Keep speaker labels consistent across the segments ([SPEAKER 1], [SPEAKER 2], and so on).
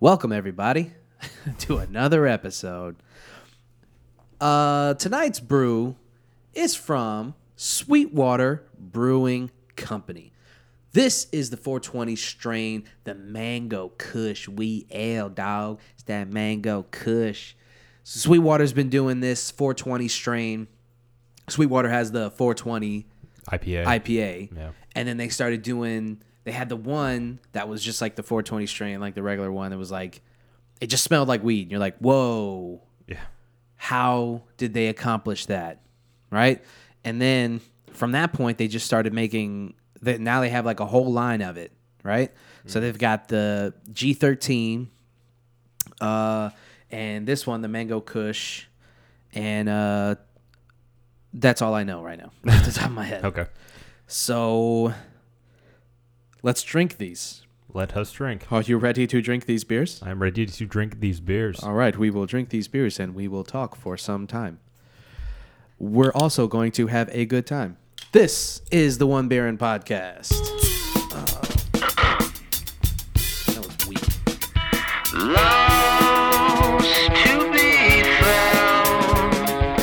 [SPEAKER 1] Welcome everybody to another episode. Uh, tonight's brew is from Sweetwater Brewing Company. This is the 420 strain, the Mango Kush Wheat Ale, dog. It's that Mango Kush. Sweetwater's been doing this 420 strain. Sweetwater has the 420
[SPEAKER 2] IPA.
[SPEAKER 1] IPA.
[SPEAKER 2] Yeah.
[SPEAKER 1] And then they started doing they had the one that was just like the 420 strain, like the regular one that was like it just smelled like weed. And you're like, "Whoa,
[SPEAKER 2] yeah.
[SPEAKER 1] how did they accomplish that?" Right? And then from that point they just started making that now they have like a whole line of it, right? So they've got the G13 uh and this one the Mango Kush and uh that's all I know right now. Off the top of my head.
[SPEAKER 2] Okay.
[SPEAKER 1] So let's drink these.
[SPEAKER 2] Let us drink.
[SPEAKER 1] Are you ready to drink these beers?
[SPEAKER 2] I'm ready to drink these beers.
[SPEAKER 1] All right, we will drink these beers and we will talk for some time. We're also going to have a good time. This is the One Baron podcast. Uh, that was weak.
[SPEAKER 3] Lost to be found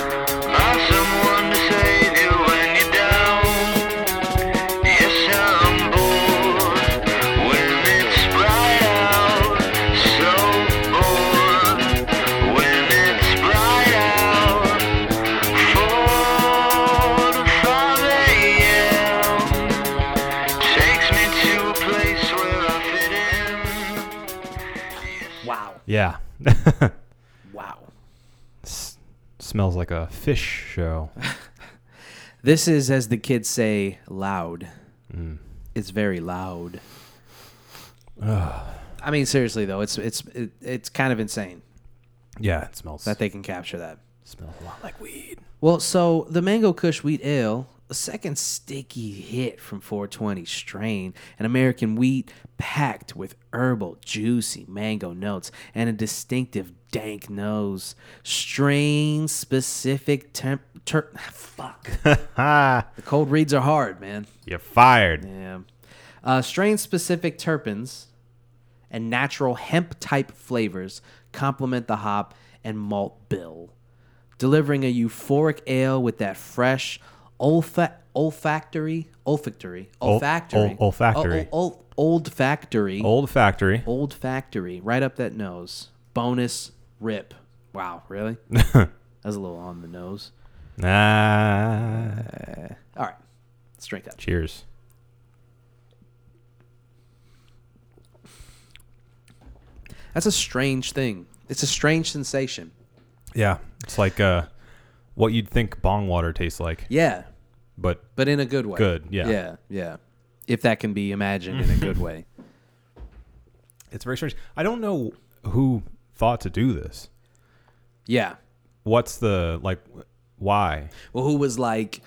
[SPEAKER 3] by someone to save you when you're down. Yes, I'm bored when it's bright out. So bored when it's bright out. Four to five a.m. takes me to a place where I fit in.
[SPEAKER 1] Wow.
[SPEAKER 2] Yeah.
[SPEAKER 1] Wow.
[SPEAKER 2] S- smells like a fish show.
[SPEAKER 1] This is, as the kids say, loud. Mm. It's very loud. I mean, seriously though, it's it's it, it's kind of insane
[SPEAKER 2] Yeah, it smells.
[SPEAKER 1] that they can capture that.
[SPEAKER 2] smells a lot like weed.
[SPEAKER 1] Well, so the Mango Kush Wheat Ale, a second sticky hit from 420 strain, an American wheat packed with herbal, juicy mango notes and a distinctive dank nose. Strain specific temp. Ter- fuck.
[SPEAKER 2] Ha!
[SPEAKER 1] the cold reads are hard, man.
[SPEAKER 2] You're fired.
[SPEAKER 1] Yeah. Uh, strain specific terpenes and natural hemp type flavors complement the hop and malt bill, delivering a euphoric ale with that fresh olfa- olfactory, olfactory,
[SPEAKER 2] Ol-
[SPEAKER 1] olfactory,
[SPEAKER 2] ol- olfactory.
[SPEAKER 1] o- o- ol- old factory,
[SPEAKER 2] Old factory.
[SPEAKER 1] old factory, right up that nose. Bonus rip. Wow, really? that was a little on the nose.
[SPEAKER 2] Ah.
[SPEAKER 1] All right, let's drink that.
[SPEAKER 2] Cheers.
[SPEAKER 1] That's a strange thing. It's a strange sensation.
[SPEAKER 2] Yeah, it's like uh, what you'd think bong water tastes like,
[SPEAKER 1] Yeah,
[SPEAKER 2] but
[SPEAKER 1] but in a good way.
[SPEAKER 2] Good, yeah.
[SPEAKER 1] Yeah, yeah. If that can be imagined in a good way.
[SPEAKER 2] it's very strange. I don't know who thought to do this.
[SPEAKER 1] Yeah.
[SPEAKER 2] What's the like? Why?
[SPEAKER 1] Well, who was like,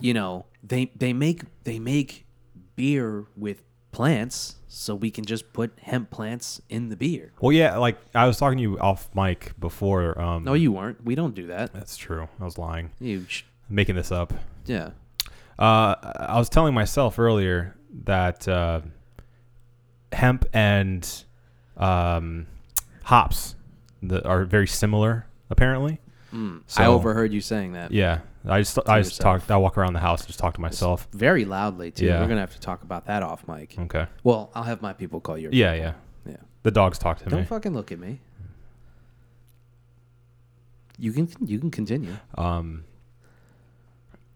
[SPEAKER 1] you know, they they make they make beer with plants, so we can just put hemp plants in the beer.
[SPEAKER 2] Well, yeah, like I was talking to you off mic before. Um,
[SPEAKER 1] No, you weren't. We don't do that.
[SPEAKER 2] that's true. I was lying,
[SPEAKER 1] You, sh-
[SPEAKER 2] making this up.
[SPEAKER 1] yeah.
[SPEAKER 2] Uh, I was telling myself earlier that uh, hemp and um, hops that are very similar, apparently. So,
[SPEAKER 1] Hmm. I overheard you saying that
[SPEAKER 2] Yeah, I just I just
[SPEAKER 1] yourself.
[SPEAKER 2] talked. I walk around the house and just talk to myself.
[SPEAKER 1] very loudly too.
[SPEAKER 2] Yeah.
[SPEAKER 1] We're gonna have to talk about that off mic.
[SPEAKER 2] Okay.
[SPEAKER 1] Well, I'll have my people call you.
[SPEAKER 2] Yeah, yeah.
[SPEAKER 1] Yeah.
[SPEAKER 2] The dogs talk to
[SPEAKER 1] Don't
[SPEAKER 2] me.
[SPEAKER 1] fucking look at me. You can you can continue.
[SPEAKER 2] Um.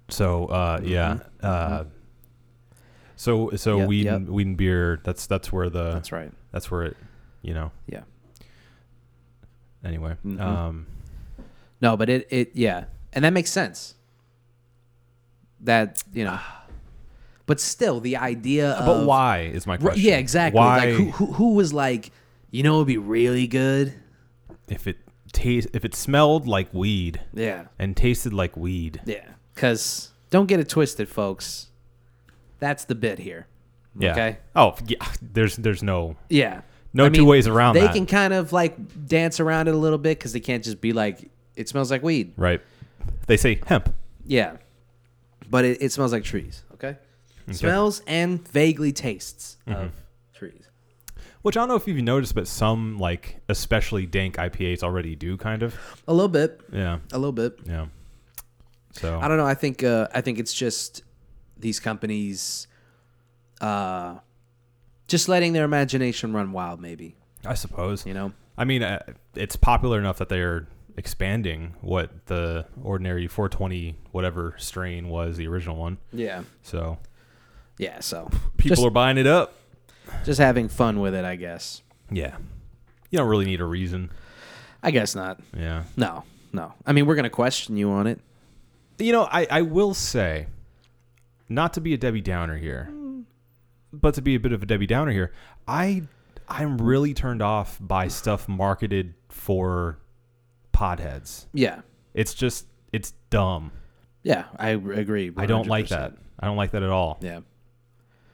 [SPEAKER 2] So uh, yeah. Uh, so so
[SPEAKER 1] Mm-hmm. Yep,
[SPEAKER 2] weed
[SPEAKER 1] yep.
[SPEAKER 2] and, weed and beer. That's that's where the
[SPEAKER 1] That's right.
[SPEAKER 2] that's where it. You know.
[SPEAKER 1] Yeah.
[SPEAKER 2] Anyway.
[SPEAKER 1] Mm-hmm.
[SPEAKER 2] Um.
[SPEAKER 1] No, but it it yeah, and that makes sense. That you know, but still the idea.
[SPEAKER 2] But
[SPEAKER 1] of,
[SPEAKER 2] why is my
[SPEAKER 1] Ri-
[SPEAKER 2] question?
[SPEAKER 1] Yeah, exactly.
[SPEAKER 2] Why,
[SPEAKER 1] Like who, who who was like, you know, it'd be really good.
[SPEAKER 2] if it taste if it smelled like weed
[SPEAKER 1] Yeah,
[SPEAKER 2] and tasted like weed?
[SPEAKER 1] yeah. Because don't get it twisted, folks. That's the bit here.
[SPEAKER 2] Yeah.
[SPEAKER 1] Okay.
[SPEAKER 2] Oh, yeah. There's there's no
[SPEAKER 1] Yeah.
[SPEAKER 2] No two ways around
[SPEAKER 1] They
[SPEAKER 2] that.
[SPEAKER 1] can kind of like dance around it a little bit because they can't just be like, it smells like weed.
[SPEAKER 2] right. They say hemp.
[SPEAKER 1] Yeah. But it, it smells like
[SPEAKER 2] Mm-hmm.
[SPEAKER 1] trees, okay? Smells and vaguely tastes of trees.
[SPEAKER 2] Which I don't know if you've noticed, but some like especially dank IPAs already do kind of.
[SPEAKER 1] A little bit,
[SPEAKER 2] Yeah,
[SPEAKER 1] a little bit.
[SPEAKER 2] yeah. So
[SPEAKER 1] I don't know. I think uh, I think it's just these companies, uh, just letting their imagination run wild. Maybe
[SPEAKER 2] I suppose.
[SPEAKER 1] you know.
[SPEAKER 2] I mean, uh, it's popular enough that they're expanding what the ordinary 420 whatever strain was, the original one.
[SPEAKER 1] Yeah.
[SPEAKER 2] So
[SPEAKER 1] Yeah. So
[SPEAKER 2] people
[SPEAKER 1] just,
[SPEAKER 2] are buying it up.
[SPEAKER 1] just having fun with it. I guess.
[SPEAKER 2] Yeah. You don't really need a reason.
[SPEAKER 1] I guess not.
[SPEAKER 2] Yeah.
[SPEAKER 1] No. No. I mean, we're gonna question you on it.
[SPEAKER 2] You know, I, I will say, not to be a Debbie Downer here, but to be a bit of a Debbie Downer here, I I'm really turned off by stuff marketed for podheads.
[SPEAKER 1] Yeah.
[SPEAKER 2] It's just it's dumb.
[SPEAKER 1] Yeah. I r- agree.
[SPEAKER 2] I don't like
[SPEAKER 1] 100%.
[SPEAKER 2] that. I don't like that at all.
[SPEAKER 1] Yeah.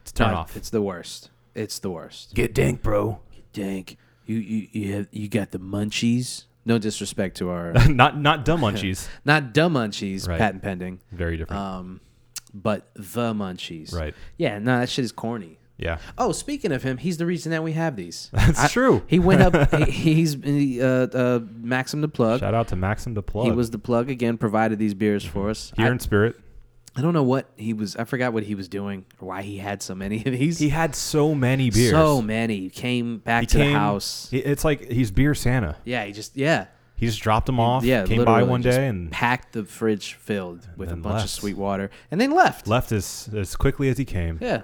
[SPEAKER 2] It's a turn
[SPEAKER 1] No,
[SPEAKER 2] off.
[SPEAKER 1] It's the worst. It's the worst.
[SPEAKER 2] Get dank, bro.
[SPEAKER 1] Dank. You you you have you got the munchies. No disrespect to our
[SPEAKER 2] not not dumb munchies.
[SPEAKER 1] not dumb munchies.
[SPEAKER 2] Right.
[SPEAKER 1] Patent pending.
[SPEAKER 2] Very different.
[SPEAKER 1] um, but the Munchies.
[SPEAKER 2] Right.
[SPEAKER 1] Yeah, no, that shit is corny.
[SPEAKER 2] yeah.
[SPEAKER 1] Oh, speaking of him, he's the reason that we have these.
[SPEAKER 2] That's true.
[SPEAKER 1] He went up. he- he's he, uh, uh, Maxim the plug.
[SPEAKER 2] Shout out Mm-hmm. to Maxim the plug.
[SPEAKER 1] He was the plug again. Provided these beers for us.
[SPEAKER 2] here
[SPEAKER 1] I,
[SPEAKER 2] in spirit.
[SPEAKER 1] I don't know what he was. I forgot what he was doing or why he had so many of these.
[SPEAKER 2] He had so many beers.
[SPEAKER 1] so many. He came back
[SPEAKER 2] he
[SPEAKER 1] to
[SPEAKER 2] came,
[SPEAKER 1] the house.
[SPEAKER 2] he- it's like he's beer Santa.
[SPEAKER 1] yeah, he just yeah
[SPEAKER 2] He just dropped them off.
[SPEAKER 1] yeah.
[SPEAKER 2] came by
[SPEAKER 1] literally
[SPEAKER 2] one
[SPEAKER 1] just
[SPEAKER 2] day and
[SPEAKER 1] packed the fridge filled with a
[SPEAKER 2] then
[SPEAKER 1] bunch of
[SPEAKER 2] left.
[SPEAKER 1] sweet water and then left.
[SPEAKER 2] left as as quickly as he came.
[SPEAKER 1] Yeah.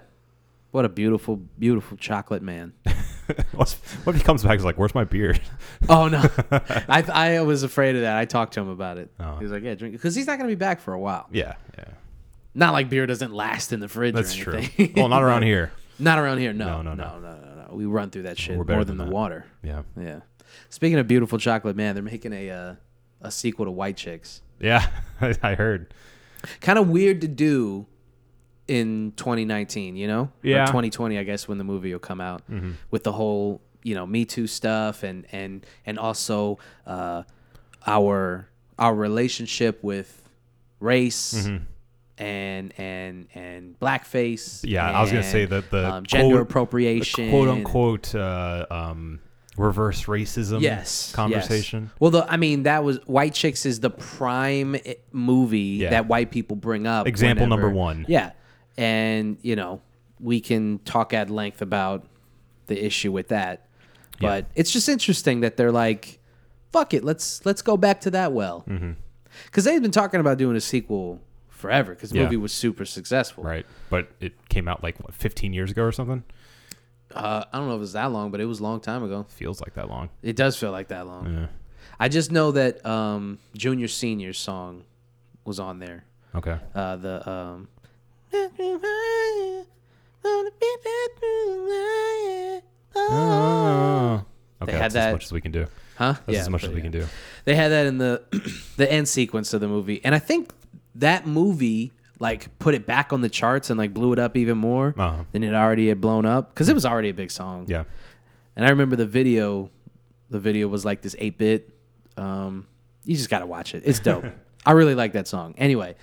[SPEAKER 1] What a beautiful, beautiful chocolate man.
[SPEAKER 2] What's- what if he comes back? He's like, "Where's my beer?"
[SPEAKER 1] Oh no, I I was afraid of that. I talked to him about it.
[SPEAKER 2] Oh.
[SPEAKER 1] He was like, "Yeah, drink," because he's not gonna be back for a while.
[SPEAKER 2] yeah, yeah,
[SPEAKER 1] Not like beer doesn't last in the fridge.
[SPEAKER 2] that's
[SPEAKER 1] or
[SPEAKER 2] true.
[SPEAKER 1] anything.
[SPEAKER 2] well, not around here.
[SPEAKER 1] not around here. No, no,
[SPEAKER 2] No,
[SPEAKER 1] no,
[SPEAKER 2] no,
[SPEAKER 1] no, no, no. We run through that shit
[SPEAKER 2] We're better
[SPEAKER 1] more than,
[SPEAKER 2] than
[SPEAKER 1] the
[SPEAKER 2] that.
[SPEAKER 1] water.
[SPEAKER 2] Yeah,
[SPEAKER 1] Yeah. Speaking of beautiful chocolate, man, they're making a uh, a sequel to White Chicks.
[SPEAKER 2] yeah. I, I heard.
[SPEAKER 1] Kind of weird to do in 2019, you know?
[SPEAKER 2] Yeah. Mm-hmm.
[SPEAKER 1] Or 2020, I guess, when the movie will come out with the whole you know Me Too stuff and and and also uh, our our relationship with race. And and and blackface.
[SPEAKER 2] Mm-hmm. Yeah, I was gonna say
[SPEAKER 1] and,
[SPEAKER 2] that the
[SPEAKER 1] um, gender
[SPEAKER 2] quote-
[SPEAKER 1] appropriation,
[SPEAKER 2] quote unquote uh, um, reverse racism.
[SPEAKER 1] yes yes.
[SPEAKER 2] conversation.
[SPEAKER 1] Well, the, I mean, that was White Chicks is the prime i- movie
[SPEAKER 2] Yeah.
[SPEAKER 1] that white people bring up.
[SPEAKER 2] Example number
[SPEAKER 1] whenever-
[SPEAKER 2] one.
[SPEAKER 1] Yeah, and you know we can talk at length about the issue with that, but it's just interesting that they're like, "Fuck it, let's let's go back to that well," because
[SPEAKER 2] Mm-hmm.
[SPEAKER 1] they've been talking about doing a sequel forever because the
[SPEAKER 2] Yeah.
[SPEAKER 1] movie was super successful.
[SPEAKER 2] Right, but it came out like what 15 years ago or something.
[SPEAKER 1] Uh, I don't know if it was that long, but it was a long time ago.
[SPEAKER 2] Feels like that long.
[SPEAKER 1] It does feel like that long.
[SPEAKER 2] Yeah.
[SPEAKER 1] I just know that um, Junior Senior's song was on there.
[SPEAKER 2] Okay.
[SPEAKER 1] Uh, the um,
[SPEAKER 2] Uh-huh. Oh. Okay,
[SPEAKER 1] Uh, had
[SPEAKER 2] that's
[SPEAKER 1] that-
[SPEAKER 2] as much as we can do.
[SPEAKER 1] huh?
[SPEAKER 2] That's as much as
[SPEAKER 1] but
[SPEAKER 2] we can do.
[SPEAKER 1] They had that in the the end sequence of the movie, and I think that movie like put it back on the charts and like blew it up even more
[SPEAKER 2] Uh-huh.
[SPEAKER 1] than it already had blown up because it was already a big song.
[SPEAKER 2] Yeah.
[SPEAKER 1] And I remember the video. The video was like this eight bit. Um, you just gotta watch it. It's dope. I really like that song. Anyway,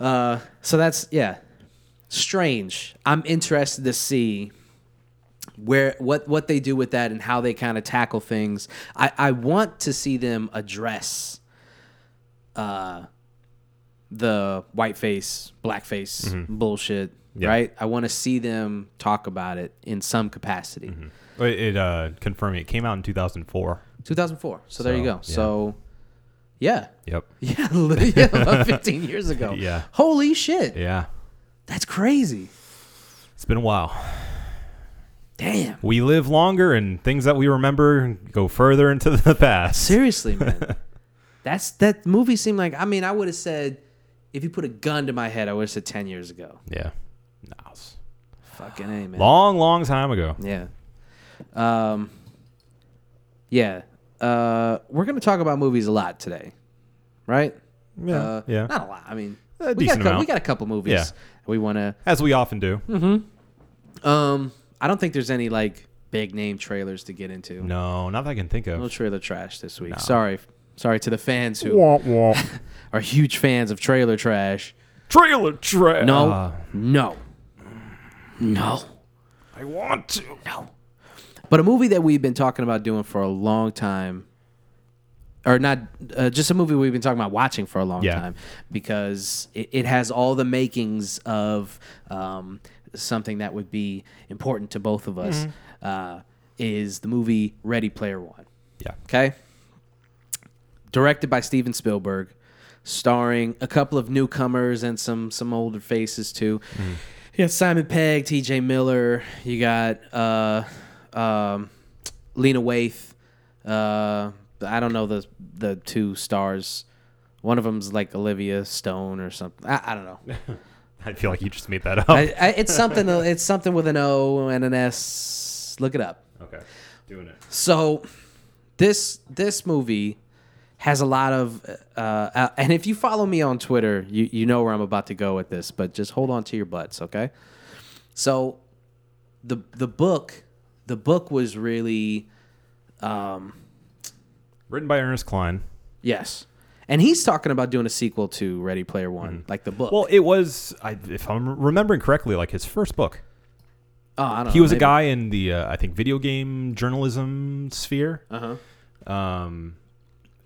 [SPEAKER 1] uh, so that's yeah, strange. I'm interested to see where what what they do with that and how they kind of tackle things. I I want to see them address uh the whiteface, blackface bullshit,
[SPEAKER 2] Yeah.
[SPEAKER 1] right? I want to see them talk about it in some capacity.
[SPEAKER 2] Well, It, it uh, confirmed it came out in 2004.
[SPEAKER 1] 2004. So, there you
[SPEAKER 2] So,
[SPEAKER 1] go.
[SPEAKER 2] yeah.
[SPEAKER 1] So, yeah.
[SPEAKER 2] Yep.
[SPEAKER 1] Yeah, li- yeah, about 15 years ago.
[SPEAKER 2] Yeah.
[SPEAKER 1] Holy shit.
[SPEAKER 2] Yeah.
[SPEAKER 1] That's crazy.
[SPEAKER 2] It's been a while.
[SPEAKER 1] Damn.
[SPEAKER 2] We live longer and things that we remember go further into the past.
[SPEAKER 1] Seriously, man. That's that movie seemed like I mean, I would have said if you put a gun to my head, I would have said 10 years ago.
[SPEAKER 2] Yeah. Nah, it's
[SPEAKER 1] Fucking A, man.
[SPEAKER 2] Long, long time ago.
[SPEAKER 1] Yeah. Um Yeah. Uh we're going to talk about movies a lot today. Right?
[SPEAKER 2] Yeah.
[SPEAKER 1] Uh,
[SPEAKER 2] yeah.
[SPEAKER 1] Not a lot. I mean,
[SPEAKER 2] A
[SPEAKER 1] we, got
[SPEAKER 2] decent
[SPEAKER 1] a couple,
[SPEAKER 2] amount.
[SPEAKER 1] we got a couple movies
[SPEAKER 2] Yeah.
[SPEAKER 1] we want to
[SPEAKER 2] As we often do.
[SPEAKER 1] Um, I don't think there's any like big name trailers to get into. No,
[SPEAKER 2] No, not that I can think of.
[SPEAKER 1] trailer trash this week. Sorry, sorry to the fans who are huge fans of trailer trash.
[SPEAKER 2] Trailer trash.
[SPEAKER 1] No, no, no,
[SPEAKER 2] I want to.
[SPEAKER 1] no. But a movie that we've been talking about doing for a long time, or not, uh, just a movie we've been talking about watching for a long
[SPEAKER 2] Yeah.
[SPEAKER 1] time, because it, it has all the makings of um, something that would be important to both of us.
[SPEAKER 2] Mm-hmm.
[SPEAKER 1] Uh, is the movie Ready Player One?
[SPEAKER 2] Yeah.
[SPEAKER 1] Okay. Directed by Steven Spielberg, starring a couple of newcomers and some some older faces too. You got Simon Pegg, T.J. Miller. You got uh, um, Lena Waithe. Uh, I don't know the the two stars. One of them's like Olivia Stone or something. I, I don't know.
[SPEAKER 2] I feel like you just made that up.
[SPEAKER 1] I, I, it's something. It's something with an O and an S. Look it up.
[SPEAKER 2] okay. Doing it.
[SPEAKER 1] So this this movie has a lot of uh, uh, and if you follow me on Twitter, you you know where I'm about to go with this, but just hold on to your butts, okay? So the the book the book was really um,
[SPEAKER 2] Written by Ernest Klein.
[SPEAKER 1] yes. And he's talking about doing a sequel to Ready Player 1, like the book.
[SPEAKER 2] Mm-hmm. Well, it was, I, if I'm remembering correctly, like his first book.
[SPEAKER 1] oh, I don't
[SPEAKER 2] He
[SPEAKER 1] know,
[SPEAKER 2] was a
[SPEAKER 1] maybe-
[SPEAKER 2] guy in the, uh, I think, video game journalism sphere. Uh huh. Um,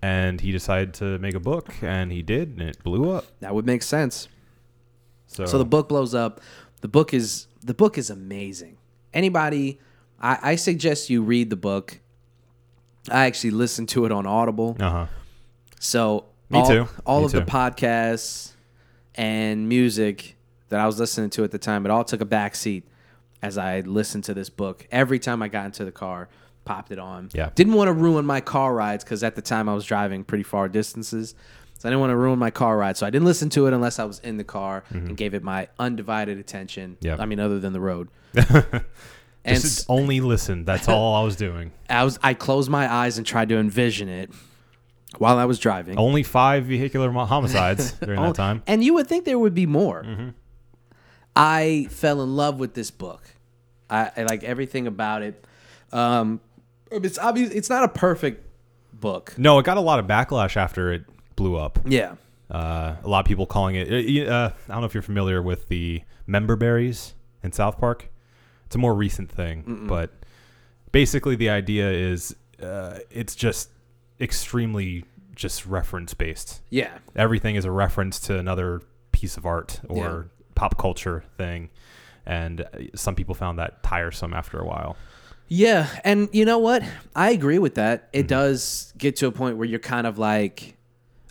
[SPEAKER 2] and he decided to make a book, and he did, and it blew up.
[SPEAKER 1] That would make sense.
[SPEAKER 2] So,
[SPEAKER 1] So the book blows up. The book is the book is amazing. Anybody, I, I suggest you read the book. I actually listened to it on Audible,
[SPEAKER 2] uh huh.
[SPEAKER 1] so
[SPEAKER 2] Me
[SPEAKER 1] all,
[SPEAKER 2] too.
[SPEAKER 1] all
[SPEAKER 2] Me
[SPEAKER 1] of the
[SPEAKER 2] too.
[SPEAKER 1] podcasts and music that I was listening to at the time, it all took a backseat as I listened to this book. Every time I got into the car, popped it on.
[SPEAKER 2] Yeah.
[SPEAKER 1] Didn't want to ruin my car rides because at the time I was driving pretty far distances. So I didn't want to ruin my car ride. So I didn't listen to it unless I was in the car and gave it my undivided attention.
[SPEAKER 2] Mm-hmm. Yeah.
[SPEAKER 1] I mean, other than the road. and
[SPEAKER 2] Just
[SPEAKER 1] s-
[SPEAKER 2] only listen. That's all I was doing.
[SPEAKER 1] I was I closed my eyes and tried to envision it while I was driving.
[SPEAKER 2] Only five vehicular mo- homicides during
[SPEAKER 1] Oh.
[SPEAKER 2] that time.
[SPEAKER 1] And you would think there would be more. I fell in love with this book. I, I like everything about it. Um, it's obvious. It's not a perfect book.
[SPEAKER 2] No, it got a lot of backlash after it blew up.
[SPEAKER 1] Yeah.
[SPEAKER 2] Uh, a lot of people calling it. Uh, uh, I don't know if you're familiar with the member berries in South Park. It's a more recent thing, but basically the idea is uh, it's just extremely just reference based.
[SPEAKER 1] Yeah.
[SPEAKER 2] Everything is a reference to another piece of art or pop culture thing, and uh, some people found that tiresome after a while.
[SPEAKER 1] Yeah, and you know what? I agree with that. It does get to a point where you're kind of like,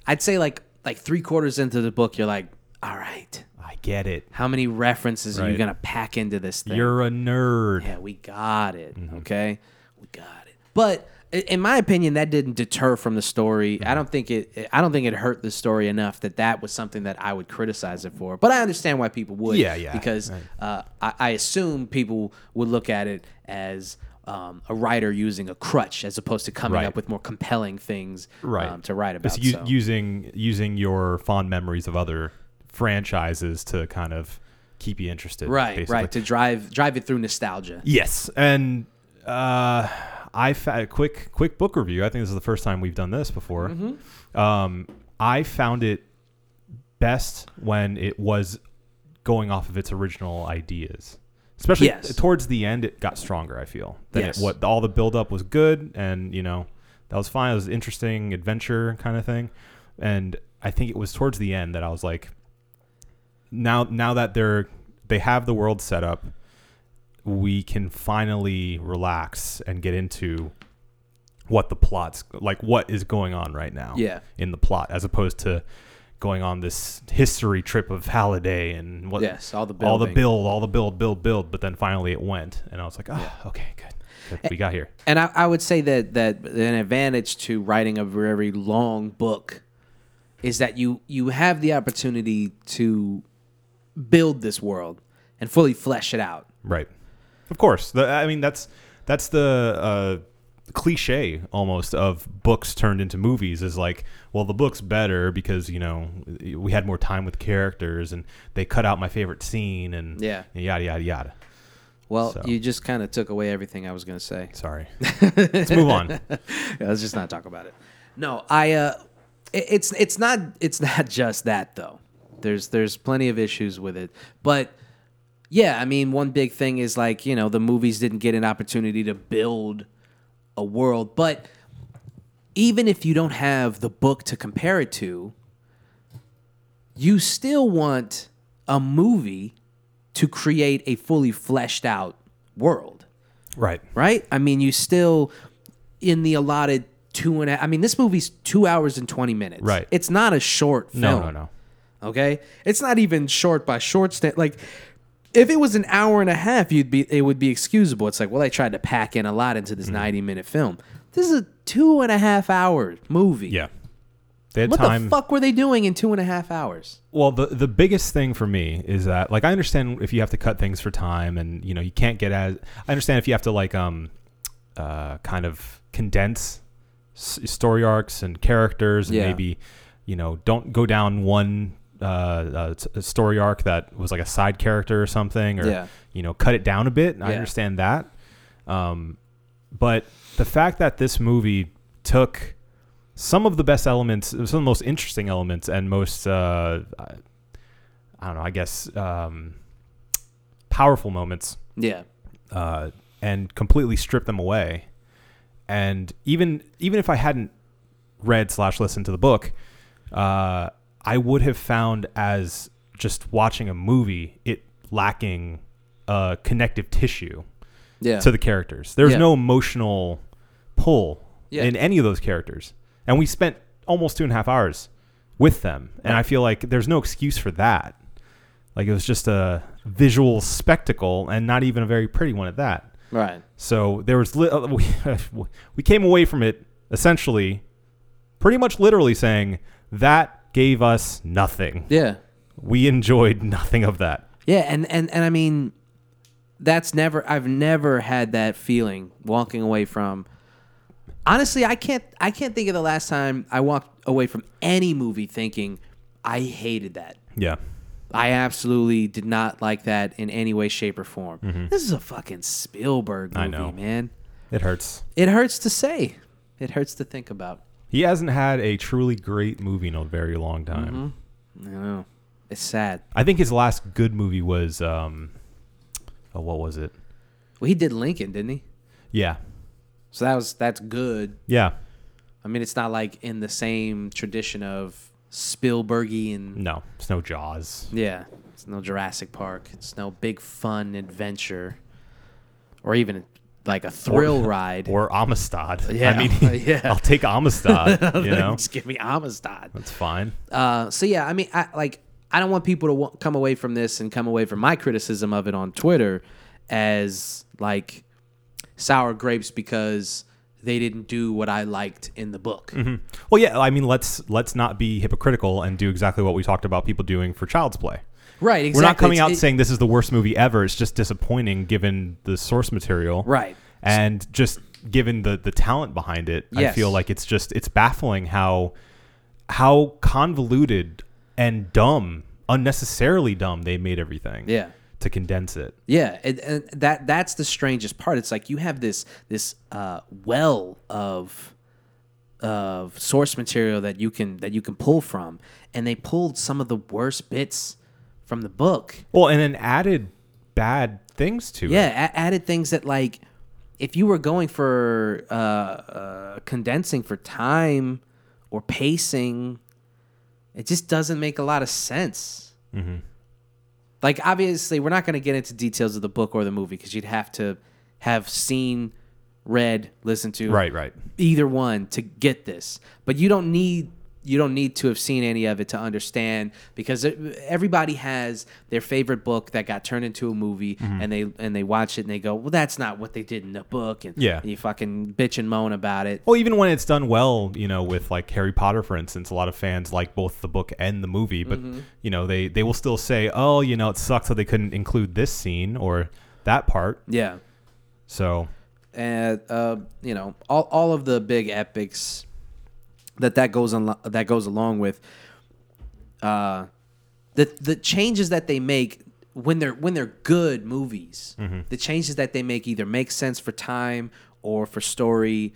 [SPEAKER 1] I'd say like like three quarters into the book, you're like, all right,
[SPEAKER 2] I get it.
[SPEAKER 1] how many references are you
[SPEAKER 2] Right.
[SPEAKER 1] gonna pack into this thing?
[SPEAKER 2] You're a nerd.
[SPEAKER 1] Yeah, we got it.
[SPEAKER 2] Mm-hmm.
[SPEAKER 1] Okay, we got it. But i- in my opinion, that didn't deter from the story.
[SPEAKER 2] Mm-hmm.
[SPEAKER 1] I don't think it. I don't think it hurt the story enough that that was something that I would criticize it for. But I understand why people would.
[SPEAKER 2] Yeah, yeah,
[SPEAKER 1] Because
[SPEAKER 2] right.
[SPEAKER 1] uh, I, I assume people would look at it as. Um, a writer using a crutch as opposed to coming
[SPEAKER 2] Right.
[SPEAKER 1] up with more compelling things
[SPEAKER 2] right
[SPEAKER 1] um, to write about.
[SPEAKER 2] Just u-
[SPEAKER 1] so.
[SPEAKER 2] using using your fond memories of other franchises to kind of keep you interested
[SPEAKER 1] right,
[SPEAKER 2] basically.
[SPEAKER 1] right. To drive drive it through nostalgia.
[SPEAKER 2] yes and uh i fa- quick quick book review i think this is the first time we've done this before
[SPEAKER 1] Mm-hmm.
[SPEAKER 2] um i found it best when it was going off of its original ideas especially
[SPEAKER 1] Yes.
[SPEAKER 2] towards the end it got stronger i feel than
[SPEAKER 1] Yes.
[SPEAKER 2] it, what all the build up was good and you know that was fine it was interesting adventure kind of thing and i think it was towards the end that i was like now now that they're they have the world set up we can finally relax and get into what the plot's like what is going on right now
[SPEAKER 1] Yeah.
[SPEAKER 2] in the plot as opposed to going on this history trip of Halliday and what
[SPEAKER 1] Yes, all the
[SPEAKER 2] all the
[SPEAKER 1] building.
[SPEAKER 2] build all the build build build but then finally it went and I was like oh okay good, good. we got here
[SPEAKER 1] and I, I would say that that an advantage to writing a very long book is that you you have the opportunity to build this world and fully flesh it out.
[SPEAKER 2] Right. Of course. The, I mean, that's that's the uh, cliche almost of books turned into movies is like, well, the book's better because you know we had more time with characters and they cut out my favorite scene and
[SPEAKER 1] Yeah.
[SPEAKER 2] yada yada yada.
[SPEAKER 1] Well,
[SPEAKER 2] So.
[SPEAKER 1] you just kind of took away everything I was going to say.
[SPEAKER 2] Sorry. Let's move on.
[SPEAKER 1] Yeah, let's just not talk about it. No, I. Uh, it, it's it's not it's not just that though. There's there's plenty of issues with it, but Yeah, I mean, one big thing is like, you know, the movies didn't get an opportunity to build a world. But even if you don't have the book to compare it to, you still want a movie to create a fully fleshed out world,
[SPEAKER 2] Right.
[SPEAKER 1] right? I mean, you still, in the allotted two and a, I mean, this movie's two hours and 20 minutes.
[SPEAKER 2] Right.
[SPEAKER 1] It's not a short film.
[SPEAKER 2] No, no, no.
[SPEAKER 1] Okay, it's not even short by short stand. Like, if it was an hour and a half, you'd be it would be excusable. It's like, well, I tried to pack in a lot into
[SPEAKER 2] Mm-hmm.
[SPEAKER 1] this ninety minute film. This is a two and a half hour movie.
[SPEAKER 2] Yeah. They had
[SPEAKER 1] what
[SPEAKER 2] time.
[SPEAKER 1] the fuck were they doing in two and a half hours?
[SPEAKER 2] Well, the the biggest thing for me is that like I understand if you have to cut things for time and you know you can't get as I understand if you have to like um uh kind of condense s- story arcs and characters and
[SPEAKER 1] Yeah.
[SPEAKER 2] maybe you know don't go down one uh, uh s- a story arc that was like a side character or something or
[SPEAKER 1] Yeah.
[SPEAKER 2] you know cut it down a bit. I
[SPEAKER 1] Yeah.
[SPEAKER 2] understand that. Um but the fact that this movie took some of the best elements, some of the most interesting elements, and most uh, I I don't know, I guess um, powerful moments,
[SPEAKER 1] Yeah,
[SPEAKER 2] uh, and completely stripped them away. And even even if I hadn't read slash listened to the book, uh, I would have found as just watching a movie it lacking uh, connective tissue
[SPEAKER 1] yeah.
[SPEAKER 2] to the characters. There's
[SPEAKER 1] Yeah.
[SPEAKER 2] no emotional pull
[SPEAKER 1] Yeah.
[SPEAKER 2] in any of those characters. And we spent almost two and a half hours with them. And I feel like there's no excuse for that. Like it was just a visual spectacle and not even a very pretty one at that.
[SPEAKER 1] right.
[SPEAKER 2] So there was li- uh, we, we came away from it essentially pretty much literally saying that gave us nothing.
[SPEAKER 1] Yeah,
[SPEAKER 2] We enjoyed nothing of that.
[SPEAKER 1] yeah. And and and I mean, that's never. I've never had that feeling walking away from. Honestly, I can't. I can't think of the last time I walked away from any movie thinking I hated that.
[SPEAKER 2] Yeah.
[SPEAKER 1] I absolutely did not like that in any way, shape, or form. This is a fucking Spielberg movie,
[SPEAKER 2] Mm-hmm. I know.
[SPEAKER 1] man.
[SPEAKER 2] It hurts.
[SPEAKER 1] It hurts to say. It hurts to think about.
[SPEAKER 2] He hasn't had a truly great movie in a very long time.
[SPEAKER 1] Mm-hmm. I know. It's sad.
[SPEAKER 2] I think his last good movie was um, oh, what was it?
[SPEAKER 1] Well, he did Lincoln, didn't he?
[SPEAKER 2] Yeah,
[SPEAKER 1] So that was that's good.
[SPEAKER 2] yeah.
[SPEAKER 1] I mean, it's not like in the same tradition of Spielbergian.
[SPEAKER 2] No, it's no Jaws.
[SPEAKER 1] Yeah, it's no Jurassic Park. It's no big fun adventure, or even like a thrill ride.
[SPEAKER 2] or Amistad.
[SPEAKER 1] Yeah,
[SPEAKER 2] I mean,
[SPEAKER 1] yeah.
[SPEAKER 2] I'll take Amistad. you know,
[SPEAKER 1] Just give me Amistad.
[SPEAKER 2] it's fine.
[SPEAKER 1] Uh, so yeah, I mean, I like I don't want people to wa- come away from this and come away from my criticism of it on Twitter as like sour grapes because they didn't do what I liked in the book.
[SPEAKER 2] Well, yeah. I mean, let's let's not be hypocritical and do exactly what we talked about people doing for Child's Play.
[SPEAKER 1] Right. Exactly.
[SPEAKER 2] We're not coming out
[SPEAKER 1] It's- it-
[SPEAKER 2] saying this is the worst movie ever. It's just disappointing given the source material.
[SPEAKER 1] Right.
[SPEAKER 2] and just given the the talent behind it i
[SPEAKER 1] Yes.
[SPEAKER 2] feel like it's just it's baffling how how convoluted and dumb unnecessarily dumb they made everything
[SPEAKER 1] Yeah.
[SPEAKER 2] to condense it
[SPEAKER 1] Yeah, and, and that that's the strangest part. It's like you have this this uh, well of of source material that you can that you can pull from, and they pulled some of the worst bits from the book.
[SPEAKER 2] well and then added bad things to it
[SPEAKER 1] Yeah, a- added things that like if you were going for uh, uh, condensing for time or pacing, it just doesn't make a lot of sense.
[SPEAKER 2] Mm-hmm.
[SPEAKER 1] Like obviously, we're not going to get into details of the book or the movie because you'd have to have seen, read, listened to,
[SPEAKER 2] right right
[SPEAKER 1] either one to get this but you don't need you don't need to have seen any of it to understand because it- everybody has their favorite book that got turned into a movie and they and they watch it and they go well that's not what they did in the book and
[SPEAKER 2] Yeah.
[SPEAKER 1] and you fucking bitch and moan about it
[SPEAKER 2] well even when it's done well you know with like harry potter for instance a lot of fans like both the book and the movie but
[SPEAKER 1] Mm-hmm.
[SPEAKER 2] you know they they will still say oh you know it sucks that they couldn't include this scene or that part
[SPEAKER 1] yeah
[SPEAKER 2] so
[SPEAKER 1] and uh, you know all, all of the big epics that that goes on that goes along with uh, the the changes that they make when they're when they're good movies the changes that they make either make sense for time or for story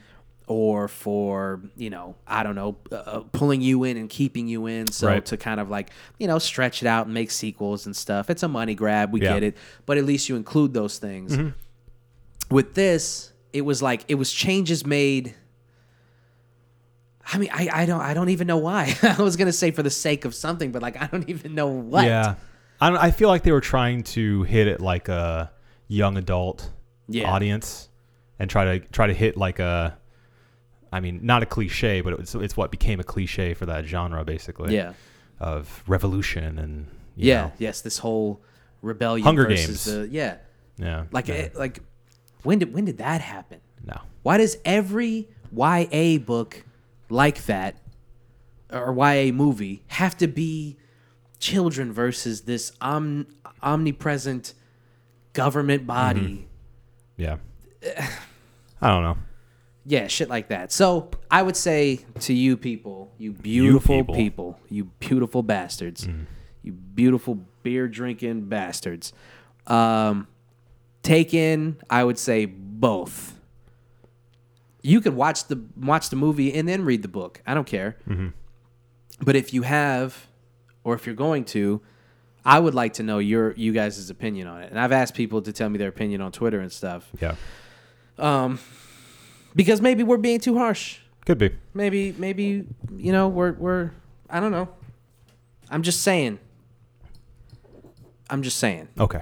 [SPEAKER 1] or for you know i don't know uh, uh, pulling you in and keeping you in so
[SPEAKER 2] Right.
[SPEAKER 1] to kind of like you know stretch it out and make sequels and stuff it's a money grab we
[SPEAKER 2] Yeah.
[SPEAKER 1] get it but at least you include those things
[SPEAKER 2] Mm-hmm.
[SPEAKER 1] with this it was like it was changes made I mean, I, I don't I don't even know why. I was gonna say for the sake of something, but like I don't even know what.
[SPEAKER 2] Yeah, I don't, I feel like they were trying to hit it like a young adult
[SPEAKER 1] Yeah.
[SPEAKER 2] audience, and try to try to hit like a, I mean, not a cliche, but it's it's what became a cliche for that genre basically.
[SPEAKER 1] Yeah.
[SPEAKER 2] of revolution and you
[SPEAKER 1] Yeah.
[SPEAKER 2] know,
[SPEAKER 1] Yes. This whole rebellion
[SPEAKER 2] Hunger
[SPEAKER 1] versus
[SPEAKER 2] Games.
[SPEAKER 1] the yeah.
[SPEAKER 2] yeah,
[SPEAKER 1] Like
[SPEAKER 2] yeah,
[SPEAKER 1] eh, like when did when did that happen?
[SPEAKER 2] no,
[SPEAKER 1] Why does every YA book like that or YA movie have to be children versus this om- omnipresent government body?
[SPEAKER 2] yeah. I don't know.
[SPEAKER 1] Yeah, shit like that. So I would say to you people, you beautiful
[SPEAKER 2] people.
[SPEAKER 1] people. you beautiful bastards, you beautiful beer drinking bastards, um, take in. I would say both. You could watch the watch the movie and then read the book. I don't care. But if you have, or if you're going to, I would like to know your you guys' opinion on it. And I've asked people to tell me their opinion on Twitter and stuff
[SPEAKER 2] Yeah,
[SPEAKER 1] because maybe we're being too harsh.
[SPEAKER 2] could be.
[SPEAKER 1] Maybe maybe you know we're we're I don't know. I'm just saying. I'm just saying.
[SPEAKER 2] Okay,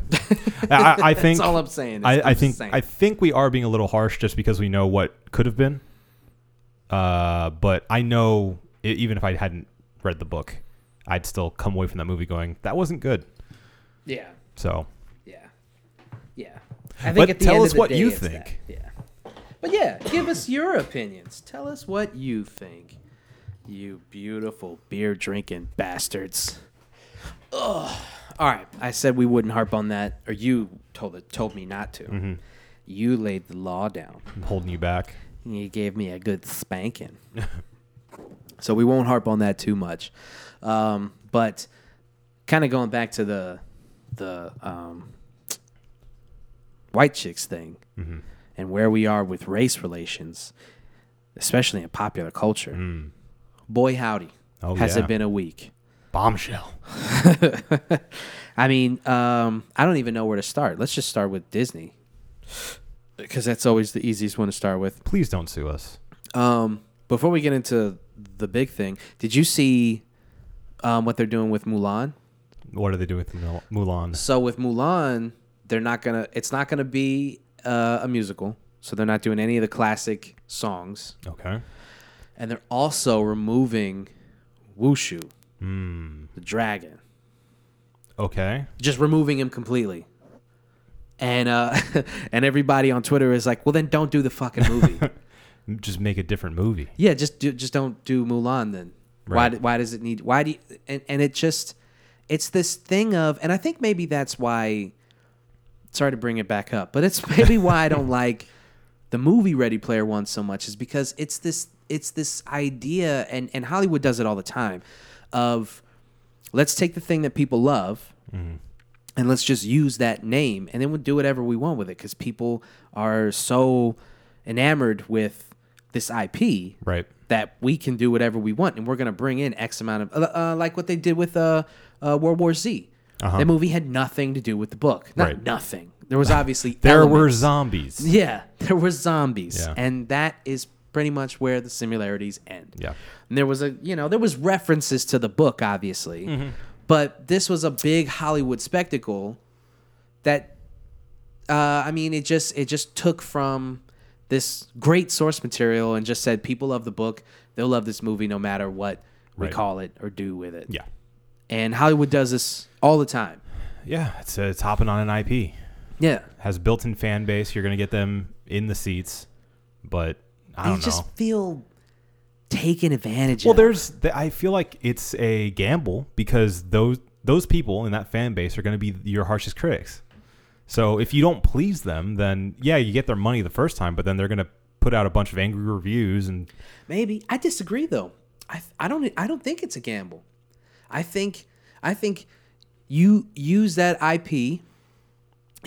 [SPEAKER 2] I, I think
[SPEAKER 1] That's all I'm saying. is
[SPEAKER 2] I,
[SPEAKER 1] I'm
[SPEAKER 2] I
[SPEAKER 1] just
[SPEAKER 2] think
[SPEAKER 1] saying.
[SPEAKER 2] I think we are being a little harsh just because we know what could have been. Uh, but I know i even if I hadn't read the book, I'd still come away from that movie going, "That wasn't good."
[SPEAKER 1] yeah,
[SPEAKER 2] So
[SPEAKER 1] yeah, yeah. I think
[SPEAKER 2] But
[SPEAKER 1] at the
[SPEAKER 2] tell
[SPEAKER 1] end
[SPEAKER 2] us
[SPEAKER 1] of the
[SPEAKER 2] what
[SPEAKER 1] day,
[SPEAKER 2] you
[SPEAKER 1] it's that.
[SPEAKER 2] think.
[SPEAKER 1] Yeah. But yeah, give us your opinions. Tell us what you think. You beautiful beer drinking bastards. Ugh. All right, I said we wouldn't harp on that, or you told it, told me not to.
[SPEAKER 2] Mm-hmm.
[SPEAKER 1] You laid the law down.
[SPEAKER 2] I'm holding you back.
[SPEAKER 1] He gave me a good spanking. so we won't harp on that too much. Um, but kind of going back to the the um, white chicks thing
[SPEAKER 2] Mm-hmm.
[SPEAKER 1] and where we are with race relations, especially in popular culture. Boy, howdy.
[SPEAKER 2] Mm. Oh,
[SPEAKER 1] has
[SPEAKER 2] yeah.
[SPEAKER 1] it been a week?
[SPEAKER 2] Bombshell.
[SPEAKER 1] I mean, um, I don't even know where to start. Let's just start with Disney because that's always the easiest one to start with.
[SPEAKER 2] Please don't sue us.
[SPEAKER 1] Um, before we get into the big thing, did you see um, what they're doing with Mulan?
[SPEAKER 2] What are they doing with Mul- Mulan?
[SPEAKER 1] So with Mulan, they're not gonna. It's not gonna be uh, a musical. So they're not doing any of the classic songs,
[SPEAKER 2] Okay.
[SPEAKER 1] and they're also removing Wushu, the dragon.
[SPEAKER 2] Okay.
[SPEAKER 1] Just removing him completely. And uh, and everybody on Twitter is like, well, then don't do the fucking movie.
[SPEAKER 2] Just make a different movie.
[SPEAKER 1] Yeah, just do, just don't do Mulan then. Why
[SPEAKER 2] Right.
[SPEAKER 1] Why why does it need why do you, and and it just it's this thing of and I think maybe that's why sorry to bring it back up, but it's maybe why I don't like the movie Ready Player One so much is because it's this it's this idea and and Hollywood does it all the time of let's take the thing that people love and let's just use that name and then we'll do whatever we want with it because people are so enamored with this IP
[SPEAKER 2] Right.
[SPEAKER 1] that we can do whatever we want and we're going to bring in X amount of, uh, uh, like what they did with uh, uh, World War Z. That movie had nothing to do with the book. Not
[SPEAKER 2] Uh-huh. Right.
[SPEAKER 1] nothing. There was obviously.
[SPEAKER 2] There were
[SPEAKER 1] elements.
[SPEAKER 2] zombies.
[SPEAKER 1] Yeah, there were zombies,
[SPEAKER 2] Yeah.
[SPEAKER 1] and that is pretty much where the similarities end.
[SPEAKER 2] Yeah.
[SPEAKER 1] and there was a you know there was references to the book, obviously, but this was a big Hollywood spectacle that, uh, I mean, it just it just took from this great source material and just said people love the book, they'll love this movie no matter what we
[SPEAKER 2] Right.
[SPEAKER 1] call it or do with it.
[SPEAKER 2] Yeah.
[SPEAKER 1] and Hollywood does this all the time.
[SPEAKER 2] Yeah. It's uh, it's hopping on an IP.
[SPEAKER 1] Yeah,
[SPEAKER 2] has built-in fan base. You're gonna get them in the seats, but I
[SPEAKER 1] you
[SPEAKER 2] don't
[SPEAKER 1] just
[SPEAKER 2] know.
[SPEAKER 1] feel taken advantage
[SPEAKER 2] Well,
[SPEAKER 1] of.
[SPEAKER 2] there's. th- I feel like it's a gamble because those those people in that fan base are gonna be your harshest critics. So if you don't please them, then yeah, you get their money the first time, but then they're gonna put out a bunch of angry reviews and
[SPEAKER 1] Maybe I disagree though. I I don't I don't think it's a gamble. I think I think you use that
[SPEAKER 2] Mm-hmm.
[SPEAKER 1] IP.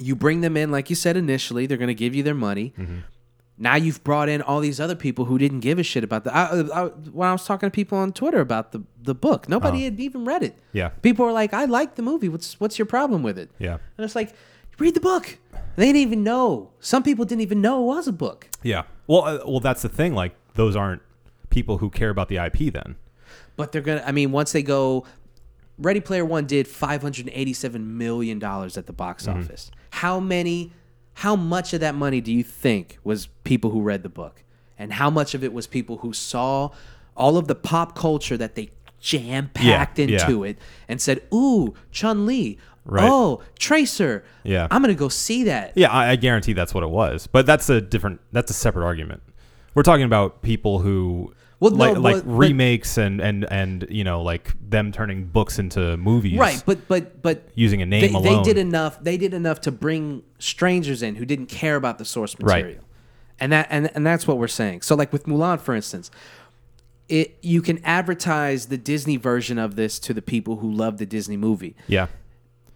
[SPEAKER 1] You bring them in, like you said initially. They're going to give you their money. Now you've brought in all these other people who didn't give a shit about the. I, uh, I, when I was talking to people on Twitter about the the book, nobody had even read it.
[SPEAKER 2] Uh-huh. Yeah.
[SPEAKER 1] people were like, "I like the movie. What's what's your problem with it?"
[SPEAKER 2] Yeah.
[SPEAKER 1] and it's like, read the book. They didn't even know. Some people didn't even know it was a book.
[SPEAKER 2] Yeah. Well, uh, well, that's the thing. Like, those aren't people who care about the IP. Then.
[SPEAKER 1] But they're gonna. I mean, once they go, Ready Player One did five hundred eighty-seven million dollars at the box
[SPEAKER 2] Mm-hmm.
[SPEAKER 1] office. How many? How much of that money do you think was people who read the book, and how much of it was people who saw all of the pop culture that they jam packed
[SPEAKER 2] Yeah, yeah.
[SPEAKER 1] into it and said, "Ooh, Chun Li."
[SPEAKER 2] Right.
[SPEAKER 1] Oh, Tracer.
[SPEAKER 2] Yeah.
[SPEAKER 1] I'm gonna go see that.
[SPEAKER 2] Yeah, I, I guarantee that's what it was. But that's a different. That's a separate argument. We're talking about people who.
[SPEAKER 1] Well, no,
[SPEAKER 2] like, like
[SPEAKER 1] but- but-
[SPEAKER 2] remakes and, and and you know like them turning books into movies
[SPEAKER 1] Right, but but but
[SPEAKER 2] using a name
[SPEAKER 1] they,
[SPEAKER 2] alone.
[SPEAKER 1] they did enough. They did enough to bring strangers in who didn't care about the source
[SPEAKER 2] Right.
[SPEAKER 1] material, and that and and that's what we're saying. So, like with Mulan, for instance, it you can advertise the Disney version of this to the people who love the Disney movie,
[SPEAKER 2] yeah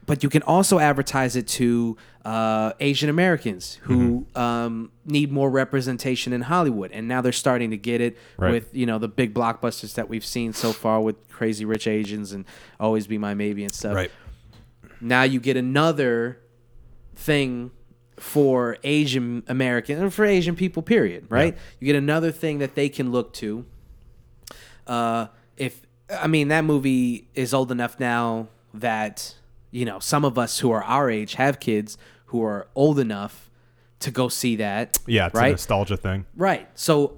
[SPEAKER 1] but you can also advertise it to uh, Asian Americans who
[SPEAKER 2] Mm-hmm.
[SPEAKER 1] um, need more representation in Hollywood, and now they're starting to get it
[SPEAKER 2] Right.
[SPEAKER 1] with you know the big blockbusters that we've seen so far with Crazy Rich Asians and Always Be My Maybe and stuff now you get another thing for Asian American and for Asian people, period. Right? You get another thing that they can look to. Uh, if I mean that movie is old enough now that you know some of us who are our age have kids who are old enough to go see that.
[SPEAKER 2] yeah it's a
[SPEAKER 1] right.
[SPEAKER 2] nostalgia thing
[SPEAKER 1] Right. So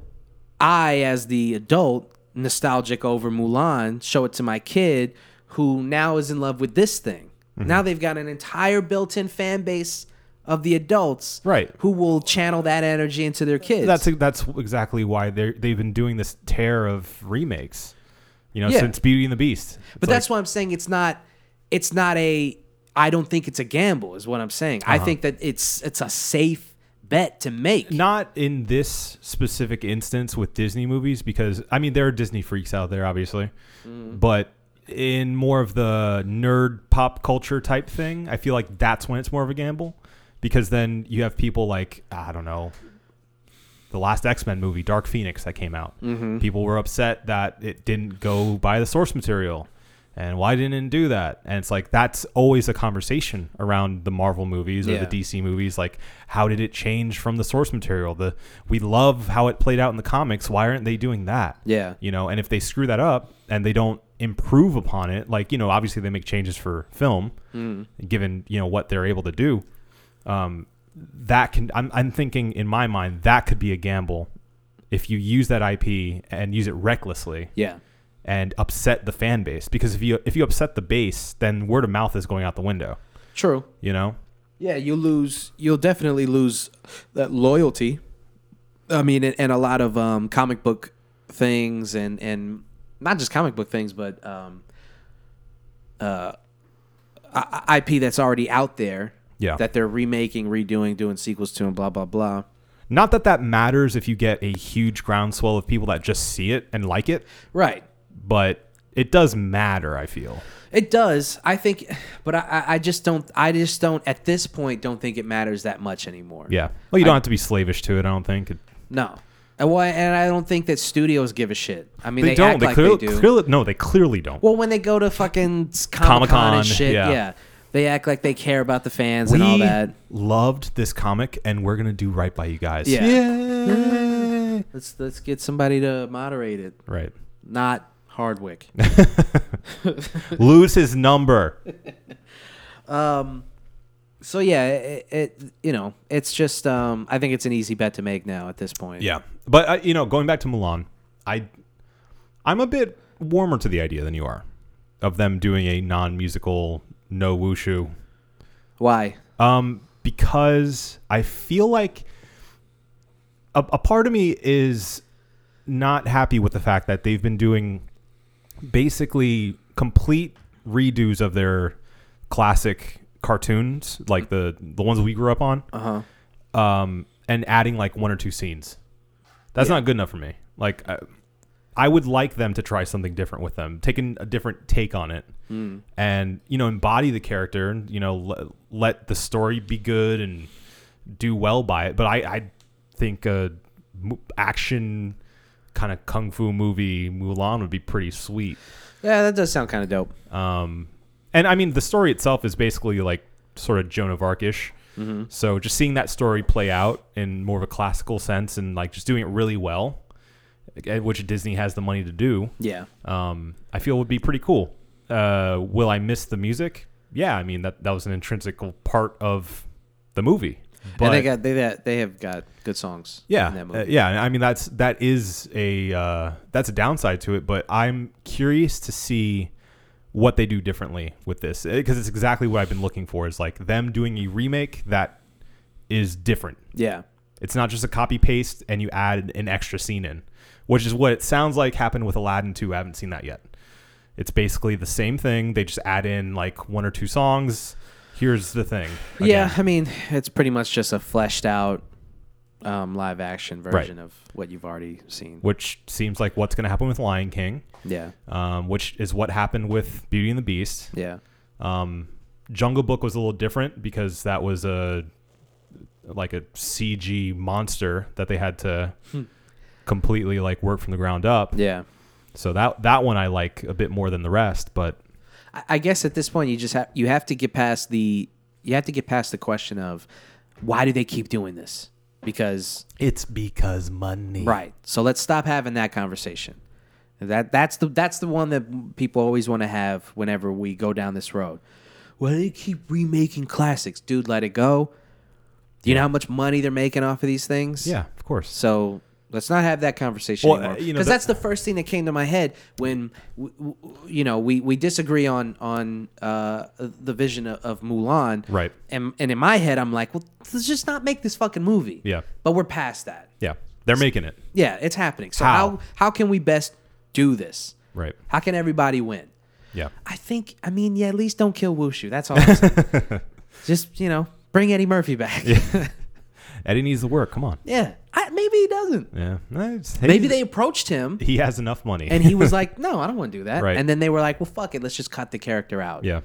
[SPEAKER 1] I, as the adult, nostalgic over Mulan, show it to my kid who now is in love with this thing.
[SPEAKER 2] Mm-hmm.
[SPEAKER 1] Now they've got an entire built in fan base of the adults
[SPEAKER 2] Right.
[SPEAKER 1] who will channel that energy into their kids.
[SPEAKER 2] that's that's exactly why they they've been doing this tear of remakes you know
[SPEAKER 1] Yeah.
[SPEAKER 2] since Beauty and the Beast It's
[SPEAKER 1] but
[SPEAKER 2] like-
[SPEAKER 1] that's why I'm saying it's not it's not a I don't think it's a gamble is what I'm saying. I think that it's it's a safe bet to make.
[SPEAKER 2] Uh-huh. not in this specific instance with Disney movies because I mean there are Disney freaks out there obviously, but in more of the nerd pop culture type thing, I feel like that's when it's more of a gamble because then you have people like I don't know the last X-Men movie Dark Phoenix that came out. People were upset that it didn't go by the source material. And why didn't it do that? And it's like that's always a conversation around the Marvel movies or
[SPEAKER 1] Yeah.
[SPEAKER 2] the DC DC movies. Like, how did it change from the source material? The we love how it played out in the comics. Why aren't they doing that?
[SPEAKER 1] Yeah.
[SPEAKER 2] you know. And if they screw that up and they don't improve upon it, like you know, obviously they make changes for film, given you know what they're able to do. Um, that can I'm, I'm thinking in my mind that could be a gamble if you use that IP and use it recklessly
[SPEAKER 1] yeah.
[SPEAKER 2] and upset the fan base because if you if you upset the base then word of mouth is going out the window
[SPEAKER 1] True.
[SPEAKER 2] you know
[SPEAKER 1] Yeah, you lose. You'll definitely lose that loyalty. I mean, and, and a lot of um, comic book things, and and not just comic book things, but um, uh, I- IP that's already out there.
[SPEAKER 2] Yeah.
[SPEAKER 1] that they're remaking, redoing, doing sequels to, and blah blah blah.
[SPEAKER 2] Not that that matters if you get a huge groundswell of people that just see it and like it,
[SPEAKER 1] Right.
[SPEAKER 2] but it does matter. I feel
[SPEAKER 1] It does. I think, but I, I- I just don't. I just don't. At this point, don't think it matters that much anymore.
[SPEAKER 2] yeah. Well, you don't have to be slavish to it. I don't think it,
[SPEAKER 1] No. And why? And I don't think that studios give a shit. I mean,
[SPEAKER 2] they,
[SPEAKER 1] they,
[SPEAKER 2] don't.
[SPEAKER 1] act
[SPEAKER 2] they
[SPEAKER 1] like
[SPEAKER 2] clearly,
[SPEAKER 1] they do.
[SPEAKER 2] clearly no, they clearly don't.
[SPEAKER 1] Well, when they go to fucking Comic Con
[SPEAKER 2] Comic-Con,
[SPEAKER 1] and shit,
[SPEAKER 2] yeah.
[SPEAKER 1] yeah. they act like they care about the fans and all that.
[SPEAKER 2] loved this comic, and we're gonna do right by you guys.
[SPEAKER 1] Yeah.
[SPEAKER 2] Yay.
[SPEAKER 1] Let's let's get somebody to moderate it,
[SPEAKER 2] Right.
[SPEAKER 1] not Hardwick.
[SPEAKER 2] Lose his number.
[SPEAKER 1] so yeah, it, it you know it's just um I think it's an easy bet to make now at this point.
[SPEAKER 2] Yeah, but uh, you know, going back to Milan, I, I'm a bit warmer to the idea than you are, of them doing a non-musical, no wushu
[SPEAKER 1] Why?
[SPEAKER 2] Um, because I feel like a, a part of me is not happy with the fact that they've been doing basically complete redos of their classic cartoons, like the the ones we grew up on,
[SPEAKER 1] Uh
[SPEAKER 2] um, and adding like one or two scenes. That's not good enough for me. Like, I, I would like them to try something different with them, taking a different take on it, and you know, embody the character, and you know, l- let the story be good and do well by it. But I, I think a mo- action kind of kung fu movie Mulan would be pretty sweet.
[SPEAKER 1] Yeah, that does sound kind of dope.
[SPEAKER 2] Um, and I mean, the story itself is basically like sort of Joan of Arc ish. So just seeing that story play out in more of a classical sense and like just doing it really well, eh, which Disney has the money to do,
[SPEAKER 1] Yeah.
[SPEAKER 2] um, I feel would be pretty cool. Uh, will I miss the music? Yeah, I mean that that was an intrinsical part of the movie. But
[SPEAKER 1] and they got they that they have got good songs.
[SPEAKER 2] yeah,
[SPEAKER 1] In that
[SPEAKER 2] uh,
[SPEAKER 1] movie.
[SPEAKER 2] yeah. and I mean, that's that is a uh, that's a downside to it, but I'm curious to see what they do differently with this because it's exactly what I've been looking for is like them doing a remake that is different.
[SPEAKER 1] yeah.
[SPEAKER 2] It's not just a copy paste and you add an extra scene in, which is what it sounds like happened with Aladdin 2. I haven't seen that yet. It's basically the same thing. They just add in like one or two songs. Here's the thing.
[SPEAKER 1] Yeah,
[SPEAKER 2] again.
[SPEAKER 1] I mean, it's pretty much just a fleshed out um, live action version of what you've already seen.
[SPEAKER 2] Which seems like what's going to happen with Lion King.
[SPEAKER 1] Yeah,
[SPEAKER 2] um, which is what happened with Beauty and the Beast.
[SPEAKER 1] yeah,
[SPEAKER 2] Um, Jungle Book was a little different because that was a like a CG monster that they had to completely like work from the ground up.
[SPEAKER 1] yeah.
[SPEAKER 2] So that that one I like a bit more than the rest, but
[SPEAKER 1] I, I guess at this point, you just have you have to get past the you have to get past the question of why do they keep doing this? Because
[SPEAKER 2] it's because money.
[SPEAKER 1] right. So let's stop having that conversation. That that's the that's the one that people always want to have whenever we go down this road. Why do they keep remaking classics, dude? Let it go. Do you know how much money they're making off of these things?
[SPEAKER 2] Yeah, of course.
[SPEAKER 1] So let's not have that conversation
[SPEAKER 2] Well,
[SPEAKER 1] anymore.
[SPEAKER 2] uh, you know,
[SPEAKER 1] because
[SPEAKER 2] that-
[SPEAKER 1] that's the first thing that came to my head when w- w- you know we, we disagree on on uh, the vision of, of Mulan,
[SPEAKER 2] Right.
[SPEAKER 1] And and in my head, I'm like, well, let's just not make this fucking movie.
[SPEAKER 2] Yeah.
[SPEAKER 1] But we're past that.
[SPEAKER 2] Yeah. They're making it.
[SPEAKER 1] Yeah, it's happening. So
[SPEAKER 2] How?
[SPEAKER 1] how how, can we best do this?
[SPEAKER 2] Right.
[SPEAKER 1] How can everybody win?
[SPEAKER 2] Yeah.
[SPEAKER 1] I think. I mean, yeah, at least don't kill Wushu. That's all. I'm saying. just you know, bring Eddie Murphy back. Yeah.
[SPEAKER 2] Eddie needs the work. Come on.
[SPEAKER 1] I, maybe he doesn't.
[SPEAKER 2] Yeah. Eh,
[SPEAKER 1] Maybe they approached him.
[SPEAKER 2] he has enough money.
[SPEAKER 1] And he was like, "No, I don't want to do that."
[SPEAKER 2] Right.
[SPEAKER 1] And then they were like, "Well, fuck it, let's just cut the character out."
[SPEAKER 2] yeah.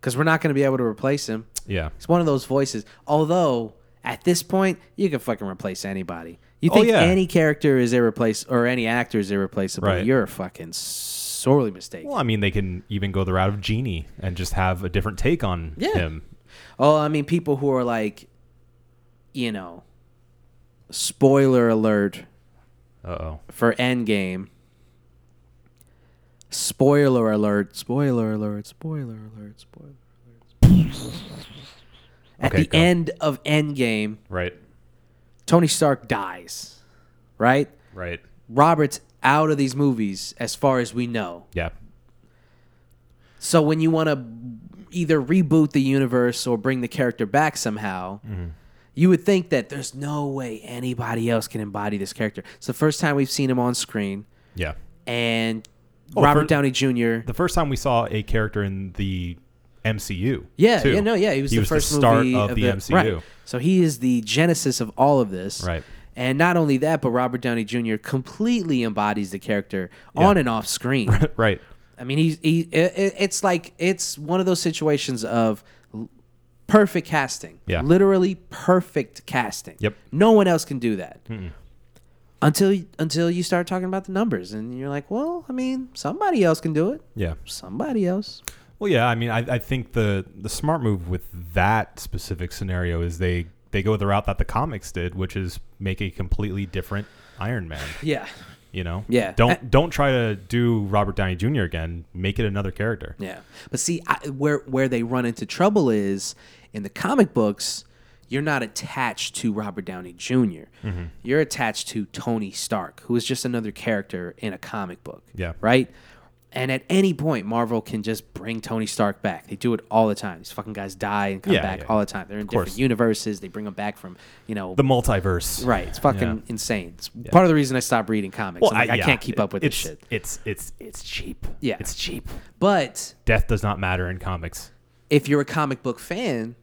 [SPEAKER 1] Because we're not going to be able to replace him.
[SPEAKER 2] Yeah.
[SPEAKER 1] It's one of those voices. Although at this point, you can fucking replace anybody. You
[SPEAKER 2] Oh,
[SPEAKER 1] think
[SPEAKER 2] yeah.
[SPEAKER 1] any character is irreplaceable or any actor is irreplaceable?
[SPEAKER 2] Right.
[SPEAKER 1] You're fucking sorely mistaken.
[SPEAKER 2] Well, I mean, they can even go the route of Genie and just have a different take on
[SPEAKER 1] Yeah.
[SPEAKER 2] him.
[SPEAKER 1] Oh, I mean, people who are like, you know, spoiler alert
[SPEAKER 2] Uh oh.
[SPEAKER 1] for Endgame. Spoiler alert! Spoiler alert! Spoiler alert! Spoiler alert! At
[SPEAKER 2] Okay,
[SPEAKER 1] the
[SPEAKER 2] go.
[SPEAKER 1] end of Endgame,
[SPEAKER 2] Right.
[SPEAKER 1] Tony Stark dies, right?
[SPEAKER 2] Right.
[SPEAKER 1] Robert's out of these movies as far as we know.
[SPEAKER 2] Yeah.
[SPEAKER 1] So when you want to either reboot the universe or bring the character back somehow, you would think that there's no way anybody else can embody this character. It's the first time we've seen him on screen,
[SPEAKER 2] Yeah.
[SPEAKER 1] and
[SPEAKER 2] Oh,
[SPEAKER 1] Robert
[SPEAKER 2] for-
[SPEAKER 1] Downey Jr.
[SPEAKER 2] The first time we saw a character in the MCU.
[SPEAKER 1] Yeah,
[SPEAKER 2] too.
[SPEAKER 1] yeah, no, yeah. He was the first
[SPEAKER 2] start
[SPEAKER 1] movie
[SPEAKER 2] of, the, MCU.
[SPEAKER 1] Right. So he is the genesis of all of this.
[SPEAKER 2] Right.
[SPEAKER 1] And not only that, but Robert Downey Jr. completely embodies the character on and off screen.
[SPEAKER 2] Right.
[SPEAKER 1] I mean, he's he. It, it- it's like it's one of those situations of l- perfect casting.
[SPEAKER 2] Yeah.
[SPEAKER 1] Literally perfect casting.
[SPEAKER 2] Yep.
[SPEAKER 1] No one else can do that. Until y- until you start talking about the numbers, and you're like, well, I mean, somebody else can do it.
[SPEAKER 2] Yeah.
[SPEAKER 1] Somebody else.
[SPEAKER 2] Well, yeah. I mean, I, I think the the smart move with that specific scenario is they they go the route that the comics did, which is make a completely different Iron Man.
[SPEAKER 1] Yeah.
[SPEAKER 2] You know.
[SPEAKER 1] Yeah.
[SPEAKER 2] Don't
[SPEAKER 1] A-
[SPEAKER 2] don't try to do Robert Downey Jr. again. Make it another character.
[SPEAKER 1] Yeah, but see, I, where where they run into trouble is in the comic books. You're not attached to Robert Downey junior
[SPEAKER 2] Mm-hmm.
[SPEAKER 1] You're attached to Tony Stark, who is just another character in a comic book.
[SPEAKER 2] Yeah.
[SPEAKER 1] Right. And at any point, Marvel can just bring Tony Stark back. They do it all the time. These fucking guys die and come
[SPEAKER 2] Yeah,
[SPEAKER 1] back
[SPEAKER 2] yeah.
[SPEAKER 1] all the time. They're in different
[SPEAKER 2] course.
[SPEAKER 1] universes. They bring them back from, you know,
[SPEAKER 2] The multiverse.
[SPEAKER 1] right. It's fucking insane. It's part of the reason I stopped reading comics. I'm like, I,
[SPEAKER 2] yeah,
[SPEAKER 1] can't keep up with
[SPEAKER 2] it's,
[SPEAKER 1] this shit.
[SPEAKER 2] It's it's it's cheap.
[SPEAKER 1] Yeah.
[SPEAKER 2] it's cheap.
[SPEAKER 1] But
[SPEAKER 2] Death does not matter in comics.
[SPEAKER 1] if you're a comic book fan,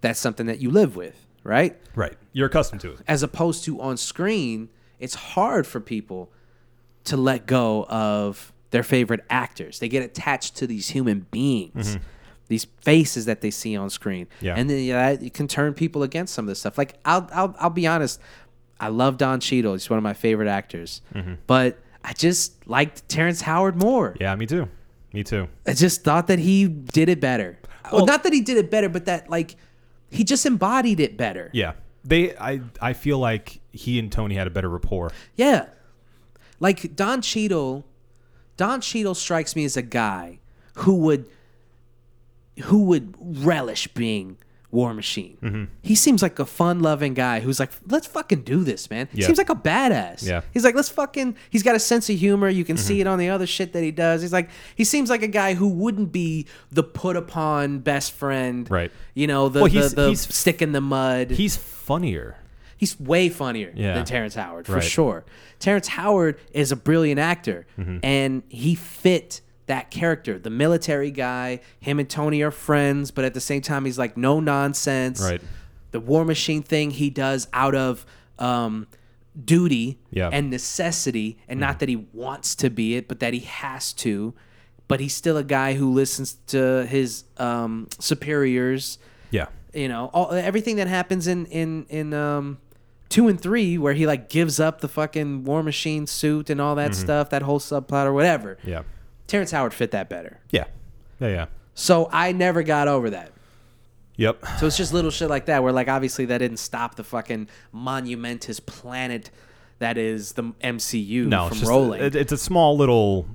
[SPEAKER 1] that's something that you live with, right?
[SPEAKER 2] Right, you're accustomed to it.
[SPEAKER 1] As opposed to on screen, it's hard for people to let go of their favorite actors. They get attached to these human beings. These faces that they see on screen,
[SPEAKER 2] Yeah.
[SPEAKER 1] and then yeah, that- it can turn people against some of this stuff. Like I'll, I'll, I'll be honest, I love Don Cheadle. He's one of my favorite actors. But I just liked Terrence Howard more.
[SPEAKER 2] Yeah, me too. Me too.
[SPEAKER 1] I just thought that he did it better. Well, not that he did it better, but that like he just embodied it better.
[SPEAKER 2] Yeah. They I I feel like he and Tony had a better rapport.
[SPEAKER 1] Yeah. Like Don Cheadle, Don Cheadle strikes me as a guy who would who would relish being War Machine.
[SPEAKER 2] Mm-hmm.
[SPEAKER 1] He seems like a fun-loving guy who's like, "Let's fucking do this, man."
[SPEAKER 2] Yeah.
[SPEAKER 1] Seems like a badass.
[SPEAKER 2] Yeah. Mm-hmm.
[SPEAKER 1] He's like, "Let's fucking." He's got a sense of humor. You can see it on the other shit that he does. He's like, he seems like a guy who wouldn't be the put-upon best friend.
[SPEAKER 2] Right.
[SPEAKER 1] You know, the
[SPEAKER 2] Well, he's-
[SPEAKER 1] the, the
[SPEAKER 2] he's-
[SPEAKER 1] stick in the mud
[SPEAKER 2] He's funnier.
[SPEAKER 1] he's way funnier
[SPEAKER 2] Yeah.
[SPEAKER 1] than Terrence Howard for
[SPEAKER 2] Right.
[SPEAKER 1] sure. Terrence Howard is a brilliant actor,
[SPEAKER 2] Mm-hmm.
[SPEAKER 1] and he fit that character, the military guy. Him and Tony are friends, but at the same time, he's like no nonsense.
[SPEAKER 2] Right.
[SPEAKER 1] The War Machine thing he does out of um, duty
[SPEAKER 2] Yeah. Mm-hmm.
[SPEAKER 1] and necessity, and not that he wants to be it, but that he has to. But he's still a guy who listens to his um, superiors
[SPEAKER 2] Yeah.
[SPEAKER 1] you know all, everything that happens in in in um two and three where he like gives up the fucking war machine suit and all that stuff that whole subplot or whatever
[SPEAKER 2] Mm-hmm. Yeah.
[SPEAKER 1] terrence howard fit that better
[SPEAKER 2] Yeah. Yeah, yeah.
[SPEAKER 1] so i never got over that
[SPEAKER 2] Yep.
[SPEAKER 1] so it's just little shit like that where like obviously that didn't stop the fucking monumentous planet that is the mcu
[SPEAKER 2] No,
[SPEAKER 1] from
[SPEAKER 2] it's, just, uh,
[SPEAKER 1] rolling
[SPEAKER 2] it- it's a small little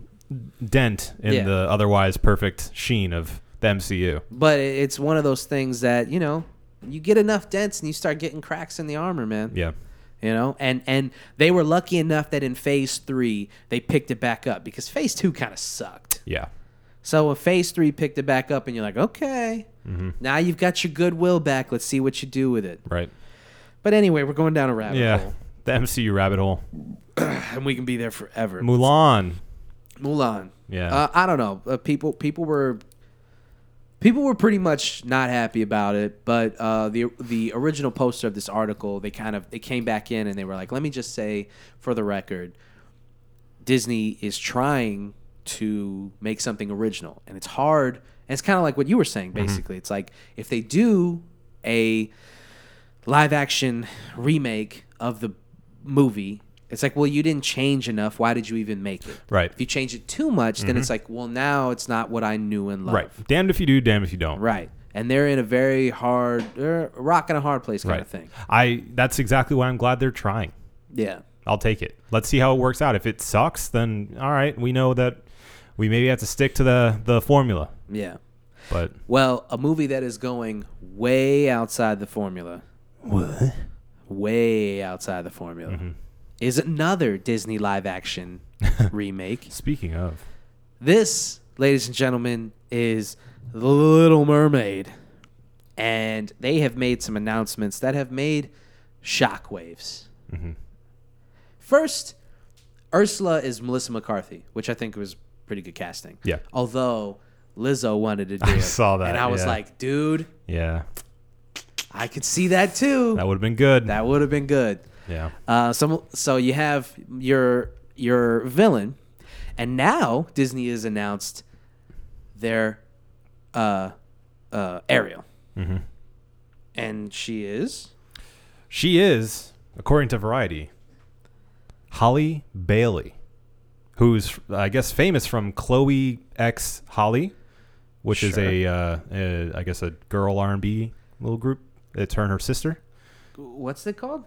[SPEAKER 2] dent in
[SPEAKER 1] Yeah.
[SPEAKER 2] the otherwise perfect sheen of the MCU.
[SPEAKER 1] but it- it's one of those things that you know you get enough dents and you start getting cracks in the armor man
[SPEAKER 2] Yeah.
[SPEAKER 1] you know and and they were lucky enough that in phase three they picked it back up because phase two kind of sucked
[SPEAKER 2] Yeah.
[SPEAKER 1] so if phase three picked it back up and you're like okay now you've got your goodwill back let's see what you do with it
[SPEAKER 2] Right.
[SPEAKER 1] but anyway we're going down a rabbit
[SPEAKER 2] Yeah.
[SPEAKER 1] hole
[SPEAKER 2] The MCU rabbit hole.
[SPEAKER 1] and we can be there forever
[SPEAKER 2] Mulan.
[SPEAKER 1] mulan
[SPEAKER 2] Yeah.
[SPEAKER 1] uh, i don't know uh, people people were people were pretty much not happy about it but uh, the the original poster of this article they kind of they came back in and they were like let me just say for the record Disney is trying to make something original, and it's hard. And it's kind of like what you were saying, basically. It's like if they do a live action remake of the movie, it's like, well, you didn't change enough. Why did you even make it?
[SPEAKER 2] Right.
[SPEAKER 1] If you change it too much, then it's like, well, now it's not what I knew and loved.
[SPEAKER 2] Mm-hmm. Right. Damned if you do, damned if you don't.
[SPEAKER 1] Right. And they're in a very hard, they're rocking a hard place kind
[SPEAKER 2] Right.
[SPEAKER 1] of thing.
[SPEAKER 2] I that's exactly why I'm glad they're trying.
[SPEAKER 1] Yeah.
[SPEAKER 2] I'll take it. Let's see how it works out. If it sucks, then all right, we know that we maybe have to stick to the the formula.
[SPEAKER 1] Yeah.
[SPEAKER 2] But
[SPEAKER 1] Well, a movie that is going way outside the formula.
[SPEAKER 2] what?
[SPEAKER 1] way outside the formula
[SPEAKER 2] Mm-hmm.
[SPEAKER 1] is another Disney live action remake.
[SPEAKER 2] Speaking of,
[SPEAKER 1] This, ladies and gentlemen, is The Little Mermaid. And they have made some announcements that have made shockwaves.
[SPEAKER 2] Mm-hmm.
[SPEAKER 1] First, Ursula is Melissa McCarthy, which I think was pretty good casting.
[SPEAKER 2] Yeah.
[SPEAKER 1] Although Lizzo wanted to do
[SPEAKER 2] I
[SPEAKER 1] it.
[SPEAKER 2] saw that,
[SPEAKER 1] And I was
[SPEAKER 2] yeah.
[SPEAKER 1] like, dude,
[SPEAKER 2] yeah,
[SPEAKER 1] I could see that too.
[SPEAKER 2] that would have been good.
[SPEAKER 1] that would have been good.
[SPEAKER 2] yeah,
[SPEAKER 1] Uh, so, so you have your your villain, and now Disney has announced their uh, uh, Ariel,
[SPEAKER 2] Mm-hmm.
[SPEAKER 1] and she is
[SPEAKER 2] she is, according to Variety, Holly Bailey, who's I guess famous from Chloe X Holly, which is
[SPEAKER 1] Sure.
[SPEAKER 2] a, uh, a I guess a girl R and B little group. It's her and her sister.
[SPEAKER 1] what's it called?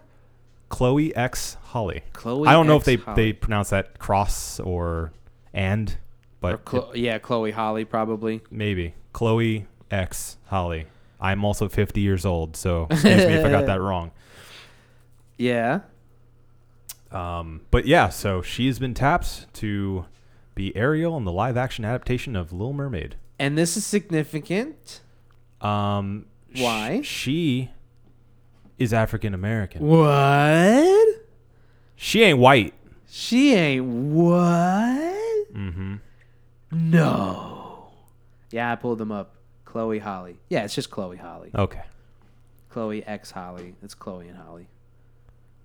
[SPEAKER 2] Chloe X Holly.
[SPEAKER 1] Chloe
[SPEAKER 2] I don't know if
[SPEAKER 1] X.
[SPEAKER 2] they
[SPEAKER 1] Holly.
[SPEAKER 2] they pronounce that cross or and, but
[SPEAKER 1] Or Chlo- yeah, Chloe Holly probably.
[SPEAKER 2] it- maybe Chloe X Holly. I'm also 50 years old, so excuse me if I got that wrong.
[SPEAKER 1] Yeah,
[SPEAKER 2] Um, but yeah, so she's been tapped to be Ariel in the live action adaptation of Little Mermaid.
[SPEAKER 1] and this is significant.
[SPEAKER 2] Um, sh-
[SPEAKER 1] Why?
[SPEAKER 2] she is African American.
[SPEAKER 1] What?
[SPEAKER 2] She ain't white.
[SPEAKER 1] She ain't what?
[SPEAKER 2] Mm-hmm.
[SPEAKER 1] No. Yeah, I pulled them up. Chloe Holly. Yeah, it's just Chloe Holly.
[SPEAKER 2] Okay.
[SPEAKER 1] Chloe X Holly. It's Chloe and Holly.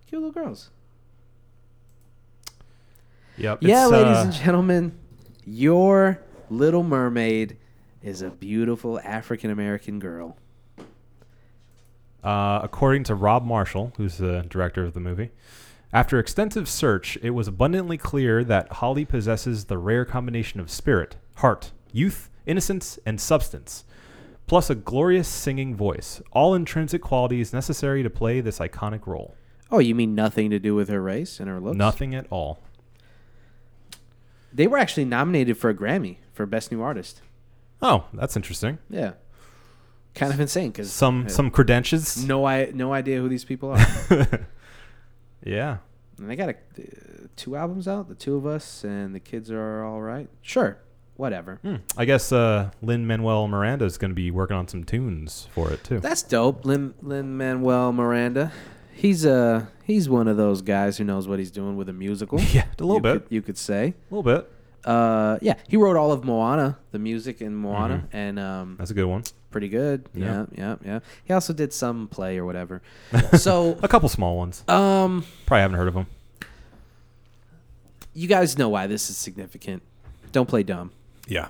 [SPEAKER 1] Cute little girls.
[SPEAKER 2] Yep.
[SPEAKER 1] yeah,
[SPEAKER 2] it's,
[SPEAKER 1] ladies
[SPEAKER 2] uh,
[SPEAKER 1] and gentlemen, your Little Mermaid is a beautiful African American girl.
[SPEAKER 2] Uh, according to Rob Marshall, who's the director of the movie, after extensive search, it was abundantly clear that Holly possesses the rare combination of spirit, heart, youth, innocence, and substance, plus a glorious singing voice, all intrinsic qualities necessary to play this iconic role.
[SPEAKER 1] Oh, you mean nothing to do with her race and her looks?
[SPEAKER 2] Nothing at all.
[SPEAKER 1] They were actually nominated for a Grammy for Best New Artist.
[SPEAKER 2] Oh, that's interesting.
[SPEAKER 1] Yeah. Kind of insane because
[SPEAKER 2] Some some credentials.
[SPEAKER 1] no I no idea who these people are.
[SPEAKER 2] Yeah.
[SPEAKER 1] and they got a, uh, two albums out, the two of us, and the kids are all right. Sure, whatever.
[SPEAKER 2] Hmm. I guess uh, Lin Manuel Miranda is going to be working on some tunes for it too.
[SPEAKER 1] That's dope, Lin Lin Manuel Miranda. He's uh he's one of those guys who knows what he's doing with a musical.
[SPEAKER 2] Yeah, a little
[SPEAKER 1] you
[SPEAKER 2] bit.
[SPEAKER 1] could- you could say.
[SPEAKER 2] A little bit.
[SPEAKER 1] Uh, yeah, he wrote all of Moana, the music in Moana, and um,
[SPEAKER 2] Mm-hmm. That's a good one.
[SPEAKER 1] pretty good. Yeah.
[SPEAKER 2] Yeah.
[SPEAKER 1] yeah, yeah, He also did some play or whatever. so,
[SPEAKER 2] A couple small ones.
[SPEAKER 1] um,
[SPEAKER 2] Probably haven't heard of them.
[SPEAKER 1] you guys know why this is significant. Don't play dumb.
[SPEAKER 2] Yeah.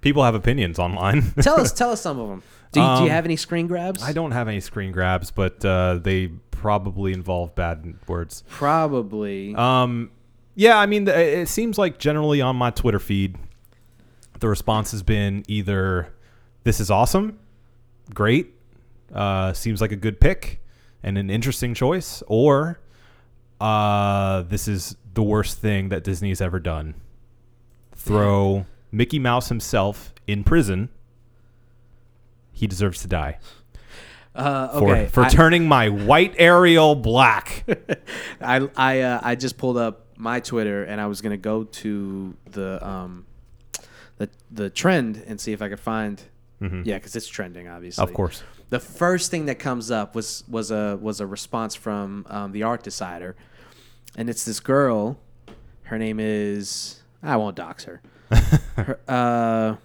[SPEAKER 2] People have opinions online.
[SPEAKER 1] Tell us, tell us some of them. Do you, do
[SPEAKER 2] Um,
[SPEAKER 1] you have any screen grabs?
[SPEAKER 2] I don't have any screen grabs, but uh, they probably involve bad words.
[SPEAKER 1] Probably.
[SPEAKER 2] Um, yeah, I mean, th- it seems like generally on my Twitter feed, the response has been either "This is awesome, great, uh, seems like a good pick and an interesting choice," or uh, "This is the worst thing that Disney has ever done." Throw Mickey Mouse himself in prison. He deserves to die
[SPEAKER 1] uh,
[SPEAKER 2] for,
[SPEAKER 1] okay.
[SPEAKER 2] for
[SPEAKER 1] I-
[SPEAKER 2] turning my white Ariel black.
[SPEAKER 1] I I uh, I just pulled up my Twitter and I was gonna go to the um the the trend and see if I could find yeah because it's trending obviously
[SPEAKER 2] Mm-hmm. of course.
[SPEAKER 1] the first thing that comes up was was a was a response from um, the art decider and it's this girl her name is I won't dox her her, uh,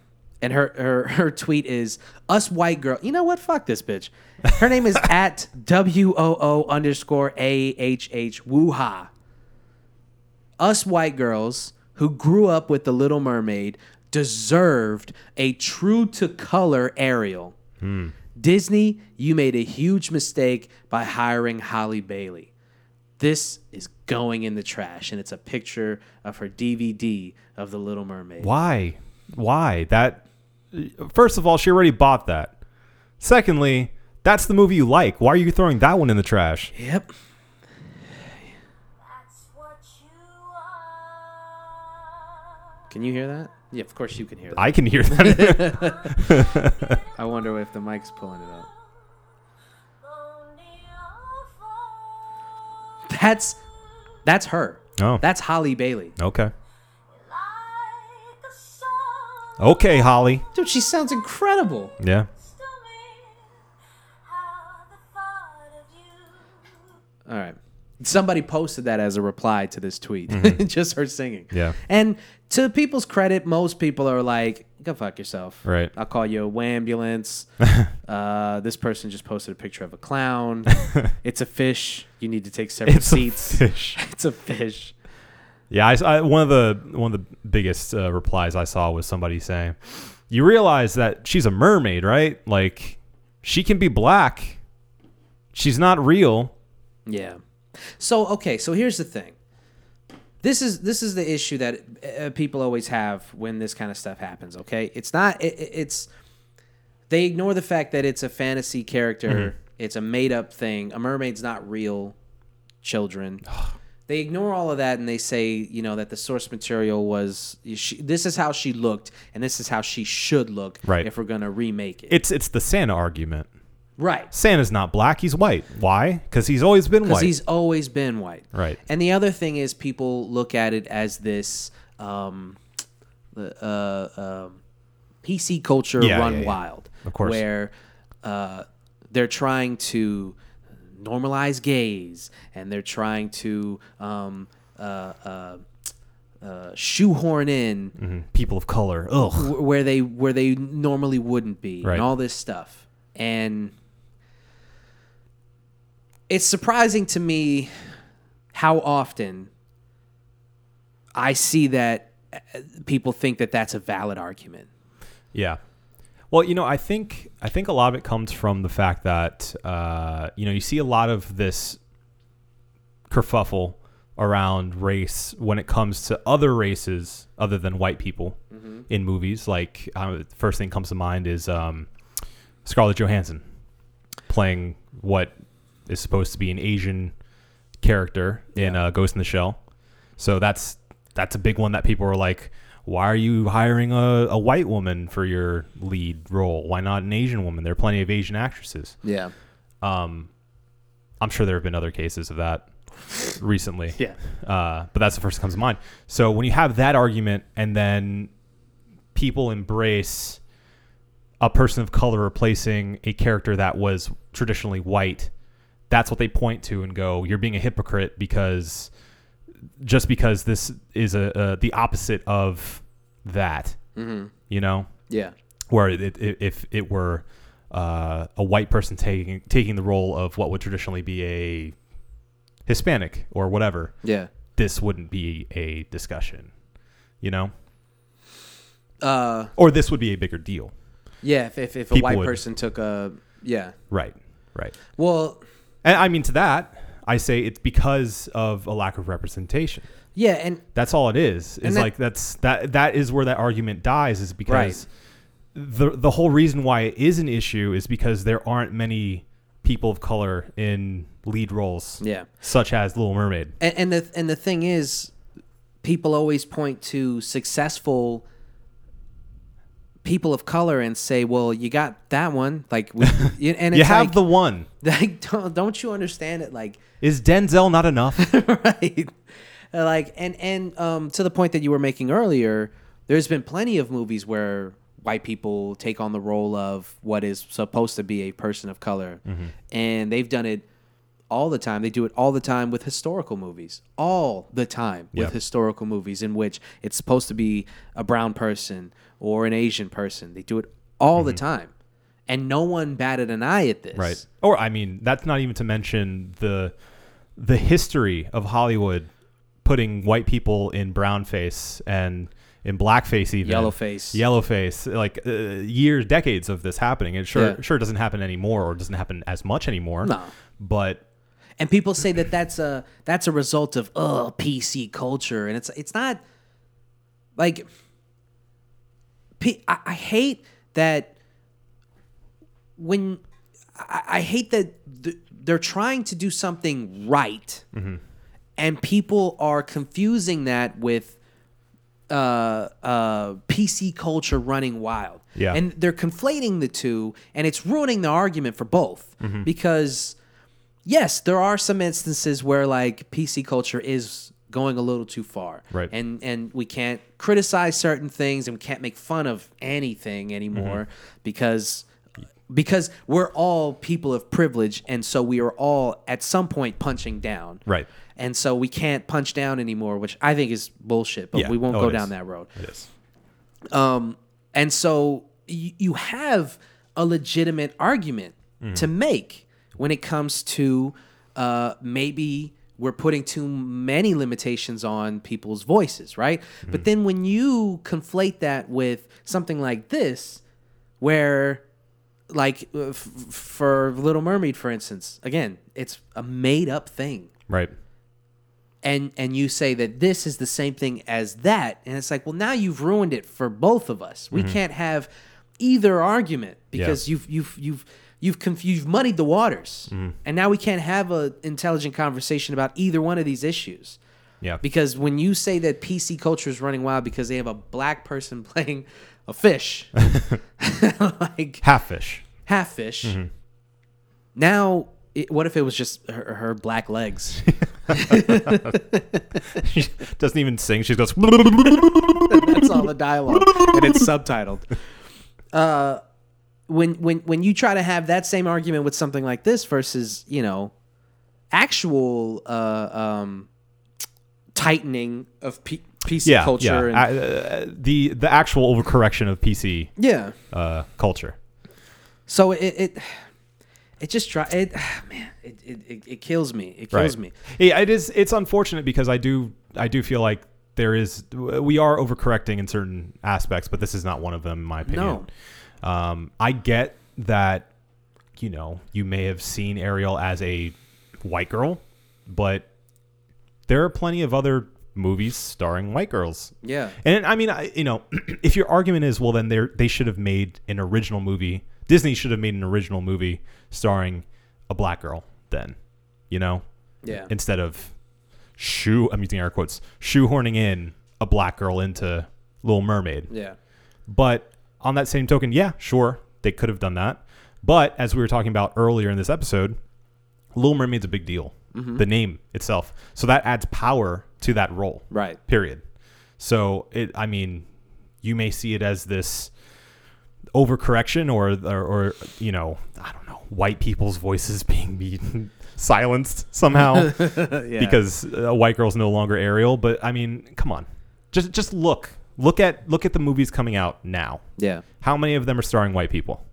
[SPEAKER 1] and her, her her tweet is us white girl. You know what? Fuck this bitch. Her name is at w o o underscore a h h wooha. Us white girls who grew up with the Little Mermaid deserved a true to color Ariel. Disney, you made a huge mistake by hiring Holly Bailey this is going in the trash and it's a picture of her dvd of the little mermaid
[SPEAKER 2] Why? Why? That first of all, she already bought that. Secondly, that's the movie you like. Why are you throwing that one in the trash?
[SPEAKER 1] yep
[SPEAKER 4] That's what you are.
[SPEAKER 1] can you hear that yeah of course you can hear that
[SPEAKER 2] I can hear that.
[SPEAKER 1] i wonder if the mic's pulling it up
[SPEAKER 4] Only a fool.
[SPEAKER 1] that's that's her
[SPEAKER 2] Oh.
[SPEAKER 1] that's holly bailey
[SPEAKER 2] okay.
[SPEAKER 4] Like a song
[SPEAKER 2] Okay, Holly.
[SPEAKER 1] dude she sounds incredible
[SPEAKER 2] Yeah.
[SPEAKER 4] to me. How the thought of you
[SPEAKER 1] all right somebody posted that as a reply to this tweet just her singing
[SPEAKER 2] Yeah.
[SPEAKER 1] and to people's credit most people are like go fuck yourself
[SPEAKER 2] Right.
[SPEAKER 1] i'll call you a wambulance uh, this person just posted a picture of a clown it's a fish you need to take separate
[SPEAKER 2] It's a
[SPEAKER 1] seats
[SPEAKER 2] fish.
[SPEAKER 1] it's a fish
[SPEAKER 2] Yeah, I, I- one of the one of the biggest uh, replies I saw was somebody saying, "You realize that she's a mermaid, right? Like she can be black. She's not real."
[SPEAKER 1] yeah so okay so here's the thing this is this is the issue that uh, people always have when this kind of stuff happens okay it's not it, it- it's they ignore the fact that it's a fantasy character it's a made-up thing a mermaid's not real children they ignore all of that and they say you know that the source material was she, this is how she looked and this is how she should look
[SPEAKER 2] Right.
[SPEAKER 1] if we're gonna remake it,
[SPEAKER 2] It's it's the Santa argument.
[SPEAKER 1] right
[SPEAKER 2] Santa's not black. He's white. Why? Because he's always been
[SPEAKER 1] because
[SPEAKER 2] white.
[SPEAKER 1] he's always been white.
[SPEAKER 2] Right.
[SPEAKER 1] And the other thing is, people look at it as this um, uh, um PC culture
[SPEAKER 2] Yeah,
[SPEAKER 1] run
[SPEAKER 2] yeah, yeah.
[SPEAKER 1] wild,
[SPEAKER 2] Of course.
[SPEAKER 1] where uh, they're trying to normalize gays and they're trying to um, uh, uh, uh, shoehorn in
[SPEAKER 2] people of color. Ugh.
[SPEAKER 1] wh- where they where they normally wouldn't be
[SPEAKER 2] Right.
[SPEAKER 1] and all this stuff and it's surprising to me how often i see that uh, people think that that's a valid argument
[SPEAKER 2] Yeah. Well, you know, I think I think a lot of it comes from the fact that uh, you know you see a lot of this kerfuffle around race when it comes to other races other than white people in movies. Like, uh, the first thing comes to mind is um, Scarlett Johansson playing what is supposed to be an Asian character in uh, Ghost in the Shell. So that's that's a big one that people are like, why are you hiring a, a white woman for your lead role? Why not an Asian woman? There are plenty of Asian actresses.
[SPEAKER 1] Yeah.
[SPEAKER 2] I'm sure there have been other cases of that recently.
[SPEAKER 1] Yeah.
[SPEAKER 2] Uh, but that's the first that comes to mind. So when you have that argument and then people embrace a person of color replacing a character that was traditionally white, that's what they point to and go, you're being a hypocrite because just because this is a, a the opposite of that, you know?
[SPEAKER 1] Yeah.
[SPEAKER 2] where it, it, if it were uh, a white person taking taking the role of what would traditionally be a Hispanic or whatever,
[SPEAKER 1] Yeah.
[SPEAKER 2] this wouldn't be a discussion, you know,
[SPEAKER 1] Uh,
[SPEAKER 2] or this would be a bigger deal.
[SPEAKER 1] yeah. If if, if a
[SPEAKER 2] People
[SPEAKER 1] white
[SPEAKER 2] would.
[SPEAKER 1] person took a yeah.
[SPEAKER 2] Right, right.
[SPEAKER 1] Well,
[SPEAKER 2] And I mean to that, I say it's because of a lack of representation.
[SPEAKER 1] yeah, and
[SPEAKER 2] That's all it is. Is
[SPEAKER 1] that-
[SPEAKER 2] like that's that that is where that argument dies is because the the whole reason why it is an issue is because there aren't many people of color in lead roles.
[SPEAKER 1] Yeah.
[SPEAKER 2] Such as Little Mermaid.
[SPEAKER 1] and, and the and the thing is, people always point to successful people of color and say, "Well, you got that one." Like, we, you- and it's
[SPEAKER 2] You have
[SPEAKER 1] like,
[SPEAKER 2] the one.
[SPEAKER 1] like don't, don't you understand it? Like,
[SPEAKER 2] Is Denzel not enough?
[SPEAKER 1] right? Like, and and um, to the point that you were making earlier, there's been plenty of movies where white people take on the role of what is supposed to be a person of color,
[SPEAKER 2] Mm-hmm.
[SPEAKER 1] and they've done it all the time. They do it all the time with historical movies, all the time with
[SPEAKER 2] Yeah.
[SPEAKER 1] historical movies in which it's supposed to be a brown person or an Asian person. They do it all the time, and no one batted an eye at this,
[SPEAKER 2] Mm-hmm. right. Or I mean, that's not even to mention the the history of Hollywood putting white people in brownface and in blackface even
[SPEAKER 1] Yellowface.
[SPEAKER 2] yellowface like uh, years decades of this happening it sure
[SPEAKER 1] Yeah.
[SPEAKER 2] sure doesn't happen anymore or doesn't happen as much anymore
[SPEAKER 1] No.
[SPEAKER 2] but
[SPEAKER 1] And people say that that's a that's a result of oh PC culture, and it's it's not like P- I, I hate that when I, I hate that th- they're trying to do something right, and people are confusing that with uh, uh, PC culture running wild.
[SPEAKER 2] Yeah.
[SPEAKER 1] and they're conflating the two, and it's ruining the argument for both because yes, there are some instances where like PC culture is going a little too far.
[SPEAKER 2] Right.
[SPEAKER 1] And and we can't criticize certain things and we can't make fun of anything anymore
[SPEAKER 2] Mm-hmm.
[SPEAKER 1] because because we're all people of privilege and so we are all at some point punching down.
[SPEAKER 2] Right.
[SPEAKER 1] And so we can't punch down anymore, which I think is bullshit, but
[SPEAKER 2] Yeah.
[SPEAKER 1] we won't
[SPEAKER 2] Oh,
[SPEAKER 1] go
[SPEAKER 2] it
[SPEAKER 1] down
[SPEAKER 2] is.
[SPEAKER 1] that road.
[SPEAKER 2] it is
[SPEAKER 1] And so you, you have a legitimate argument to make when it comes to uh, maybe we're putting too many limitations on people's voices, right? But then when you conflate that with something like this, where like uh, f- f- for Little Mermaid, for instance, again, it's a made up thing
[SPEAKER 2] right
[SPEAKER 1] and and you say that this is the same thing as that and it's like well now you've ruined it for both of us we can't have either argument because you've you've you've you've conf- you've muddied the waters and now we can't have a intelligent conversation about either one of these issues
[SPEAKER 2] yeah
[SPEAKER 1] because when you say that PC culture is running wild because they have a black person playing a fish like
[SPEAKER 2] half fish
[SPEAKER 1] half fish. Now, it, what if it was just her, her black legs?
[SPEAKER 2] she doesn't even sing she goes
[SPEAKER 1] That's all the dialogue, and it's subtitled. Uh, when when when you try to have that same argument with something like this versus you know actual uh, um, tightening of P- PC
[SPEAKER 2] yeah
[SPEAKER 1] culture,
[SPEAKER 2] yeah
[SPEAKER 1] and,
[SPEAKER 2] Uh, the the actual overcorrection of pc
[SPEAKER 1] yeah.
[SPEAKER 2] uh, culture
[SPEAKER 1] So it it it just try it man it it, it, it kills me it kills me
[SPEAKER 2] Yeah, it is. It's unfortunate because I do. I do feel like there is. We are overcorrecting in certain aspects, but this is not one of them, in my opinion.
[SPEAKER 1] no
[SPEAKER 2] Um, I get that, you know, you may have seen Ariel as a white girl, but there are plenty of other movies starring white girls.
[SPEAKER 1] Yeah.
[SPEAKER 2] And I mean, I, you know, if your argument is, well, then they they should have made an original movie. Disney should have made an original movie starring a black girl. Then, you know,
[SPEAKER 1] Yeah.
[SPEAKER 2] instead of shoe, I'm using air quotes, shoehorning in a black girl into Little Mermaid.
[SPEAKER 1] yeah.
[SPEAKER 2] But on that same token, yeah, sure, they could have done that. But as we were talking about earlier in this episode, Little Mermaid's a big deal.
[SPEAKER 1] Mm-hmm.
[SPEAKER 2] The name itself. So that adds power to that role.
[SPEAKER 1] Right.
[SPEAKER 2] Period. So it I mean, you may see it as this overcorrection or or, or you know, I don't know, white people's voices being beaten silenced somehow
[SPEAKER 1] Uh, Yeah.
[SPEAKER 2] because a white girl's no longer Ariel. But I mean, come on, just just look, look at look at the movies coming out now.
[SPEAKER 1] yeah.
[SPEAKER 2] How many of them are starring white people?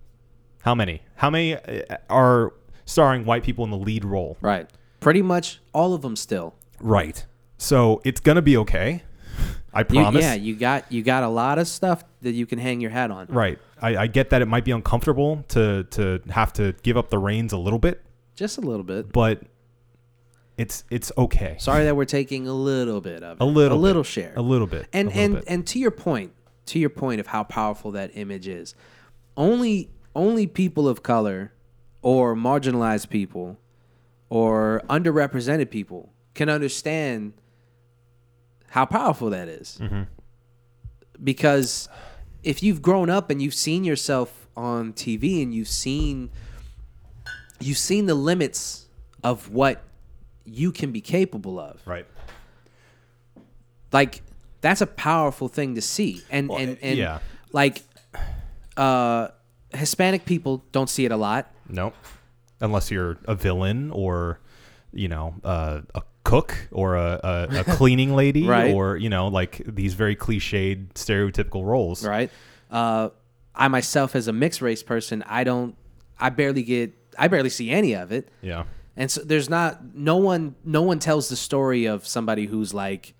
[SPEAKER 2] How many? How many uh, are starring white people in the lead role?
[SPEAKER 1] Right. Pretty much all of them still.
[SPEAKER 2] Right. So it's gonna be okay. I
[SPEAKER 1] You-
[SPEAKER 2] promise.
[SPEAKER 1] yeah, you got you got a lot of stuff that you can hang your hat on.
[SPEAKER 2] Right. I, I get that it might be uncomfortable to to have to give up the reins a little bit,
[SPEAKER 1] Just a little bit.
[SPEAKER 2] but it's it's okay.
[SPEAKER 1] Sorry that we're taking a little bit of it.
[SPEAKER 2] A little,
[SPEAKER 1] a little
[SPEAKER 2] bit.
[SPEAKER 1] share,
[SPEAKER 2] a little bit,
[SPEAKER 1] and
[SPEAKER 2] a little
[SPEAKER 1] and
[SPEAKER 2] bit.
[SPEAKER 1] and to your point, to your point of how powerful that image is. Only only people of color, or marginalized people, or underrepresented people can understand how powerful that is.
[SPEAKER 2] Mm-hmm.
[SPEAKER 1] Because if you've grown up and you've seen yourself on TV and you've seen you've seen the limits of what you can be capable of.
[SPEAKER 2] right.
[SPEAKER 1] Like that's a powerful thing to see. And and, and
[SPEAKER 2] yeah.
[SPEAKER 1] like uh Hispanic people don't see it a lot.
[SPEAKER 2] Nope. Unless you're a villain or, you know, uh, a cook or a, a, a cleaning lady
[SPEAKER 1] Right.
[SPEAKER 2] or, you know, like these very cliched, stereotypical roles.
[SPEAKER 1] right? Uh, I myself, as a mixed race person, I don't, I barely get, I barely see any of it,
[SPEAKER 2] Yeah.
[SPEAKER 1] and so there's not, no one, no one tells the story of somebody who's like,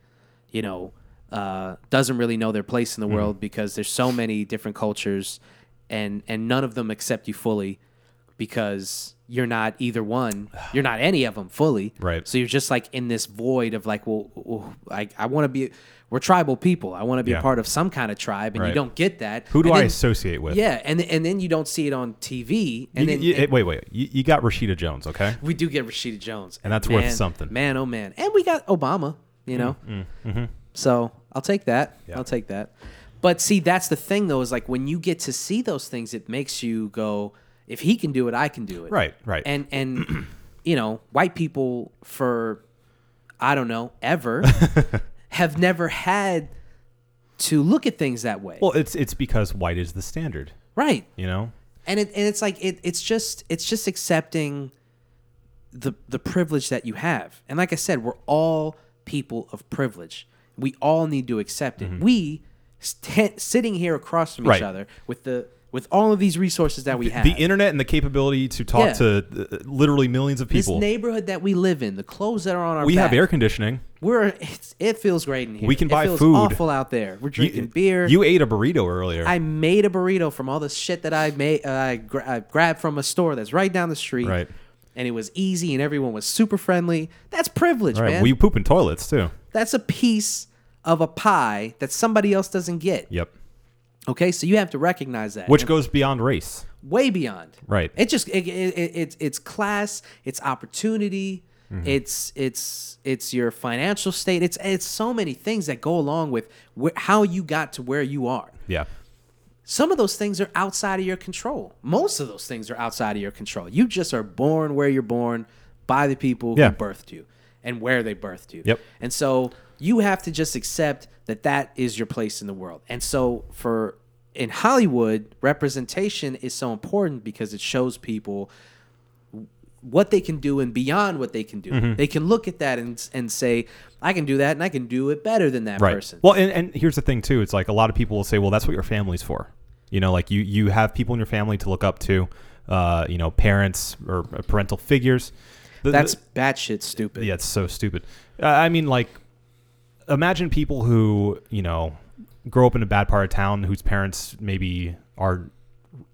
[SPEAKER 1] you know, uh, doesn't really know their place
[SPEAKER 2] Hmm.
[SPEAKER 1] in the world because there's so many different cultures, and and none of them accept you fully because you're not either one you're not any of them fully
[SPEAKER 2] Right.
[SPEAKER 1] so you're just like in this void of like well, well i, I want to be we're tribal people i want to be
[SPEAKER 2] Yeah.
[SPEAKER 1] a part of some kind of tribe and you
[SPEAKER 2] Right.
[SPEAKER 1] don't get that
[SPEAKER 2] Who do
[SPEAKER 1] and
[SPEAKER 2] I
[SPEAKER 1] then-
[SPEAKER 2] associate with?
[SPEAKER 1] Yeah, and and then you don't see it on TV, and
[SPEAKER 2] You-
[SPEAKER 1] then
[SPEAKER 2] you-
[SPEAKER 1] and
[SPEAKER 2] wait, wait. You, you got Rashida Jones, okay?
[SPEAKER 1] we do get Rashida Jones,
[SPEAKER 2] And that's worth something. Mm, mm-hmm,
[SPEAKER 1] Man, oh man, and we got Obama, you know. So I'll take that.
[SPEAKER 2] Yeah.
[SPEAKER 1] I'll take that. But see, that's the thing though, is like when you get to see those things, it makes you go, if he can do it, I can do it.
[SPEAKER 2] Right, right.
[SPEAKER 1] And and you know, white people for I don't know ever have never had to look at things that way.
[SPEAKER 2] Well, it's it's because white is the standard,
[SPEAKER 1] right.
[SPEAKER 2] you know?
[SPEAKER 1] and it and it's like it, it's just it's just accepting the the privilege that you have and like i said we're all people of privilege we all need to accept it we st- sitting here across from
[SPEAKER 2] Mm-hmm. Right.
[SPEAKER 1] each other with the with all of these resources that we have
[SPEAKER 2] The internet and the capability to talk
[SPEAKER 1] Yeah.
[SPEAKER 2] to uh, literally millions of
[SPEAKER 1] this
[SPEAKER 2] people.
[SPEAKER 1] neighborhood that we live in the clothes that are on our
[SPEAKER 2] we have
[SPEAKER 1] back,
[SPEAKER 2] air conditioning.
[SPEAKER 1] we're it's, it feels great in here
[SPEAKER 2] We can
[SPEAKER 1] It
[SPEAKER 2] buy
[SPEAKER 1] feels
[SPEAKER 2] food.
[SPEAKER 1] awful out there we're drinking
[SPEAKER 2] you,
[SPEAKER 1] beer
[SPEAKER 2] You ate a burrito earlier.
[SPEAKER 1] I made a burrito from all the shit that I made. Uh, I, gra- I grabbed from a store that's right down the street.
[SPEAKER 2] Right.
[SPEAKER 1] And it was easy, and everyone was super friendly. That's privilege,
[SPEAKER 2] All right.
[SPEAKER 1] man.
[SPEAKER 2] We poop in toilets too.
[SPEAKER 1] that's a piece of a pie that somebody else doesn't get.
[SPEAKER 2] Yep.
[SPEAKER 1] Okay, so you have to recognize that,
[SPEAKER 2] Which
[SPEAKER 1] And
[SPEAKER 2] goes beyond race.
[SPEAKER 1] way beyond.
[SPEAKER 2] Right.
[SPEAKER 1] It just it, it, it, it's it's class, it's opportunity,
[SPEAKER 2] Mm-hmm.
[SPEAKER 1] it's it's it's your financial state. It's it's so many things that go along with wh- how you got to where you are.
[SPEAKER 2] Yeah.
[SPEAKER 1] some of those things are outside of your control. Most of those things are outside of your control. You just are born where you're born by the people
[SPEAKER 2] Yeah.
[SPEAKER 1] who birthed you and where they birthed you.
[SPEAKER 2] Yep.
[SPEAKER 1] And so you have to just accept that that is your place in the world. And so for in Hollywood, representation is so important because it shows people what they can do and beyond what they can do.
[SPEAKER 2] Mm-hmm.
[SPEAKER 1] They can look at that and and say, I can do that and I can do it better than that
[SPEAKER 2] right
[SPEAKER 1] person.
[SPEAKER 2] well and, and here's the thing too it's like a lot of people will say well that's what your family's for you know like you you have people in your family to look up to uh, you know parents or uh, parental figures The- the-
[SPEAKER 1] That's batshit stupid.
[SPEAKER 2] yeah it's so stupid uh, i mean like imagine people who you know grow up in a bad part of town whose parents maybe are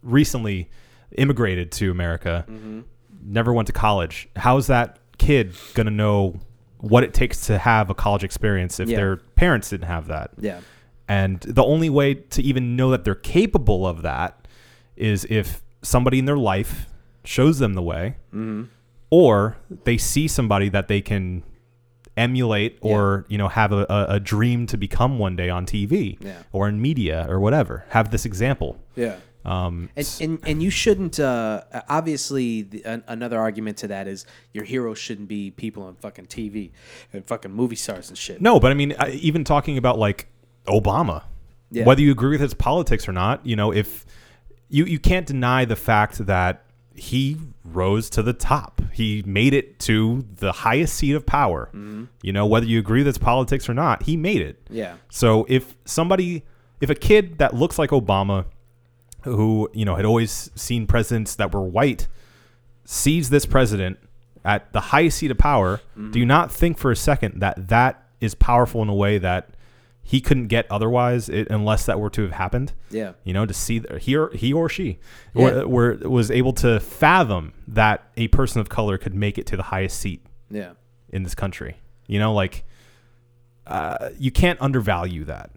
[SPEAKER 2] recently immigrated to America,
[SPEAKER 1] Mm-hmm.
[SPEAKER 2] never went to college. How is that kid gonna know what it takes to have a college experience if
[SPEAKER 1] Yeah.
[SPEAKER 2] their parents didn't have that?
[SPEAKER 1] Yeah.
[SPEAKER 2] And the only way to even know that they're capable of that is if somebody in their life shows them the way,
[SPEAKER 1] Mm-hmm.
[SPEAKER 2] or they see somebody that they can emulate or you know have a, a, a dream to become one day on TV
[SPEAKER 1] Yeah.
[SPEAKER 2] or in media or whatever. Have this example.
[SPEAKER 1] Yeah.
[SPEAKER 2] Um,
[SPEAKER 1] And, and, and you shouldn't uh, obviously the, an, another argument to that is your heroes shouldn't be people on fucking TV and fucking movie stars and shit.
[SPEAKER 2] No, but I mean, I, even talking about like Obama,
[SPEAKER 1] Yeah.
[SPEAKER 2] whether you agree with his politics or not, you know, if you you can't deny the fact that he rose to the top, he made it to the highest seat of power. You know, whether you agree with his politics or not, he made it.
[SPEAKER 1] Mm-hmm. Yeah.
[SPEAKER 2] So if somebody, if a kid that looks like Obama, who you know had always seen presidents that were white, sees this president at the highest seat of power,
[SPEAKER 1] Mm-hmm.
[SPEAKER 2] do you not think for a second that that is powerful in a way that he couldn't get otherwise, it, unless that were to have happened?
[SPEAKER 1] Yeah.
[SPEAKER 2] you know, to see th- he or, he or she
[SPEAKER 1] Yeah.
[SPEAKER 2] were, were was able to fathom that a person of color could make it to the highest seat
[SPEAKER 1] Yeah.
[SPEAKER 2] in this country. You know, like uh, you can't undervalue that.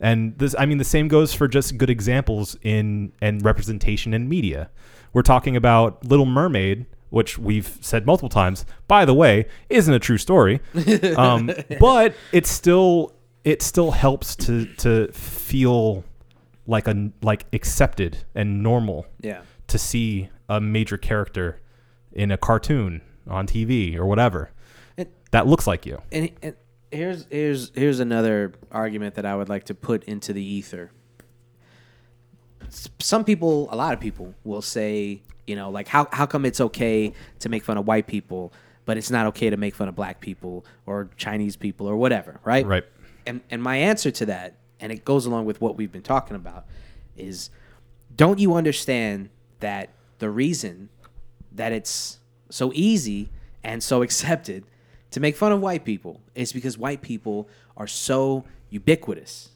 [SPEAKER 2] And this, I mean, the same goes for just good examples in and representation in media. We're talking about Little Mermaid, which we've said multiple times. By the way, isn't a true story, um, but it still it still helps to to feel like a like accepted and normal
[SPEAKER 1] Yeah.
[SPEAKER 2] to see a major character in a cartoon on TV or whatever
[SPEAKER 1] It-
[SPEAKER 2] that looks like you.
[SPEAKER 1] and, and here's here's here's another argument that I would like to put into the ether. S- Some people, a lot of people, will say, you know, like how how come it's okay to make fun of white people, but it's not okay to make fun of black people or Chinese people or whatever, right?
[SPEAKER 2] Right.
[SPEAKER 1] And and my answer to that, and it goes along with what we've been talking about, is don't you understand that the reason that it's so easy and so accepted to make fun of white people is because white people are so ubiquitous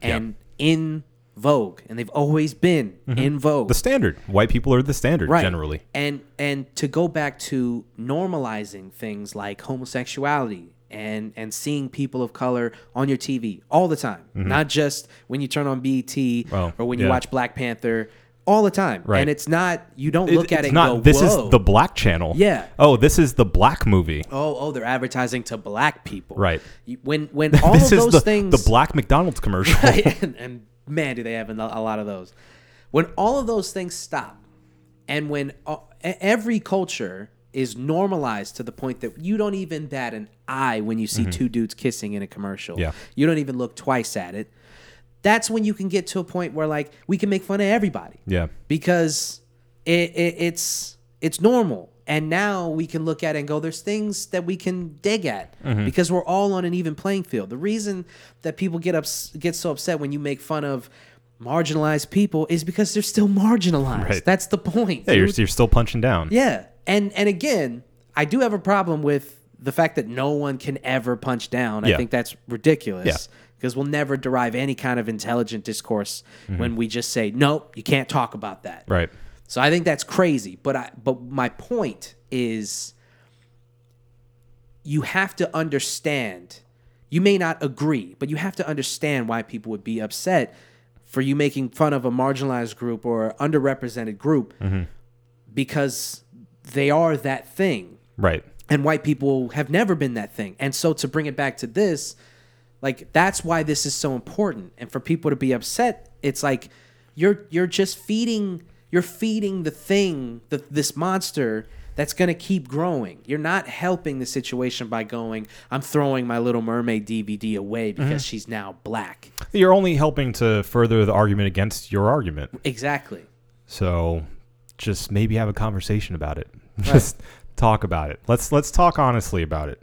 [SPEAKER 1] and in vogue and they've always been in vogue
[SPEAKER 2] Mm-hmm. The standard. White people are the standard generally.
[SPEAKER 1] and and to go back to normalizing things like homosexuality and and seeing people of color on your TV all the time, not just when you turn on BET
[SPEAKER 2] Mm-hmm. Well,
[SPEAKER 1] or when you
[SPEAKER 2] yeah.
[SPEAKER 1] watch Black Panther, all the time.
[SPEAKER 2] Right.
[SPEAKER 1] And it's not you don't
[SPEAKER 2] It-
[SPEAKER 1] look at
[SPEAKER 2] it's
[SPEAKER 1] it and
[SPEAKER 2] not
[SPEAKER 1] go,
[SPEAKER 2] this
[SPEAKER 1] Whoa.
[SPEAKER 2] is the black channel.
[SPEAKER 1] Yeah.
[SPEAKER 2] Oh, this is the black movie.
[SPEAKER 1] oh oh they're advertising to black people.
[SPEAKER 2] Right.
[SPEAKER 1] You- When when all
[SPEAKER 2] this
[SPEAKER 1] of
[SPEAKER 2] is
[SPEAKER 1] those
[SPEAKER 2] the,
[SPEAKER 1] things
[SPEAKER 2] the black McDonald's commercial.
[SPEAKER 1] and, and man, do they have a lo- a lot of those. When all of those things stop, and when a- e- every culture is normalized to the point that you don't even bat an eye when you see two dudes kissing in a commercial,
[SPEAKER 2] Yeah.
[SPEAKER 1] you don't even look twice at it. That's when you can get to a point where like we can make fun of everybody
[SPEAKER 2] yeah.
[SPEAKER 1] because it, it, it's it's normal and now we can look at it and go there's things that we can dig at
[SPEAKER 2] Mm-hmm.
[SPEAKER 1] because we're all on an even playing field the reason that people get ups, get so upset when you make fun of marginalized people is because they're still marginalized
[SPEAKER 2] Right.
[SPEAKER 1] that's the point
[SPEAKER 2] Yeah, you're,
[SPEAKER 1] dude.
[SPEAKER 2] you're still punching down.
[SPEAKER 1] yeah and and again i do have a problem with the fact that no one can ever punch down i
[SPEAKER 2] Yeah.
[SPEAKER 1] think that's ridiculous
[SPEAKER 2] Yeah. Mm-hmm.
[SPEAKER 1] because we'll never derive any kind of intelligent discourse when we just say nope you can't talk about that
[SPEAKER 2] Right.
[SPEAKER 1] so I think that's crazy. But I but my point is you have to understand. You may not agree, but you have to understand why people would be upset for you making fun of a marginalized group or underrepresented group because they are that thing
[SPEAKER 2] Right.
[SPEAKER 1] and white people have never been that thing. And so to bring it back to this, like that's why this is so important. And for people to be upset, it's like you're you're just feeding you're feeding the thing that this monster that's going to keep growing. You're not helping the situation by going, I'm throwing my little mermaid DVD away because she's now black.
[SPEAKER 2] You're only helping to further the argument against your argument.
[SPEAKER 1] Exactly.
[SPEAKER 2] So just maybe have a conversation about it. Just talk about it. Let's let's talk honestly about it.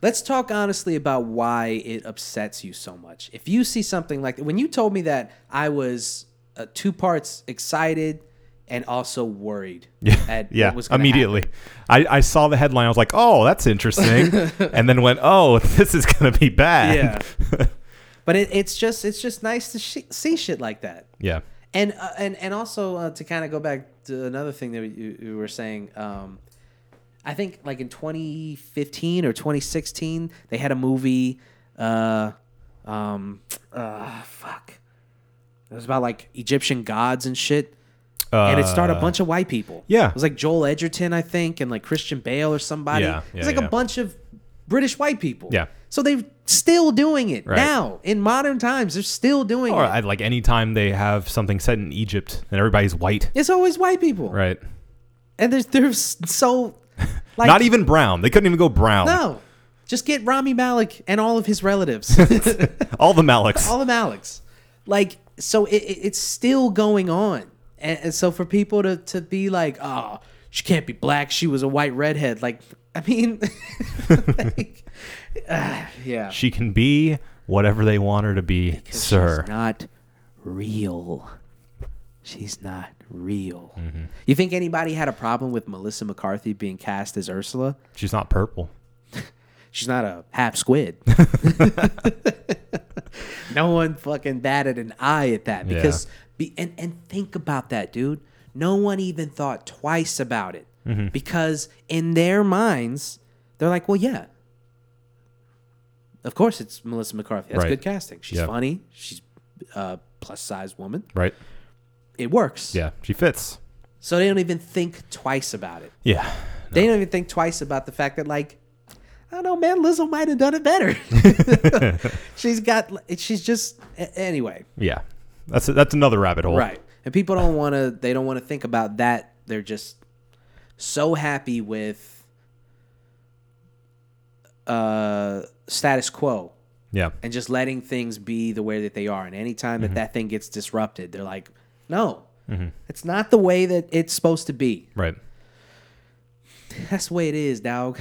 [SPEAKER 1] Let's talk honestly about why it upsets you so much. If you see something like when you told me that, I was uh, two parts excited and also worried at
[SPEAKER 2] yeah,
[SPEAKER 1] what was gonna
[SPEAKER 2] immediately.
[SPEAKER 1] happen.
[SPEAKER 2] I, I saw the headline. I was like, oh, that's interesting. and then went, oh, this is going to be bad.
[SPEAKER 1] Yeah. but it, it's just it's just nice to sh- see shit like that.
[SPEAKER 2] Yeah.
[SPEAKER 1] And uh, and and also uh, to kind of go back to another thing that you, you were saying, um, I think like in 2015 or 2016 they had a movie. Uh, um, uh, fuck. It was about like Egyptian gods and shit. and it starred a
[SPEAKER 2] Uh,
[SPEAKER 1] bunch of white people.
[SPEAKER 2] yeah.
[SPEAKER 1] It was like Joel Edgerton, I think, and like Christian Bale or somebody.
[SPEAKER 2] Yeah,
[SPEAKER 1] it was
[SPEAKER 2] yeah,
[SPEAKER 1] like a
[SPEAKER 2] yeah.
[SPEAKER 1] bunch of British white people.
[SPEAKER 2] Yeah.
[SPEAKER 1] So they're still doing it
[SPEAKER 2] Right.
[SPEAKER 1] now in modern times. They're still doing
[SPEAKER 2] Or
[SPEAKER 1] it.
[SPEAKER 2] I'd like any time they have something set in Egypt and everybody's white,
[SPEAKER 1] It's always white people,
[SPEAKER 2] right?
[SPEAKER 1] and there's there's so like
[SPEAKER 2] Not even brown. They couldn't even go brown.
[SPEAKER 1] no. Just get Rami Malik and all of his relatives,
[SPEAKER 2] All the Maliks.
[SPEAKER 1] all of Malik's. Like so, it, it, it's still going on, and, and so for people to to be like, oh, she can't be black. She was a white redhead. Like, I mean, like, ah, yeah,
[SPEAKER 2] she can be whatever they want her to be, sir.
[SPEAKER 1] She's not real. She's not real.
[SPEAKER 2] Mm-hmm.
[SPEAKER 1] You think anybody had a problem with Melissa McCarthy being cast as Ursula?
[SPEAKER 2] She's not purple.
[SPEAKER 1] She's not a half squid. no one fucking batted an eye at that because be, and and think about that, dude. No one even thought twice about it
[SPEAKER 2] Mm-hmm.
[SPEAKER 1] because in their minds they're like, well, yeah. Of course, it's Melissa McCarthy. That's
[SPEAKER 2] Right.
[SPEAKER 1] good casting. She's
[SPEAKER 2] Yeah.
[SPEAKER 1] funny. She's a plus size woman.
[SPEAKER 2] Right?
[SPEAKER 1] It works.
[SPEAKER 2] Yeah. She fits.
[SPEAKER 1] So they don't even think twice about it.
[SPEAKER 2] Yeah.
[SPEAKER 1] They don't even think twice about the fact that, like, I don't know, man, Lizzo might have done it better. she's got, she's just, a- anyway,
[SPEAKER 2] Yeah. That's that's another rabbit hole.
[SPEAKER 1] right. And people don't want to, they don't want to think about that. They're just so happy with uh, status quo
[SPEAKER 2] Yeah.
[SPEAKER 1] and just letting things be the way that they are. And anytime that that thing gets disrupted, they're like, no, it's not the way that it's supposed to be.
[SPEAKER 2] Right.
[SPEAKER 1] That's the way it is, dog.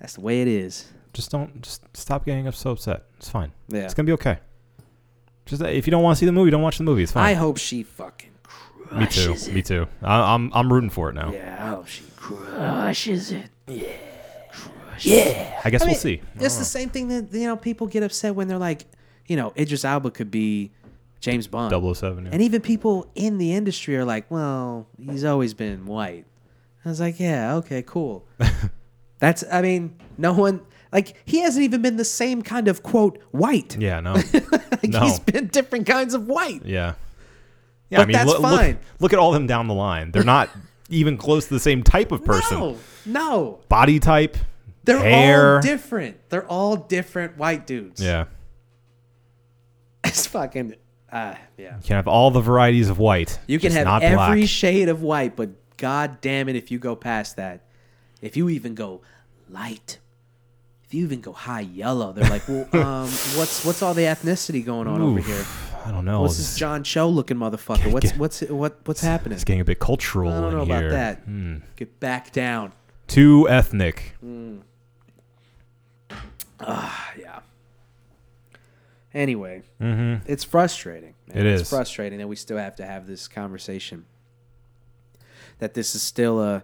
[SPEAKER 1] That's the way it is.
[SPEAKER 2] Just don't just stop getting up so upset. It's fine.
[SPEAKER 1] Yeah.
[SPEAKER 2] It's gonna be okay. Just if you don't want to see the movie, don't watch the movie. It's
[SPEAKER 1] I
[SPEAKER 2] fine.
[SPEAKER 1] hope she fucking
[SPEAKER 2] Me too.
[SPEAKER 1] crushes
[SPEAKER 2] Me too. I, I'm I'm rooting for it now.
[SPEAKER 1] it. I hope she crushes it.
[SPEAKER 2] I guess
[SPEAKER 1] I mean,
[SPEAKER 2] we'll see. Oh.
[SPEAKER 1] It's the same thing that you know people get upset when they're like, you know, Idris Alba could be James Bond.
[SPEAKER 2] 007. Yeah.
[SPEAKER 1] And even people in the industry are like, well, he's always been white. I was like, yeah, okay, cool. That's, I mean, no one, like, he hasn't even been the same kind of quote, white.
[SPEAKER 2] yeah. No.
[SPEAKER 1] Like,
[SPEAKER 2] no.
[SPEAKER 1] He's been different kinds of white.
[SPEAKER 2] Yeah. Yeah,
[SPEAKER 1] But that's
[SPEAKER 2] look,
[SPEAKER 1] fine.
[SPEAKER 2] Look, look at all them down the line. They're not even close to the same type of person.
[SPEAKER 1] No, no.
[SPEAKER 2] Body type,
[SPEAKER 1] They're
[SPEAKER 2] hair.
[SPEAKER 1] all different. They're all different white dudes.
[SPEAKER 2] Yeah.
[SPEAKER 1] It's fucking, uh, yeah.
[SPEAKER 2] You can have all the varieties of white.
[SPEAKER 1] You can
[SPEAKER 2] just
[SPEAKER 1] have
[SPEAKER 2] not
[SPEAKER 1] every
[SPEAKER 2] black.
[SPEAKER 1] shade of white, but god damn it if you go past that. If you even go light, if you even go high yellow, they're like, well, um, what's what's all the ethnicity going on over
[SPEAKER 2] Oof,
[SPEAKER 1] here?
[SPEAKER 2] I don't know.
[SPEAKER 1] What's
[SPEAKER 2] this
[SPEAKER 1] this John Cho looking motherfucker? What's what's what what's happening?
[SPEAKER 2] It's getting a bit cultural
[SPEAKER 1] I don't
[SPEAKER 2] in
[SPEAKER 1] know
[SPEAKER 2] here. Hmm.
[SPEAKER 1] about that. Get back down.
[SPEAKER 2] Too ethnic.
[SPEAKER 1] Yeah. Anyway, it's frustrating. man.
[SPEAKER 2] Mm-hmm. It
[SPEAKER 1] it's
[SPEAKER 2] is.
[SPEAKER 1] frustrating that we still have to have this conversation. That this is still a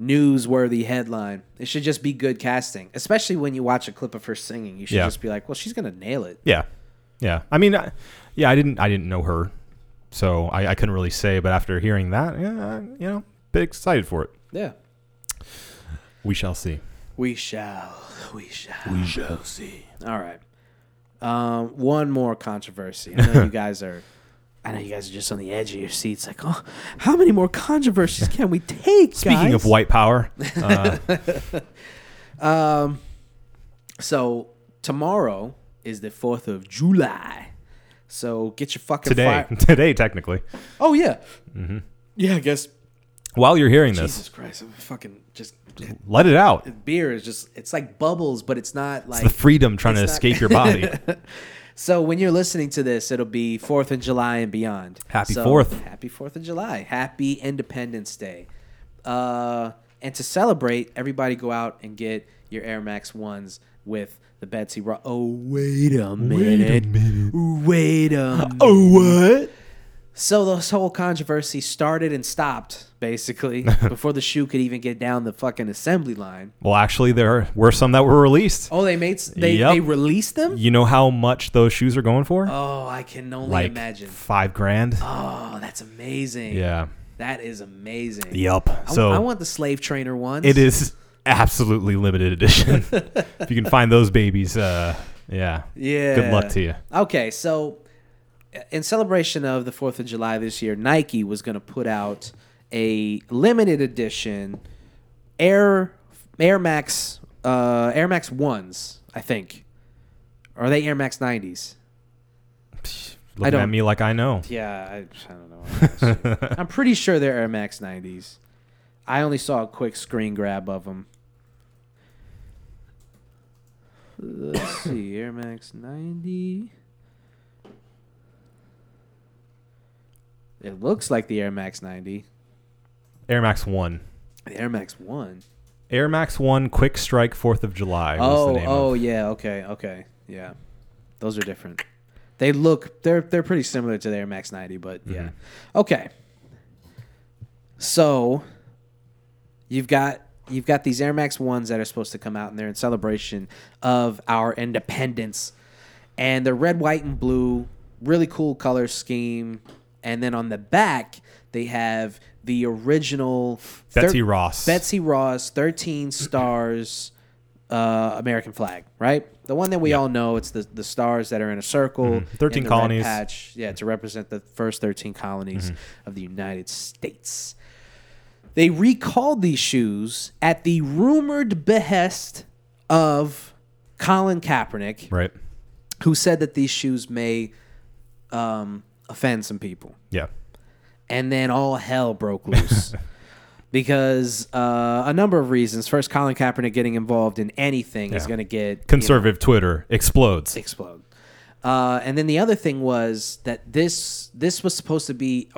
[SPEAKER 1] newsworthy headline. It should just be good casting, especially when you watch a clip of her singing. You should
[SPEAKER 2] Yeah.
[SPEAKER 1] just be like, "Well, she's gonna nail it."
[SPEAKER 2] Yeah, yeah. I mean, I, yeah. I didn't. I didn't know her, so I, I couldn't really say. But after hearing that, yeah, I- you know, bit excited for it.
[SPEAKER 1] Yeah.
[SPEAKER 2] We shall see.
[SPEAKER 1] We shall. We shall.
[SPEAKER 2] We shall see.
[SPEAKER 1] All right. Um, one more controversy. I know you guys are. I know you guys are just on the edge of your seats. Like, oh, how many more controversies can we take?
[SPEAKER 2] Speaking of
[SPEAKER 1] guys?"
[SPEAKER 2] white power, uh,
[SPEAKER 1] So tomorrow is the fourth of July. So get your fucking
[SPEAKER 2] today,
[SPEAKER 1] fire-
[SPEAKER 2] today, technically,
[SPEAKER 1] Oh yeah. Yeah, I guess.
[SPEAKER 2] while you're hearing this,
[SPEAKER 1] Jesus Christ! I'm fucking just
[SPEAKER 2] let it out.
[SPEAKER 1] beer is just it's like bubbles, but it's not like
[SPEAKER 2] It's the freedom trying to
[SPEAKER 1] It's not-
[SPEAKER 2] escape your body.
[SPEAKER 1] so. When you're listening to this, it'll be Fourth of July and beyond.
[SPEAKER 2] Happy
[SPEAKER 1] So,
[SPEAKER 2] 4th.
[SPEAKER 1] Happy Fourth of July. Happy Independence Day. Uh, and to celebrate, everybody go out and get your Air Max ones with the Betsy. Ro- oh wait a minute. Wait a minute.
[SPEAKER 2] oh what?
[SPEAKER 1] So this whole controversy started and stopped basically before the shoe could even get down the fucking assembly line.
[SPEAKER 2] Well, actually, there were some that were released.
[SPEAKER 1] Oh, they made s- they
[SPEAKER 2] Yep.
[SPEAKER 1] they released them.
[SPEAKER 2] You know how much those shoes are going for?
[SPEAKER 1] Oh, I can only
[SPEAKER 2] like
[SPEAKER 1] imagine.
[SPEAKER 2] five grand.
[SPEAKER 1] Oh, that's amazing.
[SPEAKER 2] yeah.
[SPEAKER 1] that is amazing.
[SPEAKER 2] Yup.
[SPEAKER 1] I,
[SPEAKER 2] So
[SPEAKER 1] I want the slave trainer ones.
[SPEAKER 2] it is absolutely limited edition. if you can find those babies, uh, yeah.
[SPEAKER 1] Yeah.
[SPEAKER 2] Good luck to you.
[SPEAKER 1] Okay, so in celebration of the 4th of July this year, Nike was going to put out a limited edition Air Air Max uh, Air Max 1s, I think. Are they Air Max 90s?
[SPEAKER 2] Looking at
[SPEAKER 1] don't-
[SPEAKER 2] me like I know.
[SPEAKER 1] Yeah, I, I don't know. I'm pretty sure they're Air Max 90s. I only saw a quick screen grab of them. Let's see, Air Max 90. It looks like the Air Max 90.
[SPEAKER 2] Air Max One.
[SPEAKER 1] The Air Max 1.
[SPEAKER 2] Air Max One Quick Strike Fourth of July. Was
[SPEAKER 1] Oh,
[SPEAKER 2] the name
[SPEAKER 1] oh
[SPEAKER 2] of.
[SPEAKER 1] yeah, okay, okay. Yeah. Those are different. They look they're they're pretty similar to the Air Max 90, but yeah.
[SPEAKER 2] Mm-hmm.
[SPEAKER 1] Okay. So you've got you've got these Air Max 1s that are supposed to come out and they're in celebration of our independence. And they're red, white and blue, really cool color scheme. And then on the back, they have the original
[SPEAKER 2] Betsy
[SPEAKER 1] thir-
[SPEAKER 2] Ross.
[SPEAKER 1] Betsy Ross, 13 stars, uh, American flag, right? The one that we all know, it's the, the stars that are in a circle.
[SPEAKER 2] 13
[SPEAKER 1] in the red
[SPEAKER 2] Mm-hmm. colonies.
[SPEAKER 1] Patch, yeah, to represent the first 13 colonies
[SPEAKER 2] Mm-hmm.
[SPEAKER 1] of the United States. They recalled these shoes at the rumored behest of Colin Kaepernick,
[SPEAKER 2] Right.
[SPEAKER 1] who said that these shoes may um, offend some people
[SPEAKER 2] Yeah.
[SPEAKER 1] and then all hell broke loose because uh, a number of reasons. First, Colin Kaepernick getting involved in anything is
[SPEAKER 2] Yeah.
[SPEAKER 1] going to get you know,
[SPEAKER 2] Conservative Twitter explodes.
[SPEAKER 1] explode. Uh, and then the other thing was that this this was supposed to be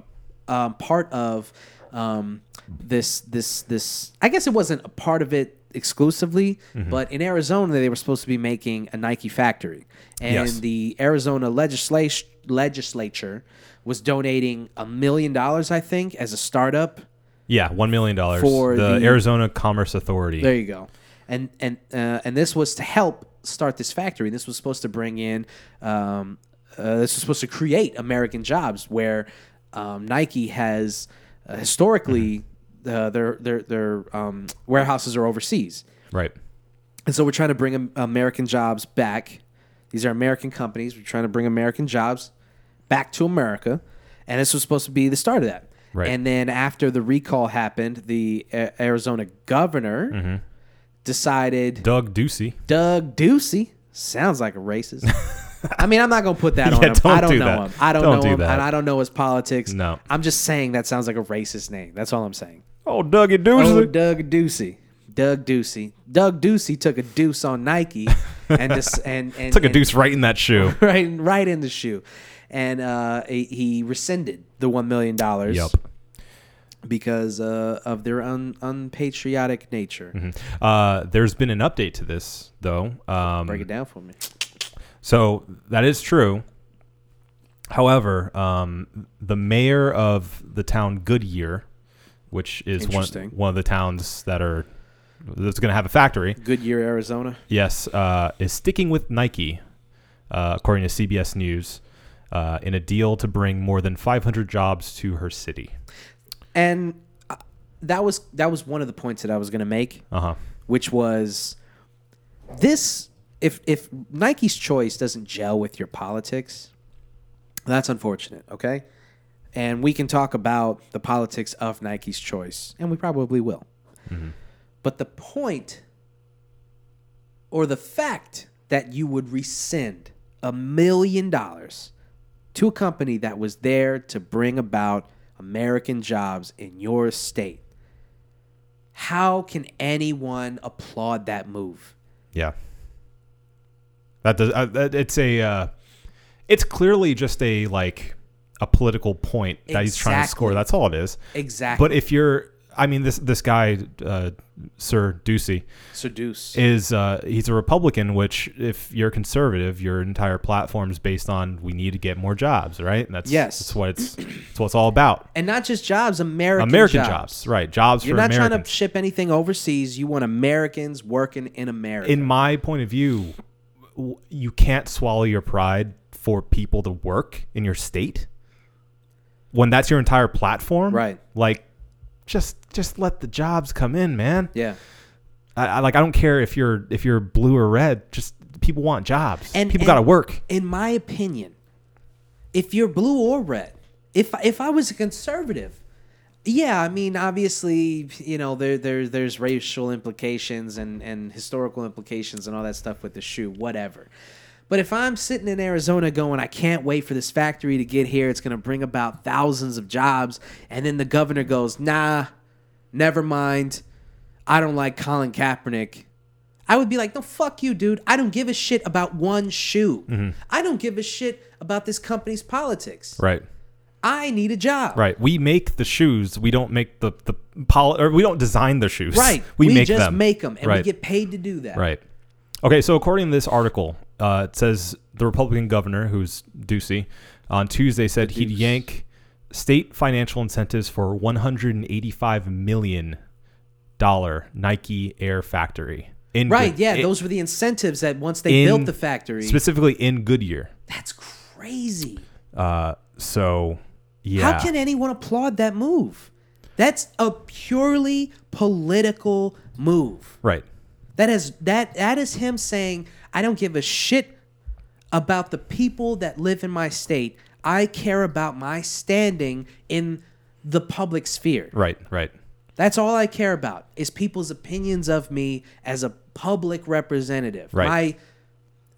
[SPEAKER 1] um, part of um, this this this. I guess it wasn't a part of it exclusively, but in Arizona they were supposed to be making a Nike factory, and
[SPEAKER 2] Yes.
[SPEAKER 1] the Arizona legislation legislature was donating a million dollars, I think, as a startup.
[SPEAKER 2] Yeah, one million dollars
[SPEAKER 1] For
[SPEAKER 2] the,
[SPEAKER 1] the-
[SPEAKER 2] Arizona Commerce Authority.
[SPEAKER 1] There you go. And and uh, and this was to help start this factory. This was supposed to bring in. Um, uh, this was supposed to create American jobs where um, Nike has uh, historically uh, their their their um, warehouses are overseas,
[SPEAKER 2] right.
[SPEAKER 1] and so we're trying to bring Am- American jobs back. These are American companies. We're trying to bring American jobs back to America, and this was supposed to be the start of that.
[SPEAKER 2] Right.
[SPEAKER 1] And then after the recall happened, the A- Arizona governor
[SPEAKER 2] Mm-hmm.
[SPEAKER 1] decided
[SPEAKER 2] Doug Ducey.
[SPEAKER 1] Doug Ducey sounds like a racist. I mean, I'm not gonna put that on
[SPEAKER 2] Yeah,
[SPEAKER 1] him.
[SPEAKER 2] don't
[SPEAKER 1] I don't
[SPEAKER 2] do
[SPEAKER 1] know
[SPEAKER 2] that.
[SPEAKER 1] him. I don't,
[SPEAKER 2] Don't
[SPEAKER 1] know
[SPEAKER 2] do
[SPEAKER 1] him,
[SPEAKER 2] that.
[SPEAKER 1] and I don't know his politics.
[SPEAKER 2] No.
[SPEAKER 1] I'm just saying that sounds like a racist name. That's all I'm saying.
[SPEAKER 2] Oh, Dougie
[SPEAKER 1] Oh,
[SPEAKER 2] Ducey.
[SPEAKER 1] Doug Ducey. Doug Ducey. Doug Ducey took a deuce on Nike and just and, and
[SPEAKER 2] Took a
[SPEAKER 1] and-
[SPEAKER 2] deuce right in that shoe.
[SPEAKER 1] right right in the shoe. And uh, he- he rescinded the one million dollars
[SPEAKER 2] Yup.
[SPEAKER 1] because uh, of their un- unpatriotic nature.
[SPEAKER 2] Uh, there's been an update to this though. Um,
[SPEAKER 1] Break it down for me.
[SPEAKER 2] So that is true. However, um, the mayor of the town Goodyear, which is one,
[SPEAKER 1] Interesting.
[SPEAKER 2] one of the towns that are that's going to have a factory,
[SPEAKER 1] Goodyear, Arizona.
[SPEAKER 2] yes, uh, is sticking with Nike, uh, according to CBS News, uh, in a deal to bring more than 500 jobs to her city.
[SPEAKER 1] and uh, that was that was one of the points that I was going to make,
[SPEAKER 2] Uh huh.
[SPEAKER 1] which was this: if if Nike's choice doesn't gel with your politics, that's unfortunate. Okay, and we can talk about the politics of Nike's choice, and we probably will. But the point, or the fact that you would rescind a million dollars to a company that was there to bring about American jobs in your state. How can anyone applaud that move?
[SPEAKER 2] Yeah. That does. Uh, that, it's a. Uh, it's clearly just a like a political point that he's trying to score.
[SPEAKER 1] Exactly.
[SPEAKER 2] That's all it is.
[SPEAKER 1] Exactly.
[SPEAKER 2] But if you're, I mean, this this guy, uh, Sir Ducey,
[SPEAKER 1] Seduce.
[SPEAKER 2] is uh, he's a Republican. Which, if you're conservative, your entire platform is based on we need to get more jobs, right? And that's
[SPEAKER 1] Yes.
[SPEAKER 2] that's what it's that's what it's all about.
[SPEAKER 1] and not just jobs, American,
[SPEAKER 2] American
[SPEAKER 1] jobs.
[SPEAKER 2] jobs. right? Jobs
[SPEAKER 1] You're
[SPEAKER 2] for
[SPEAKER 1] not
[SPEAKER 2] Americans.
[SPEAKER 1] trying to ship anything overseas. You want Americans working in America.
[SPEAKER 2] in my point of view, w- you can't swallow your pride for people to work in your state when that's your entire platform.
[SPEAKER 1] Right.
[SPEAKER 2] Like, just just let the jobs come in, man.
[SPEAKER 1] yeah.
[SPEAKER 2] I, I like I don't care if you're if you're blue or red. Just people want jobs.
[SPEAKER 1] And-
[SPEAKER 2] people
[SPEAKER 1] and-
[SPEAKER 2] got to work.
[SPEAKER 1] In my opinion, if you're blue or red, if if I was a conservative, yeah, I mean, obviously, you know, there there there's racial implications and and historical implications and all that stuff with the shoe, whatever. But if I'm sitting in Arizona going, I can't wait for this factory to get here. It's going to bring about thousands of jobs. And then the governor goes, nah, never mind. I don't like Colin Kaepernick. I would be like, no, fuck you, dude. I don't give a shit about one shoe. I don't give a shit about this company's politics.
[SPEAKER 2] Right.
[SPEAKER 1] I need a job.
[SPEAKER 2] Right. We make the shoes. We don't make the the poli- or we don't design the shoes.
[SPEAKER 1] Right.
[SPEAKER 2] We, make
[SPEAKER 1] just
[SPEAKER 2] them.
[SPEAKER 1] make them and we
[SPEAKER 2] Right.
[SPEAKER 1] get paid to do that.
[SPEAKER 2] Right. Okay, so according to this article, uh, it says the Republican governor, who's Ducey, on Tuesday said he'd yank state financial incentives for 185 million dollar Nike Air factory in
[SPEAKER 1] Right.
[SPEAKER 2] Good-
[SPEAKER 1] Yeah.
[SPEAKER 2] in-
[SPEAKER 1] those were the incentives that once they built
[SPEAKER 2] in-
[SPEAKER 1] the factory.
[SPEAKER 2] specifically in Goodyear.
[SPEAKER 1] that's crazy.
[SPEAKER 2] Uh, so yeah,
[SPEAKER 1] How can anyone applaud that move? That's a purely political move.
[SPEAKER 2] right,
[SPEAKER 1] That is that that is him saying, I don't give a shit about the people that live in my state. I care about my standing in the public sphere.
[SPEAKER 2] right, right,
[SPEAKER 1] That's all I care about is people's opinions of me as a public representative.
[SPEAKER 2] Right.
[SPEAKER 1] My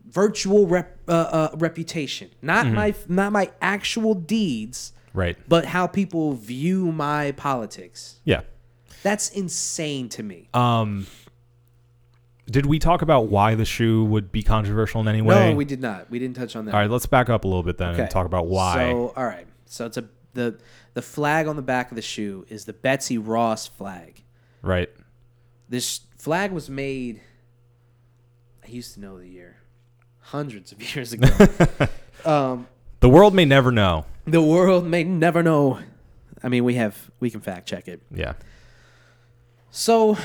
[SPEAKER 1] virtual rep, uh, uh, reputation, not
[SPEAKER 2] Mm-hmm.
[SPEAKER 1] my not my actual deeds,
[SPEAKER 2] right.
[SPEAKER 1] but how people view my politics.
[SPEAKER 2] Yeah.
[SPEAKER 1] That's insane to me.
[SPEAKER 2] Uh, Did we talk about why the shoe would be controversial in any way?
[SPEAKER 1] no, we did not. We didn't touch on that.
[SPEAKER 2] All right, let's back up a little bit then and
[SPEAKER 1] Okay.
[SPEAKER 2] talk about why.
[SPEAKER 1] So, all right. So it's a the the flag on the back of the shoe is the Betsy Ross flag.
[SPEAKER 2] right.
[SPEAKER 1] This flag was made. I used to know the year, hundreds of years ago. um,
[SPEAKER 2] The world may never know.
[SPEAKER 1] the world may never know. I mean, we have we can fact check it.
[SPEAKER 2] Yeah.
[SPEAKER 1] So,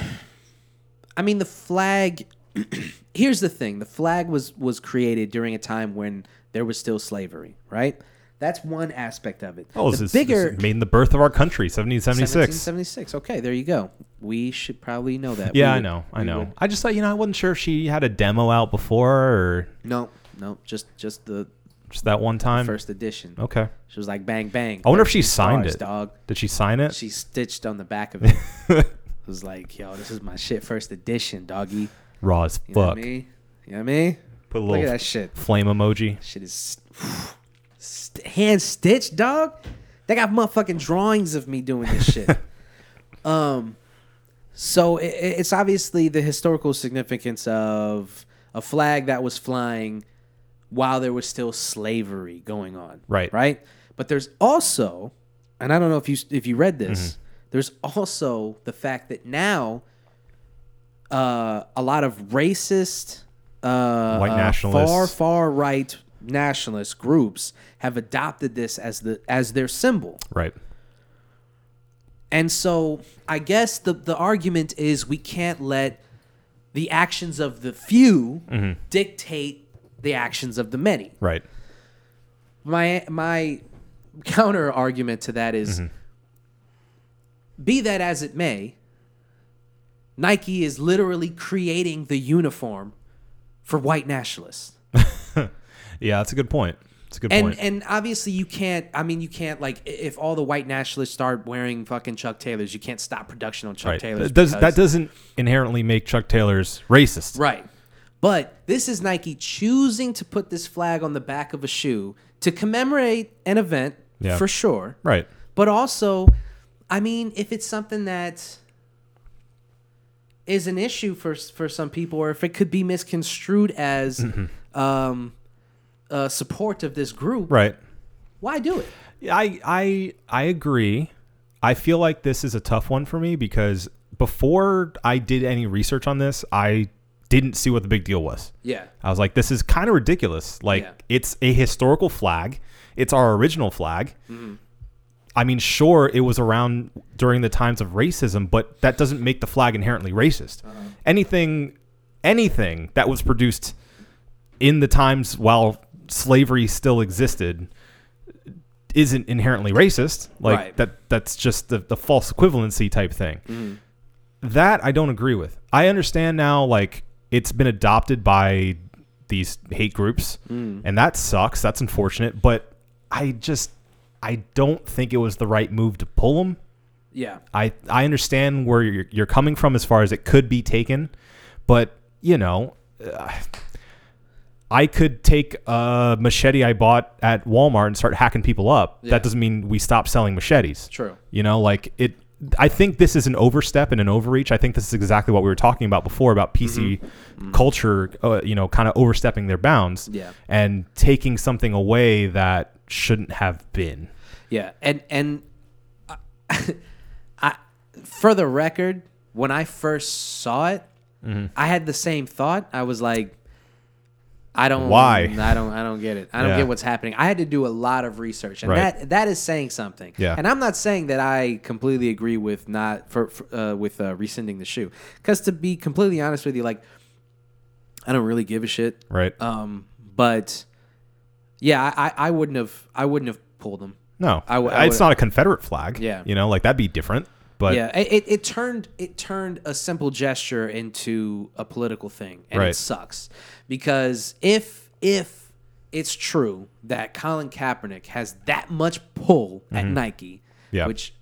[SPEAKER 1] I mean, the flag. here's the thing: the flag was was created during a time when there was still slavery, right? That's one aspect of it.
[SPEAKER 2] Oh,
[SPEAKER 1] the
[SPEAKER 2] this is bigger made in the birth of our country, 1776.
[SPEAKER 1] 1776. Okay, there you go. We should probably know that.
[SPEAKER 2] Yeah,
[SPEAKER 1] We
[SPEAKER 2] I
[SPEAKER 1] would-
[SPEAKER 2] know. I
[SPEAKER 1] we
[SPEAKER 2] know.
[SPEAKER 1] would-
[SPEAKER 2] I just thought, you know, I wasn't sure if she had a demo out before or
[SPEAKER 1] No, no, just just the
[SPEAKER 2] just that one time.
[SPEAKER 1] first edition.
[SPEAKER 2] Okay.
[SPEAKER 1] She was like bang bang.
[SPEAKER 2] I wonder if
[SPEAKER 1] 13
[SPEAKER 2] she signed
[SPEAKER 1] stars,
[SPEAKER 2] it.
[SPEAKER 1] Dog.
[SPEAKER 2] Did she sign it?
[SPEAKER 1] She stitched on the back of it. it was like, yo, this is my shit, first edition, doggy.
[SPEAKER 2] Raw as
[SPEAKER 1] You know what I
[SPEAKER 2] fuck.
[SPEAKER 1] mean? You know what I mean?
[SPEAKER 2] Put a
[SPEAKER 1] Look at
[SPEAKER 2] little
[SPEAKER 1] that shit.
[SPEAKER 2] Flame emoji.
[SPEAKER 1] Shit is st- hand stitched, dog. They got motherfucking drawings of me doing this shit. um, so i i- it's obviously the historical significance of a flag that was flying while there was still slavery going on.
[SPEAKER 2] Right.
[SPEAKER 1] Right. But there's also, and I don't know if you if you read this, there's also the fact that now uh, a lot of racist, uh,
[SPEAKER 2] White
[SPEAKER 1] uh,
[SPEAKER 2] nationalists.
[SPEAKER 1] far far right nationalist groups have adopted this as the as their symbol.
[SPEAKER 2] Right.
[SPEAKER 1] And so I guess the, the argument is we can't let the actions of the few
[SPEAKER 2] Mm-hmm.
[SPEAKER 1] dictate the actions of the many.
[SPEAKER 2] Right.
[SPEAKER 1] My my counter argument to that is,
[SPEAKER 2] Mm-hmm.
[SPEAKER 1] be that as it may, Nike is literally creating the uniform for white nationalists.
[SPEAKER 2] Yeah, that's a good point. That's a good
[SPEAKER 1] And
[SPEAKER 2] point.
[SPEAKER 1] and obviously you can't. I mean, you can't like i- if all the white nationalists start wearing fucking Chuck Taylors, you can't stop production on Chuck
[SPEAKER 2] right.
[SPEAKER 1] Taylors.
[SPEAKER 2] That does,
[SPEAKER 1] because-
[SPEAKER 2] that doesn't inherently make Chuck Taylor's racist.
[SPEAKER 1] right? But this is Nike choosing to put this flag on the back of a shoe to commemorate an event
[SPEAKER 2] Yeah.
[SPEAKER 1] for sure.
[SPEAKER 2] Right.
[SPEAKER 1] But also, I mean, if it's something that is an issue for for some people, or if it could be misconstrued as um, uh, support of this group,
[SPEAKER 2] Right.
[SPEAKER 1] why do it?
[SPEAKER 2] I I I agree. I feel like this is a tough one for me because before I did any research on this, I didn't see what the big deal was.
[SPEAKER 1] Yeah.
[SPEAKER 2] I was like, this is kind of ridiculous. Like,
[SPEAKER 1] Yeah.
[SPEAKER 2] it's a historical flag, it's our original flag. I mean, sure, it was around during the times of racism, but that doesn't make the flag inherently racist. Anything, anything that was produced in the times while slavery still existed isn't inherently racist. Like
[SPEAKER 1] Right.
[SPEAKER 2] that, that's just the, the false equivalency type thing. That I don't agree with. I understand now, like it's been adopted by these hate groups, and that sucks. That's unfortunate, but I just I don't think it was the right move to pull them.
[SPEAKER 1] Yeah.
[SPEAKER 2] I I understand where you're, you're coming from as far as it could be taken, but you know, uh, I could take a machete I bought at Walmart and start hacking people up.
[SPEAKER 1] Yeah.
[SPEAKER 2] That doesn't mean we stop selling machetes.
[SPEAKER 1] True.
[SPEAKER 2] You know, like it. I think this is an overstep and an overreach. I think this is exactly what we were talking about before about PC
[SPEAKER 1] Mm-hmm.
[SPEAKER 2] culture, uh, you know, kind of overstepping their bounds
[SPEAKER 1] Yeah.
[SPEAKER 2] and taking something away that shouldn't have been.
[SPEAKER 1] Yeah, and and I, I for the record, when I first saw it,
[SPEAKER 2] Mm-hmm.
[SPEAKER 1] I had the same thought. I was like, I don't
[SPEAKER 2] Why?
[SPEAKER 1] I don't I don't get it. I don't
[SPEAKER 2] Yeah.
[SPEAKER 1] get what's happening. I had to do a lot of research, and
[SPEAKER 2] Right.
[SPEAKER 1] that that is saying something.
[SPEAKER 2] Yeah.
[SPEAKER 1] and I'm not saying that I completely agree with not for, for uh, with uh, rescinding the shoe, because to be completely honest with you, like I don't really give a shit.
[SPEAKER 2] Right.
[SPEAKER 1] Um, but yeah, I, I, I wouldn't have I wouldn't have pulled them.
[SPEAKER 2] No,
[SPEAKER 1] I w-
[SPEAKER 2] I-
[SPEAKER 1] I
[SPEAKER 2] it's
[SPEAKER 1] would-
[SPEAKER 2] not a Confederate flag.
[SPEAKER 1] Yeah.
[SPEAKER 2] you know, like that'd be different. But
[SPEAKER 1] yeah, it, it, it turned it turned a simple gesture into a political thing, and it
[SPEAKER 2] Right.
[SPEAKER 1] sucks because if if it's true that Colin Kaepernick has that much pull at Nike,
[SPEAKER 2] Mm-hmm. Yeah.
[SPEAKER 1] which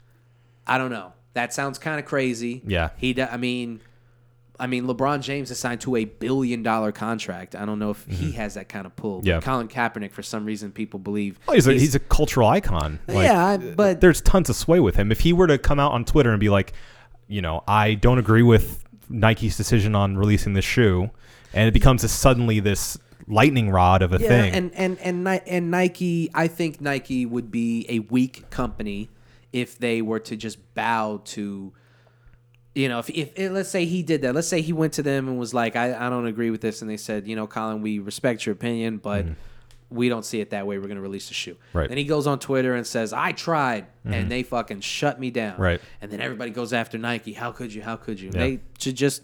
[SPEAKER 1] I don't know, that sounds kind of crazy.
[SPEAKER 2] Yeah.
[SPEAKER 1] he. do- I mean, I mean, LeBron James is signed to a billion dollar contract. I don't know if he has that kind of pull. but
[SPEAKER 2] Mm-hmm. Yeah.
[SPEAKER 1] Colin Kaepernick, for some reason, people believe
[SPEAKER 2] oh, he's, a, he's a cultural icon. Like,
[SPEAKER 1] yeah, I- but
[SPEAKER 2] there's tons of sway with him. If he were to come out on Twitter and be like, you know, I don't agree with Nike's decision on releasing this shoe, and it becomes this, suddenly this lightning rod of a
[SPEAKER 1] Yeah,
[SPEAKER 2] thing.
[SPEAKER 1] and and and Ni- and Nike, I think Nike would be a weak company if they were to just bow to. You know, if, if, eh, let's say he did that, let's say he went to them and was like, I, I don't agree with this. And they said, you know, Colin, we respect your opinion, but we don't see it that way. We're going to release the shoe.
[SPEAKER 2] Mm-hmm. Right. Mm-hmm.
[SPEAKER 1] Then he goes on Twitter and says, I tried. And they fucking shut me down.
[SPEAKER 2] Right.
[SPEAKER 1] And then everybody goes after Nike. How could you? How could you?
[SPEAKER 2] Yeah.
[SPEAKER 1] They should just.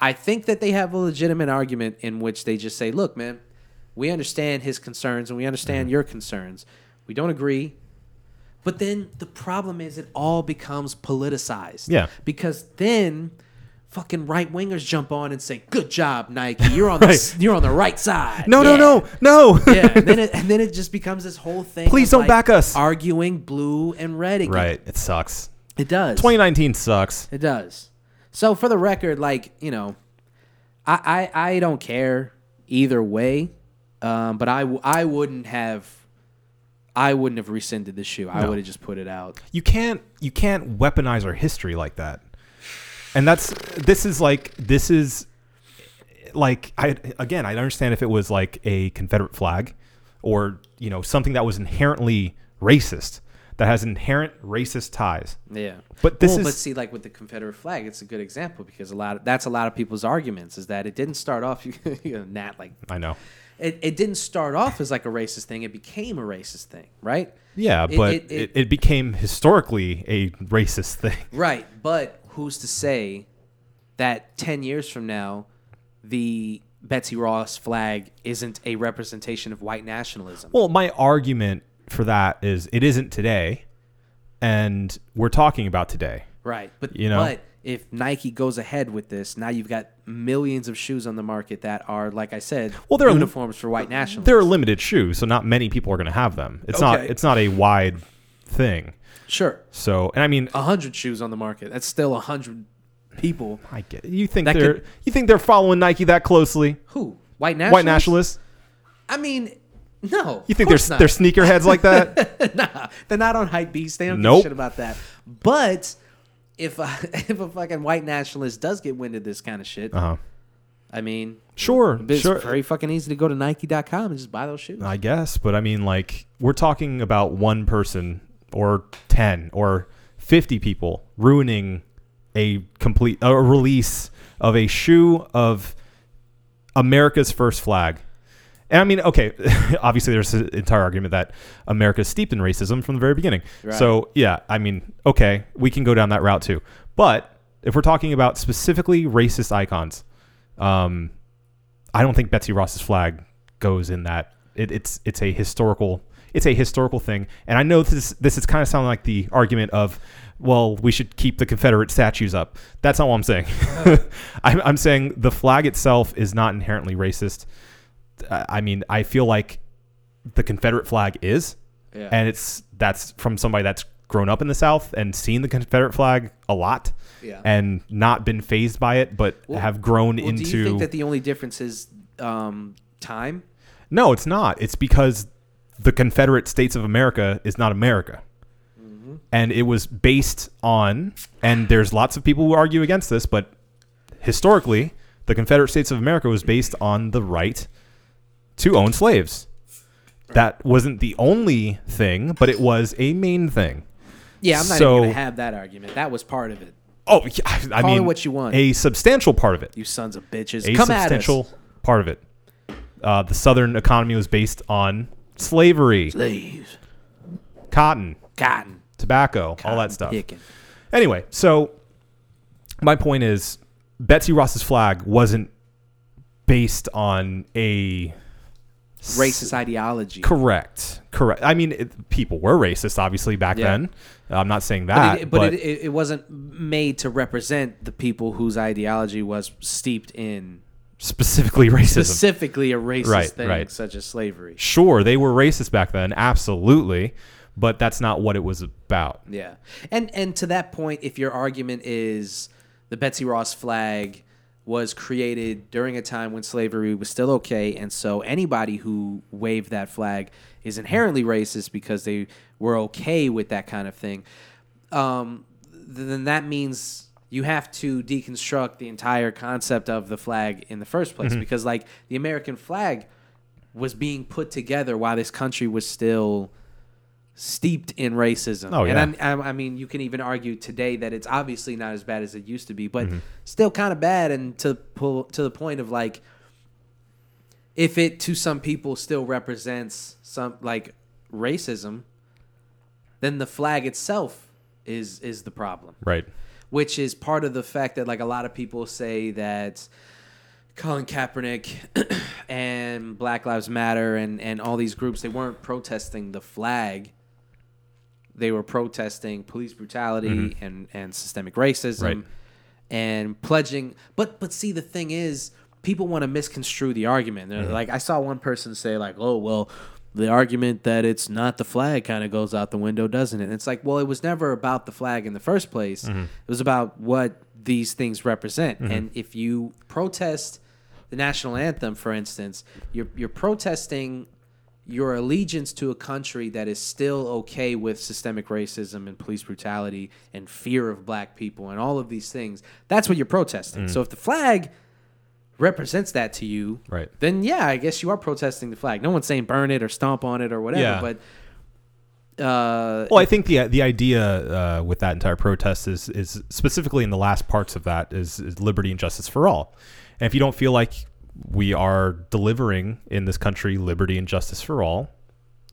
[SPEAKER 1] I think that they have a legitimate argument in which they just say, "Look, man, we understand his concerns and we
[SPEAKER 2] Mm-hmm.
[SPEAKER 1] understand your concerns. We don't agree." But then the problem is it all becomes politicized.
[SPEAKER 2] Yeah.
[SPEAKER 1] Because then fucking right wingers jump on and say, "Good job, Nike. You're on the
[SPEAKER 2] Right.
[SPEAKER 1] the you're on the right side."
[SPEAKER 2] no,
[SPEAKER 1] Yeah.
[SPEAKER 2] no, no, no.
[SPEAKER 1] yeah, and then, it, and then it just becomes this whole thing.
[SPEAKER 2] Please
[SPEAKER 1] of,
[SPEAKER 2] don't back us.
[SPEAKER 1] Arguing blue and red again.
[SPEAKER 2] right. It sucks.
[SPEAKER 1] It does.
[SPEAKER 2] 2019 sucks.
[SPEAKER 1] It does. So for the record, like you know, I I, I don't care either way, um, but I w- I wouldn't have. I wouldn't have rescinded the shoe. I
[SPEAKER 2] No.
[SPEAKER 1] would have just put it out.
[SPEAKER 2] you can't you can't weaponize our history like that and that's this is like this is like i again i understand if it was like a confederate flag or you know something that was inherently racist that has inherent racist ties
[SPEAKER 1] Yeah.
[SPEAKER 2] But this
[SPEAKER 1] well,
[SPEAKER 2] is-
[SPEAKER 1] but see, like with the Confederate flag, it's a good example because a lot of, that's a lot of people's arguments is that it didn't start off you know, Nat like
[SPEAKER 2] i know
[SPEAKER 1] it, it didn't start off as like a racist thing. It became a racist thing, right?
[SPEAKER 2] yeah
[SPEAKER 1] It-
[SPEAKER 2] but
[SPEAKER 1] it-
[SPEAKER 2] it,
[SPEAKER 1] it-
[SPEAKER 2] it, became historically a racist thing
[SPEAKER 1] Right, but who's to say that 10 years from now the Betsy Ross flag isn't a representation of white nationalism?
[SPEAKER 2] Well, my argument for that is it isn't today, and we're talking about today.
[SPEAKER 1] right, but
[SPEAKER 2] you know.
[SPEAKER 1] but if Nike goes ahead with this, now you've got millions of shoes on the market that are like I said,
[SPEAKER 2] Well, there are-
[SPEAKER 1] uniforms for white nationalists.
[SPEAKER 2] they're a limited shoe, so not many people are going to have them. It's not
[SPEAKER 1] Okay.
[SPEAKER 2] it's not a wide thing.
[SPEAKER 1] sure.
[SPEAKER 2] So, and I mean,
[SPEAKER 1] 100 shoes on the market. That's still 100 people
[SPEAKER 2] I get you think
[SPEAKER 1] That
[SPEAKER 2] they're
[SPEAKER 1] could-
[SPEAKER 2] you think they're following Nike that closely?
[SPEAKER 1] who white nationalists.
[SPEAKER 2] White nationalists?
[SPEAKER 1] I mean, no.
[SPEAKER 2] You
[SPEAKER 1] of
[SPEAKER 2] think
[SPEAKER 1] course
[SPEAKER 2] they're they're
[SPEAKER 1] not.
[SPEAKER 2] sneakerheads like that?
[SPEAKER 1] nah, they're not on hype beast. They don't give a
[SPEAKER 2] Nope.
[SPEAKER 1] shit about that. But if a, if a fucking white nationalist does get wind of this kind of shit,
[SPEAKER 2] uh-huh.
[SPEAKER 1] I mean,
[SPEAKER 2] Sure,
[SPEAKER 1] it's
[SPEAKER 2] sure. Uh-huh.
[SPEAKER 1] very fucking easy to go to Nike.com and just buy those shoes.
[SPEAKER 2] I guess, but I mean, like we're talking about one person or ten or 50 people ruining a complete a release of a shoe of America's first flag. And I mean, okay, obviously there's an entire argument that America's steeped in racism from the very beginning.
[SPEAKER 1] Right.
[SPEAKER 2] So, yeah, I mean, okay, we can go down that route too. But if we're talking about specifically racist icons, um, I don't think Betsy Ross's flag goes in that. It, it's it's a historical it's a historical thing, and I know this is, this is kind of sounding like the argument of, well, we should keep the Confederate statues up. That's not what I'm saying. I'm, I'm saying the flag itself is not inherently racist. I I mean, I feel like the Confederate flag is,
[SPEAKER 1] Yeah.
[SPEAKER 2] and it's that's from somebody that's grown up in the South and seen the Confederate flag a lot,
[SPEAKER 1] Yeah.
[SPEAKER 2] and not been phased by it, but
[SPEAKER 1] Well-
[SPEAKER 2] have grown
[SPEAKER 1] Well,
[SPEAKER 2] into.
[SPEAKER 1] Do you think that the only difference is um, time?
[SPEAKER 2] No, it's not. It's because the Confederate States of America is not America.
[SPEAKER 1] Mm-hmm.
[SPEAKER 2] And it was based on, and there's lots of people who argue against this, but historically, the Confederate States of America was based on the right to own slaves. That wasn't the only thing, but it was a main thing.
[SPEAKER 1] Yeah, I'm not
[SPEAKER 2] So-
[SPEAKER 1] even gonna have that argument. That was part of it.
[SPEAKER 2] Oh, yeah, I, I
[SPEAKER 1] Call it
[SPEAKER 2] mean,
[SPEAKER 1] what you want.
[SPEAKER 2] A substantial part of it.
[SPEAKER 1] You sons of bitches,
[SPEAKER 2] a
[SPEAKER 1] come at us.
[SPEAKER 2] substantial part of it. Uh, the Southern economy was based on slavery,
[SPEAKER 1] Slaves,
[SPEAKER 2] cotton,
[SPEAKER 1] cotton,
[SPEAKER 2] tobacco, all
[SPEAKER 1] cotton
[SPEAKER 2] that stuff.
[SPEAKER 1] picking.
[SPEAKER 2] Anyway, so my point is Betsy Ross's flag wasn't based on a
[SPEAKER 1] Racist ideology.
[SPEAKER 2] correct. Correct. I mean, it, people were racist obviously back
[SPEAKER 1] Yeah.
[SPEAKER 2] then. I'm not saying that,
[SPEAKER 1] But, it, but, it, it, it wasn't made to represent the people whose ideology was steeped in
[SPEAKER 2] specifically racism.
[SPEAKER 1] specifically a racist
[SPEAKER 2] Right,
[SPEAKER 1] thing
[SPEAKER 2] right.
[SPEAKER 1] such as slavery.
[SPEAKER 2] sure, they were racist back then, absolutely, but that's not what it was about.
[SPEAKER 1] Yeah. And and to that point, if your argument is the Betsy Ross flag was created during a time when slavery was still okay, and so anybody who waved that flag is inherently racist because they were okay with that kind of thing, um, th- then that means you have to deconstruct the entire concept of the flag in the first
[SPEAKER 2] Mm-hmm.
[SPEAKER 1] place because, like, the American flag was being put together while this country was still steeped in racism.
[SPEAKER 2] Oh, yeah.
[SPEAKER 1] And I'm, I'm, I mean, you can even argue today that it's obviously not as bad as it used to be,
[SPEAKER 2] Mm-hmm.
[SPEAKER 1] but still kind of bad. And to pull to the point of like, if it to some people still represents some like racism, then the flag itself is is the problem
[SPEAKER 2] Right.
[SPEAKER 1] which is part of the fact that like a lot of people say that Colin Kaepernick and Black Lives Matter and and all these groups they weren't protesting the flag. They were protesting police brutality and and systemic racism
[SPEAKER 2] Right.
[SPEAKER 1] and pledging but but see the thing is people want to misconstrue the argument. They're Like I saw one person say like, "Oh, well, the argument that it's not the flag kind of goes out the window, doesn't it?" And it's like, well, it was never about the flag in the first place. It was about what these things represent. And if you protest the national anthem, for instance, you're you're protesting your allegiance to a country that is still okay with systemic racism and police brutality and fear of black people and all of these things. That's what you're
[SPEAKER 2] Mm.
[SPEAKER 1] protesting. So if the flag represents that to you,
[SPEAKER 2] Right.
[SPEAKER 1] Then yeah, I guess you are protesting the flag. No one's saying burn it or stomp on it or whatever,
[SPEAKER 2] Yeah.
[SPEAKER 1] but uh
[SPEAKER 2] Well, I think the the idea uh, with that entire protest is is specifically in the last parts of that is, is liberty and justice for all. And if you don't feel like we are delivering in this country liberty and justice for all,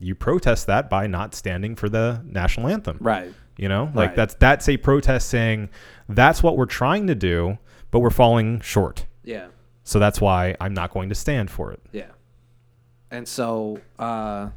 [SPEAKER 2] you protest that by not standing for the national anthem.
[SPEAKER 1] right.
[SPEAKER 2] You know, like
[SPEAKER 1] Right.
[SPEAKER 2] that's that's a protest saying that's what we're trying to do, but we're falling short.
[SPEAKER 1] Yeah.
[SPEAKER 2] So that's why I'm not going to stand for it.
[SPEAKER 1] Yeah. And so, uh,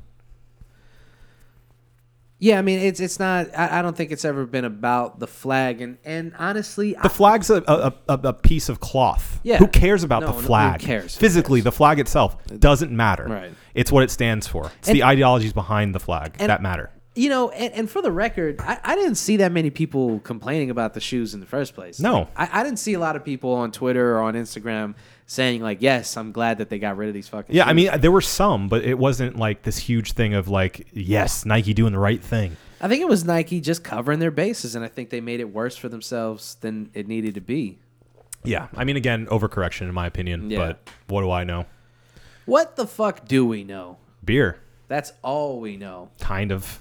[SPEAKER 1] yeah, I mean, it's it's not. I, I don't think it's ever been about the flag, and and honestly,
[SPEAKER 2] The flag's a, a, a, a piece of cloth.
[SPEAKER 1] Yeah.
[SPEAKER 2] Who cares about
[SPEAKER 1] No,
[SPEAKER 2] the
[SPEAKER 1] no- who
[SPEAKER 2] flag?
[SPEAKER 1] cares? Who
[SPEAKER 2] Physically, the flag itself doesn't matter.
[SPEAKER 1] Right.
[SPEAKER 2] It's what it stands for. It's
[SPEAKER 1] And-
[SPEAKER 2] the ideologies behind the flag
[SPEAKER 1] and-
[SPEAKER 2] that matter.
[SPEAKER 1] you know, and, and for the record, I, I didn't see that many people complaining about the shoes in the first place.
[SPEAKER 2] No.
[SPEAKER 1] I, I didn't see a lot of people on Twitter or on Instagram saying like, "Yes, I'm glad that they got rid of these fucking."
[SPEAKER 2] Yeah, I
[SPEAKER 1] shoes."
[SPEAKER 2] mean, there were some, but it wasn't like this huge thing of like, yes, Nike doing the right thing.
[SPEAKER 1] I think it was Nike just covering their bases, and I think they made it worse for themselves than it needed to be.
[SPEAKER 2] Yeah, I mean, again, overcorrection in my opinion,
[SPEAKER 1] Yeah.
[SPEAKER 2] but what do I know?
[SPEAKER 1] What the fuck do we know?
[SPEAKER 2] Beer,
[SPEAKER 1] That's all we know.
[SPEAKER 2] kind of.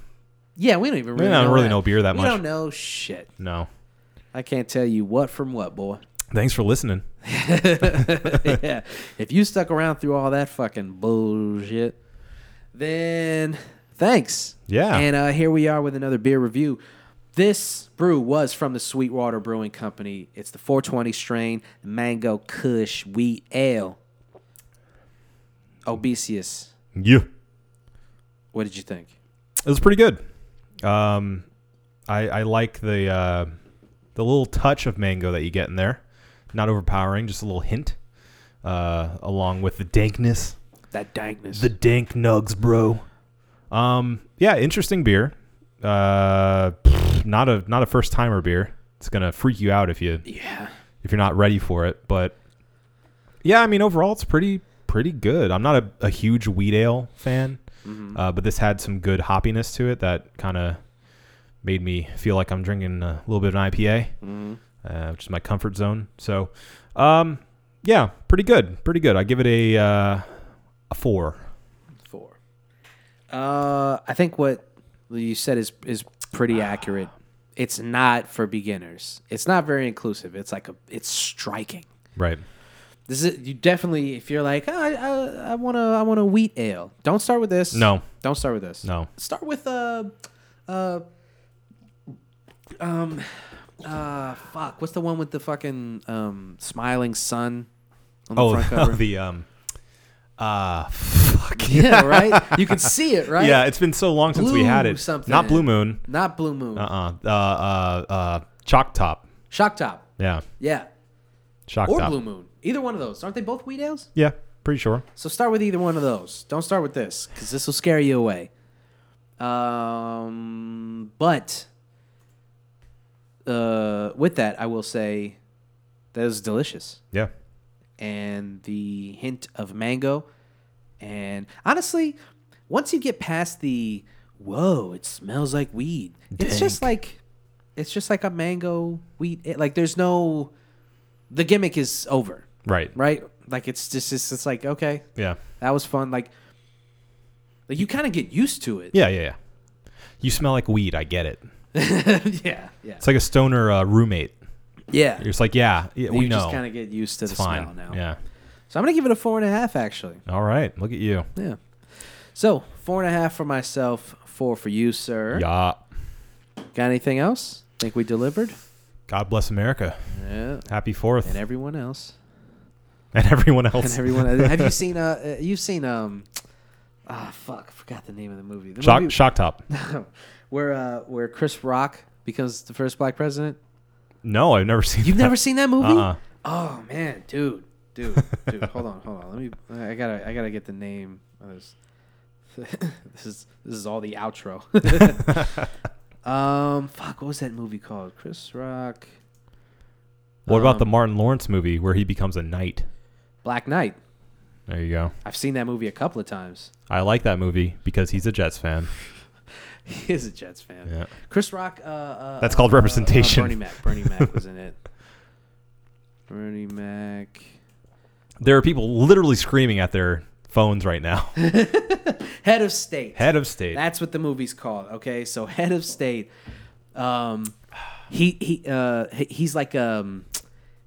[SPEAKER 1] Yeah, we don't even really,
[SPEAKER 2] don't
[SPEAKER 1] know,
[SPEAKER 2] really
[SPEAKER 1] that.
[SPEAKER 2] know beer that
[SPEAKER 1] we
[SPEAKER 2] much.
[SPEAKER 1] don't know shit.
[SPEAKER 2] No.
[SPEAKER 1] I can't tell you what from what, boy.
[SPEAKER 2] Thanks for listening.
[SPEAKER 1] yeah. If you stuck around through all that fucking bullshit, then thanks.
[SPEAKER 2] Yeah.
[SPEAKER 1] And uh, here we are with another beer review. This brew was from the Sweetwater Brewing Company. It's the 420 strain, Mango Kush Wheat Ale. Obesius,
[SPEAKER 2] Yeah.
[SPEAKER 1] what did you think?
[SPEAKER 2] It was pretty good. Um, I I like the uh, the little touch of mango that you get in there, not overpowering, just a little hint, uh, along with the dankness,
[SPEAKER 1] That dankness.
[SPEAKER 2] the dank nugs, bro. Um, yeah, interesting beer. Uh, pfft, not a not a first timer beer. It's gonna freak you out if you
[SPEAKER 1] yeah.
[SPEAKER 2] if you're not ready for it. But yeah, I mean, overall, it's pretty pretty good. I'm not a, a huge wheat ale fan,
[SPEAKER 1] Mm-hmm.
[SPEAKER 2] uh, but this had some good hoppiness to it that kind of made me feel like I'm drinking a little bit of an IPA,
[SPEAKER 1] Mm-hmm.
[SPEAKER 2] uh, which is my comfort zone. So, um, yeah, pretty good, pretty good. I give it a uh, a four.
[SPEAKER 1] Four. Uh, I think what you said is is pretty accurate. It's not for beginners. It's not very inclusive. It's like a it's striking.
[SPEAKER 2] Right.
[SPEAKER 1] This is you definitely if you're like "Oh, I I, I want to I want a wheat ale. Don't start with this.
[SPEAKER 2] No.
[SPEAKER 1] Don't start with this.
[SPEAKER 2] No.
[SPEAKER 1] Start with uh uh um uh fuck. What's the one with the fucking um smiling sun on the
[SPEAKER 2] Oh,
[SPEAKER 1] front cover?
[SPEAKER 2] the um, uh, fuck.
[SPEAKER 1] yeah, right. You can see it, right?
[SPEAKER 2] Yeah, it's been so long since we had
[SPEAKER 1] Blue
[SPEAKER 2] it.
[SPEAKER 1] something.
[SPEAKER 2] Not Blue Moon.
[SPEAKER 1] Not blue moon.
[SPEAKER 2] Uh-uh. Uh uh uh Chalk top.
[SPEAKER 1] Shock top.
[SPEAKER 2] Yeah.
[SPEAKER 1] Yeah.
[SPEAKER 2] Chalk
[SPEAKER 1] Or
[SPEAKER 2] top.
[SPEAKER 1] Blue Moon. Either one of those. Aren't they both wheat ales?
[SPEAKER 2] Yeah, pretty sure.
[SPEAKER 1] So start with either one of those. Don't start with this because this will scare you away. Um, but uh, with that, I will say that is delicious.
[SPEAKER 2] Yeah.
[SPEAKER 1] And the hint of mango. And honestly, once you get past the whoa, it smells like weed. It's just like it's just like a mango weed. Like there's no the gimmick is over
[SPEAKER 2] Right.
[SPEAKER 1] right? Like it's just it's, it's like okay,
[SPEAKER 2] Yeah.
[SPEAKER 1] that was fun. Like, like you kind of get used to it.
[SPEAKER 2] Yeah, yeah, yeah. You smell like weed, I get it.
[SPEAKER 1] yeah, yeah,
[SPEAKER 2] It's like a stoner uh, roommate.
[SPEAKER 1] yeah.
[SPEAKER 2] It's like, yeah, yeah
[SPEAKER 1] you
[SPEAKER 2] we know.
[SPEAKER 1] just kind of get used to the
[SPEAKER 2] it's fine.
[SPEAKER 1] smell now.
[SPEAKER 2] Yeah.
[SPEAKER 1] So I'm gonna give it a four and a half actually.
[SPEAKER 2] All right. Look at you.
[SPEAKER 1] Yeah. So four and a half for myself, four for you, sir.
[SPEAKER 2] Yeah.
[SPEAKER 1] Got anything else? Think we delivered?
[SPEAKER 2] God bless America.
[SPEAKER 1] Yeah.
[SPEAKER 2] Happy 4th.
[SPEAKER 1] And everyone else.
[SPEAKER 2] And everyone else.
[SPEAKER 1] And everyone. have you seen? Uh, uh, you've seen? Um. Ah, fuck! Forgot the name of the movie. The
[SPEAKER 2] Shock,
[SPEAKER 1] movie-
[SPEAKER 2] shock top.
[SPEAKER 1] where uh, where Chris Rock becomes the first black president.
[SPEAKER 2] No, I've never seen
[SPEAKER 1] You've
[SPEAKER 2] that.
[SPEAKER 1] never seen that movie?
[SPEAKER 2] Uh-uh.
[SPEAKER 1] Oh man, dude, dude, dude. hold on, hold on. Let me. I gotta. I gotta get the name. Of this. this is this is all the outro. um, fuck. What was that movie called? Chris Rock,
[SPEAKER 2] What
[SPEAKER 1] Uh-uh.
[SPEAKER 2] about the Martin Lawrence movie where he becomes a knight?
[SPEAKER 1] Black Knight.
[SPEAKER 2] There you go.
[SPEAKER 1] I've seen that movie a couple of times.
[SPEAKER 2] I like that movie because he's a Jets fan.
[SPEAKER 1] He is a Jets fan.
[SPEAKER 2] Yeah.
[SPEAKER 1] Chris Rock. Uh, uh,
[SPEAKER 2] That's
[SPEAKER 1] uh,
[SPEAKER 2] called
[SPEAKER 1] uh, uh,
[SPEAKER 2] representation.
[SPEAKER 1] Bernie Mac. Bernie Mac was in it. Bernie Mac.
[SPEAKER 2] There are people literally screaming at their phones right now.
[SPEAKER 1] Head of state.
[SPEAKER 2] Head of state.
[SPEAKER 1] That's what the movie's called. Okay, so head of state, um, he he uh, he- he's like um,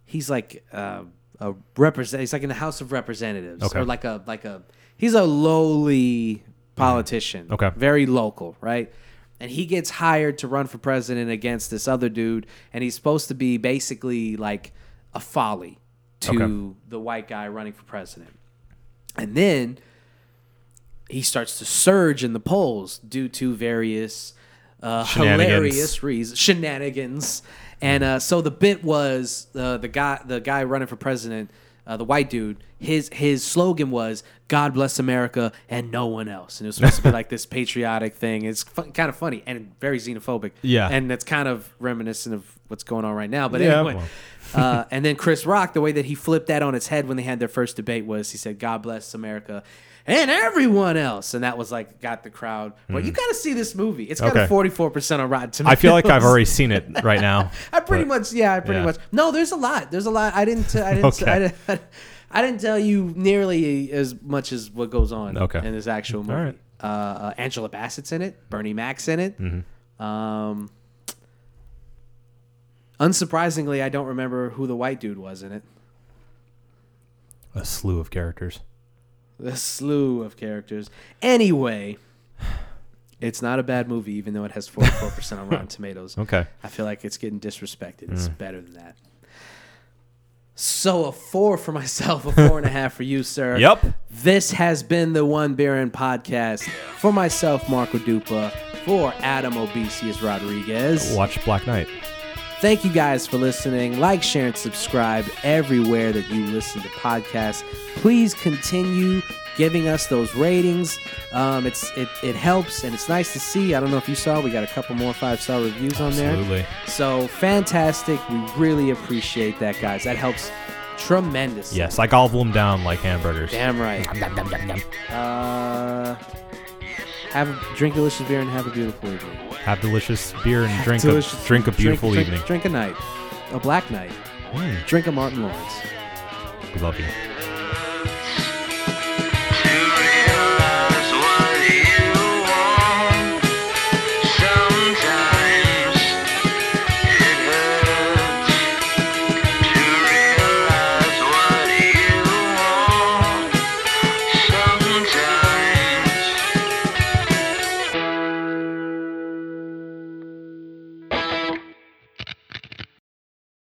[SPEAKER 1] he's like uh, a represent. He's like in the House of Representatives,
[SPEAKER 2] Okay.
[SPEAKER 1] or like a like a he's a lowly politician.
[SPEAKER 2] Mm-hmm. Okay.
[SPEAKER 1] very local, right? And he gets hired to run for president against this other dude, and he's supposed to be basically like a folly to
[SPEAKER 2] Okay.
[SPEAKER 1] the white guy running for president. And then he starts to surge in the polls due to various uh,
[SPEAKER 2] Shenanigans.
[SPEAKER 1] hilarious reasons, shenanigans. And uh, so the bit was uh, the guy, the guy running for president, uh, the white dude. His his slogan was "God bless America and no one else," and it was supposed to be like this patriotic thing. It's fun, kind of funny and very xenophobic.
[SPEAKER 2] Yeah.
[SPEAKER 1] and that's kind of reminiscent of what's going on right now. But
[SPEAKER 2] Yeah,
[SPEAKER 1] anyway, uh, and then Chris Rock, the way that he flipped that on its head when they had their first debate was he said, God bless America and everyone else. And that was like, got the crowd. But you got to see this movie. It's got a
[SPEAKER 2] Mm. Okay.
[SPEAKER 1] 44% on Rotten Tomatoes.
[SPEAKER 2] I feel like I've already seen it right now.
[SPEAKER 1] I pretty
[SPEAKER 2] but-
[SPEAKER 1] much, yeah, I pretty
[SPEAKER 2] yeah.
[SPEAKER 1] much. No, there's a lot. There's a lot. I didn't, t- I didn't,
[SPEAKER 2] Okay.
[SPEAKER 1] I didn't, I didn't tell you nearly as much as what goes on
[SPEAKER 2] Okay.
[SPEAKER 1] in this actual movie.
[SPEAKER 2] right.
[SPEAKER 1] Uh, uh, Angela Bassett's in it. Bernie Mac's in it.
[SPEAKER 2] Mm-hmm.
[SPEAKER 1] Um, unsurprisingly, I don't remember who the white dude was in it.
[SPEAKER 2] A slew of characters.
[SPEAKER 1] The slew of characters. Anyway, it's not a bad movie, even though it has 44% on Rotten Tomatoes.
[SPEAKER 2] Okay.
[SPEAKER 1] I feel like it's getting disrespected. It's better than that. So a four for myself, a four and a half for you, sir.
[SPEAKER 2] Yup.
[SPEAKER 1] This has been the One Beer In podcast. For myself, Marco Dupa. For Adam Obesius Rodriguez.
[SPEAKER 2] Watch Black Knight.
[SPEAKER 1] Thank you guys for listening. Like, share, and subscribe everywhere that you listen to podcasts. Please continue giving us those ratings. Um, it's it, it helps and it's nice to see. I don't know if you saw, we got a couple more five star reviews on there.
[SPEAKER 2] Absolutely.
[SPEAKER 1] So fantastic. We really appreciate that, guys. That helps tremendously.
[SPEAKER 2] Yes, I gobble them down like hamburgers.
[SPEAKER 1] Damn right. Uh, have a, drink delicious beer and have a beautiful evening.
[SPEAKER 2] Have delicious beer and drink
[SPEAKER 1] Delicious-
[SPEAKER 2] a drink a beautiful
[SPEAKER 1] drink-
[SPEAKER 2] evening.
[SPEAKER 1] Drink, drink a night, a black night.
[SPEAKER 2] Mm,
[SPEAKER 1] Drink a Martin Lawrence.
[SPEAKER 2] we love you.
[SPEAKER 3] Thank you.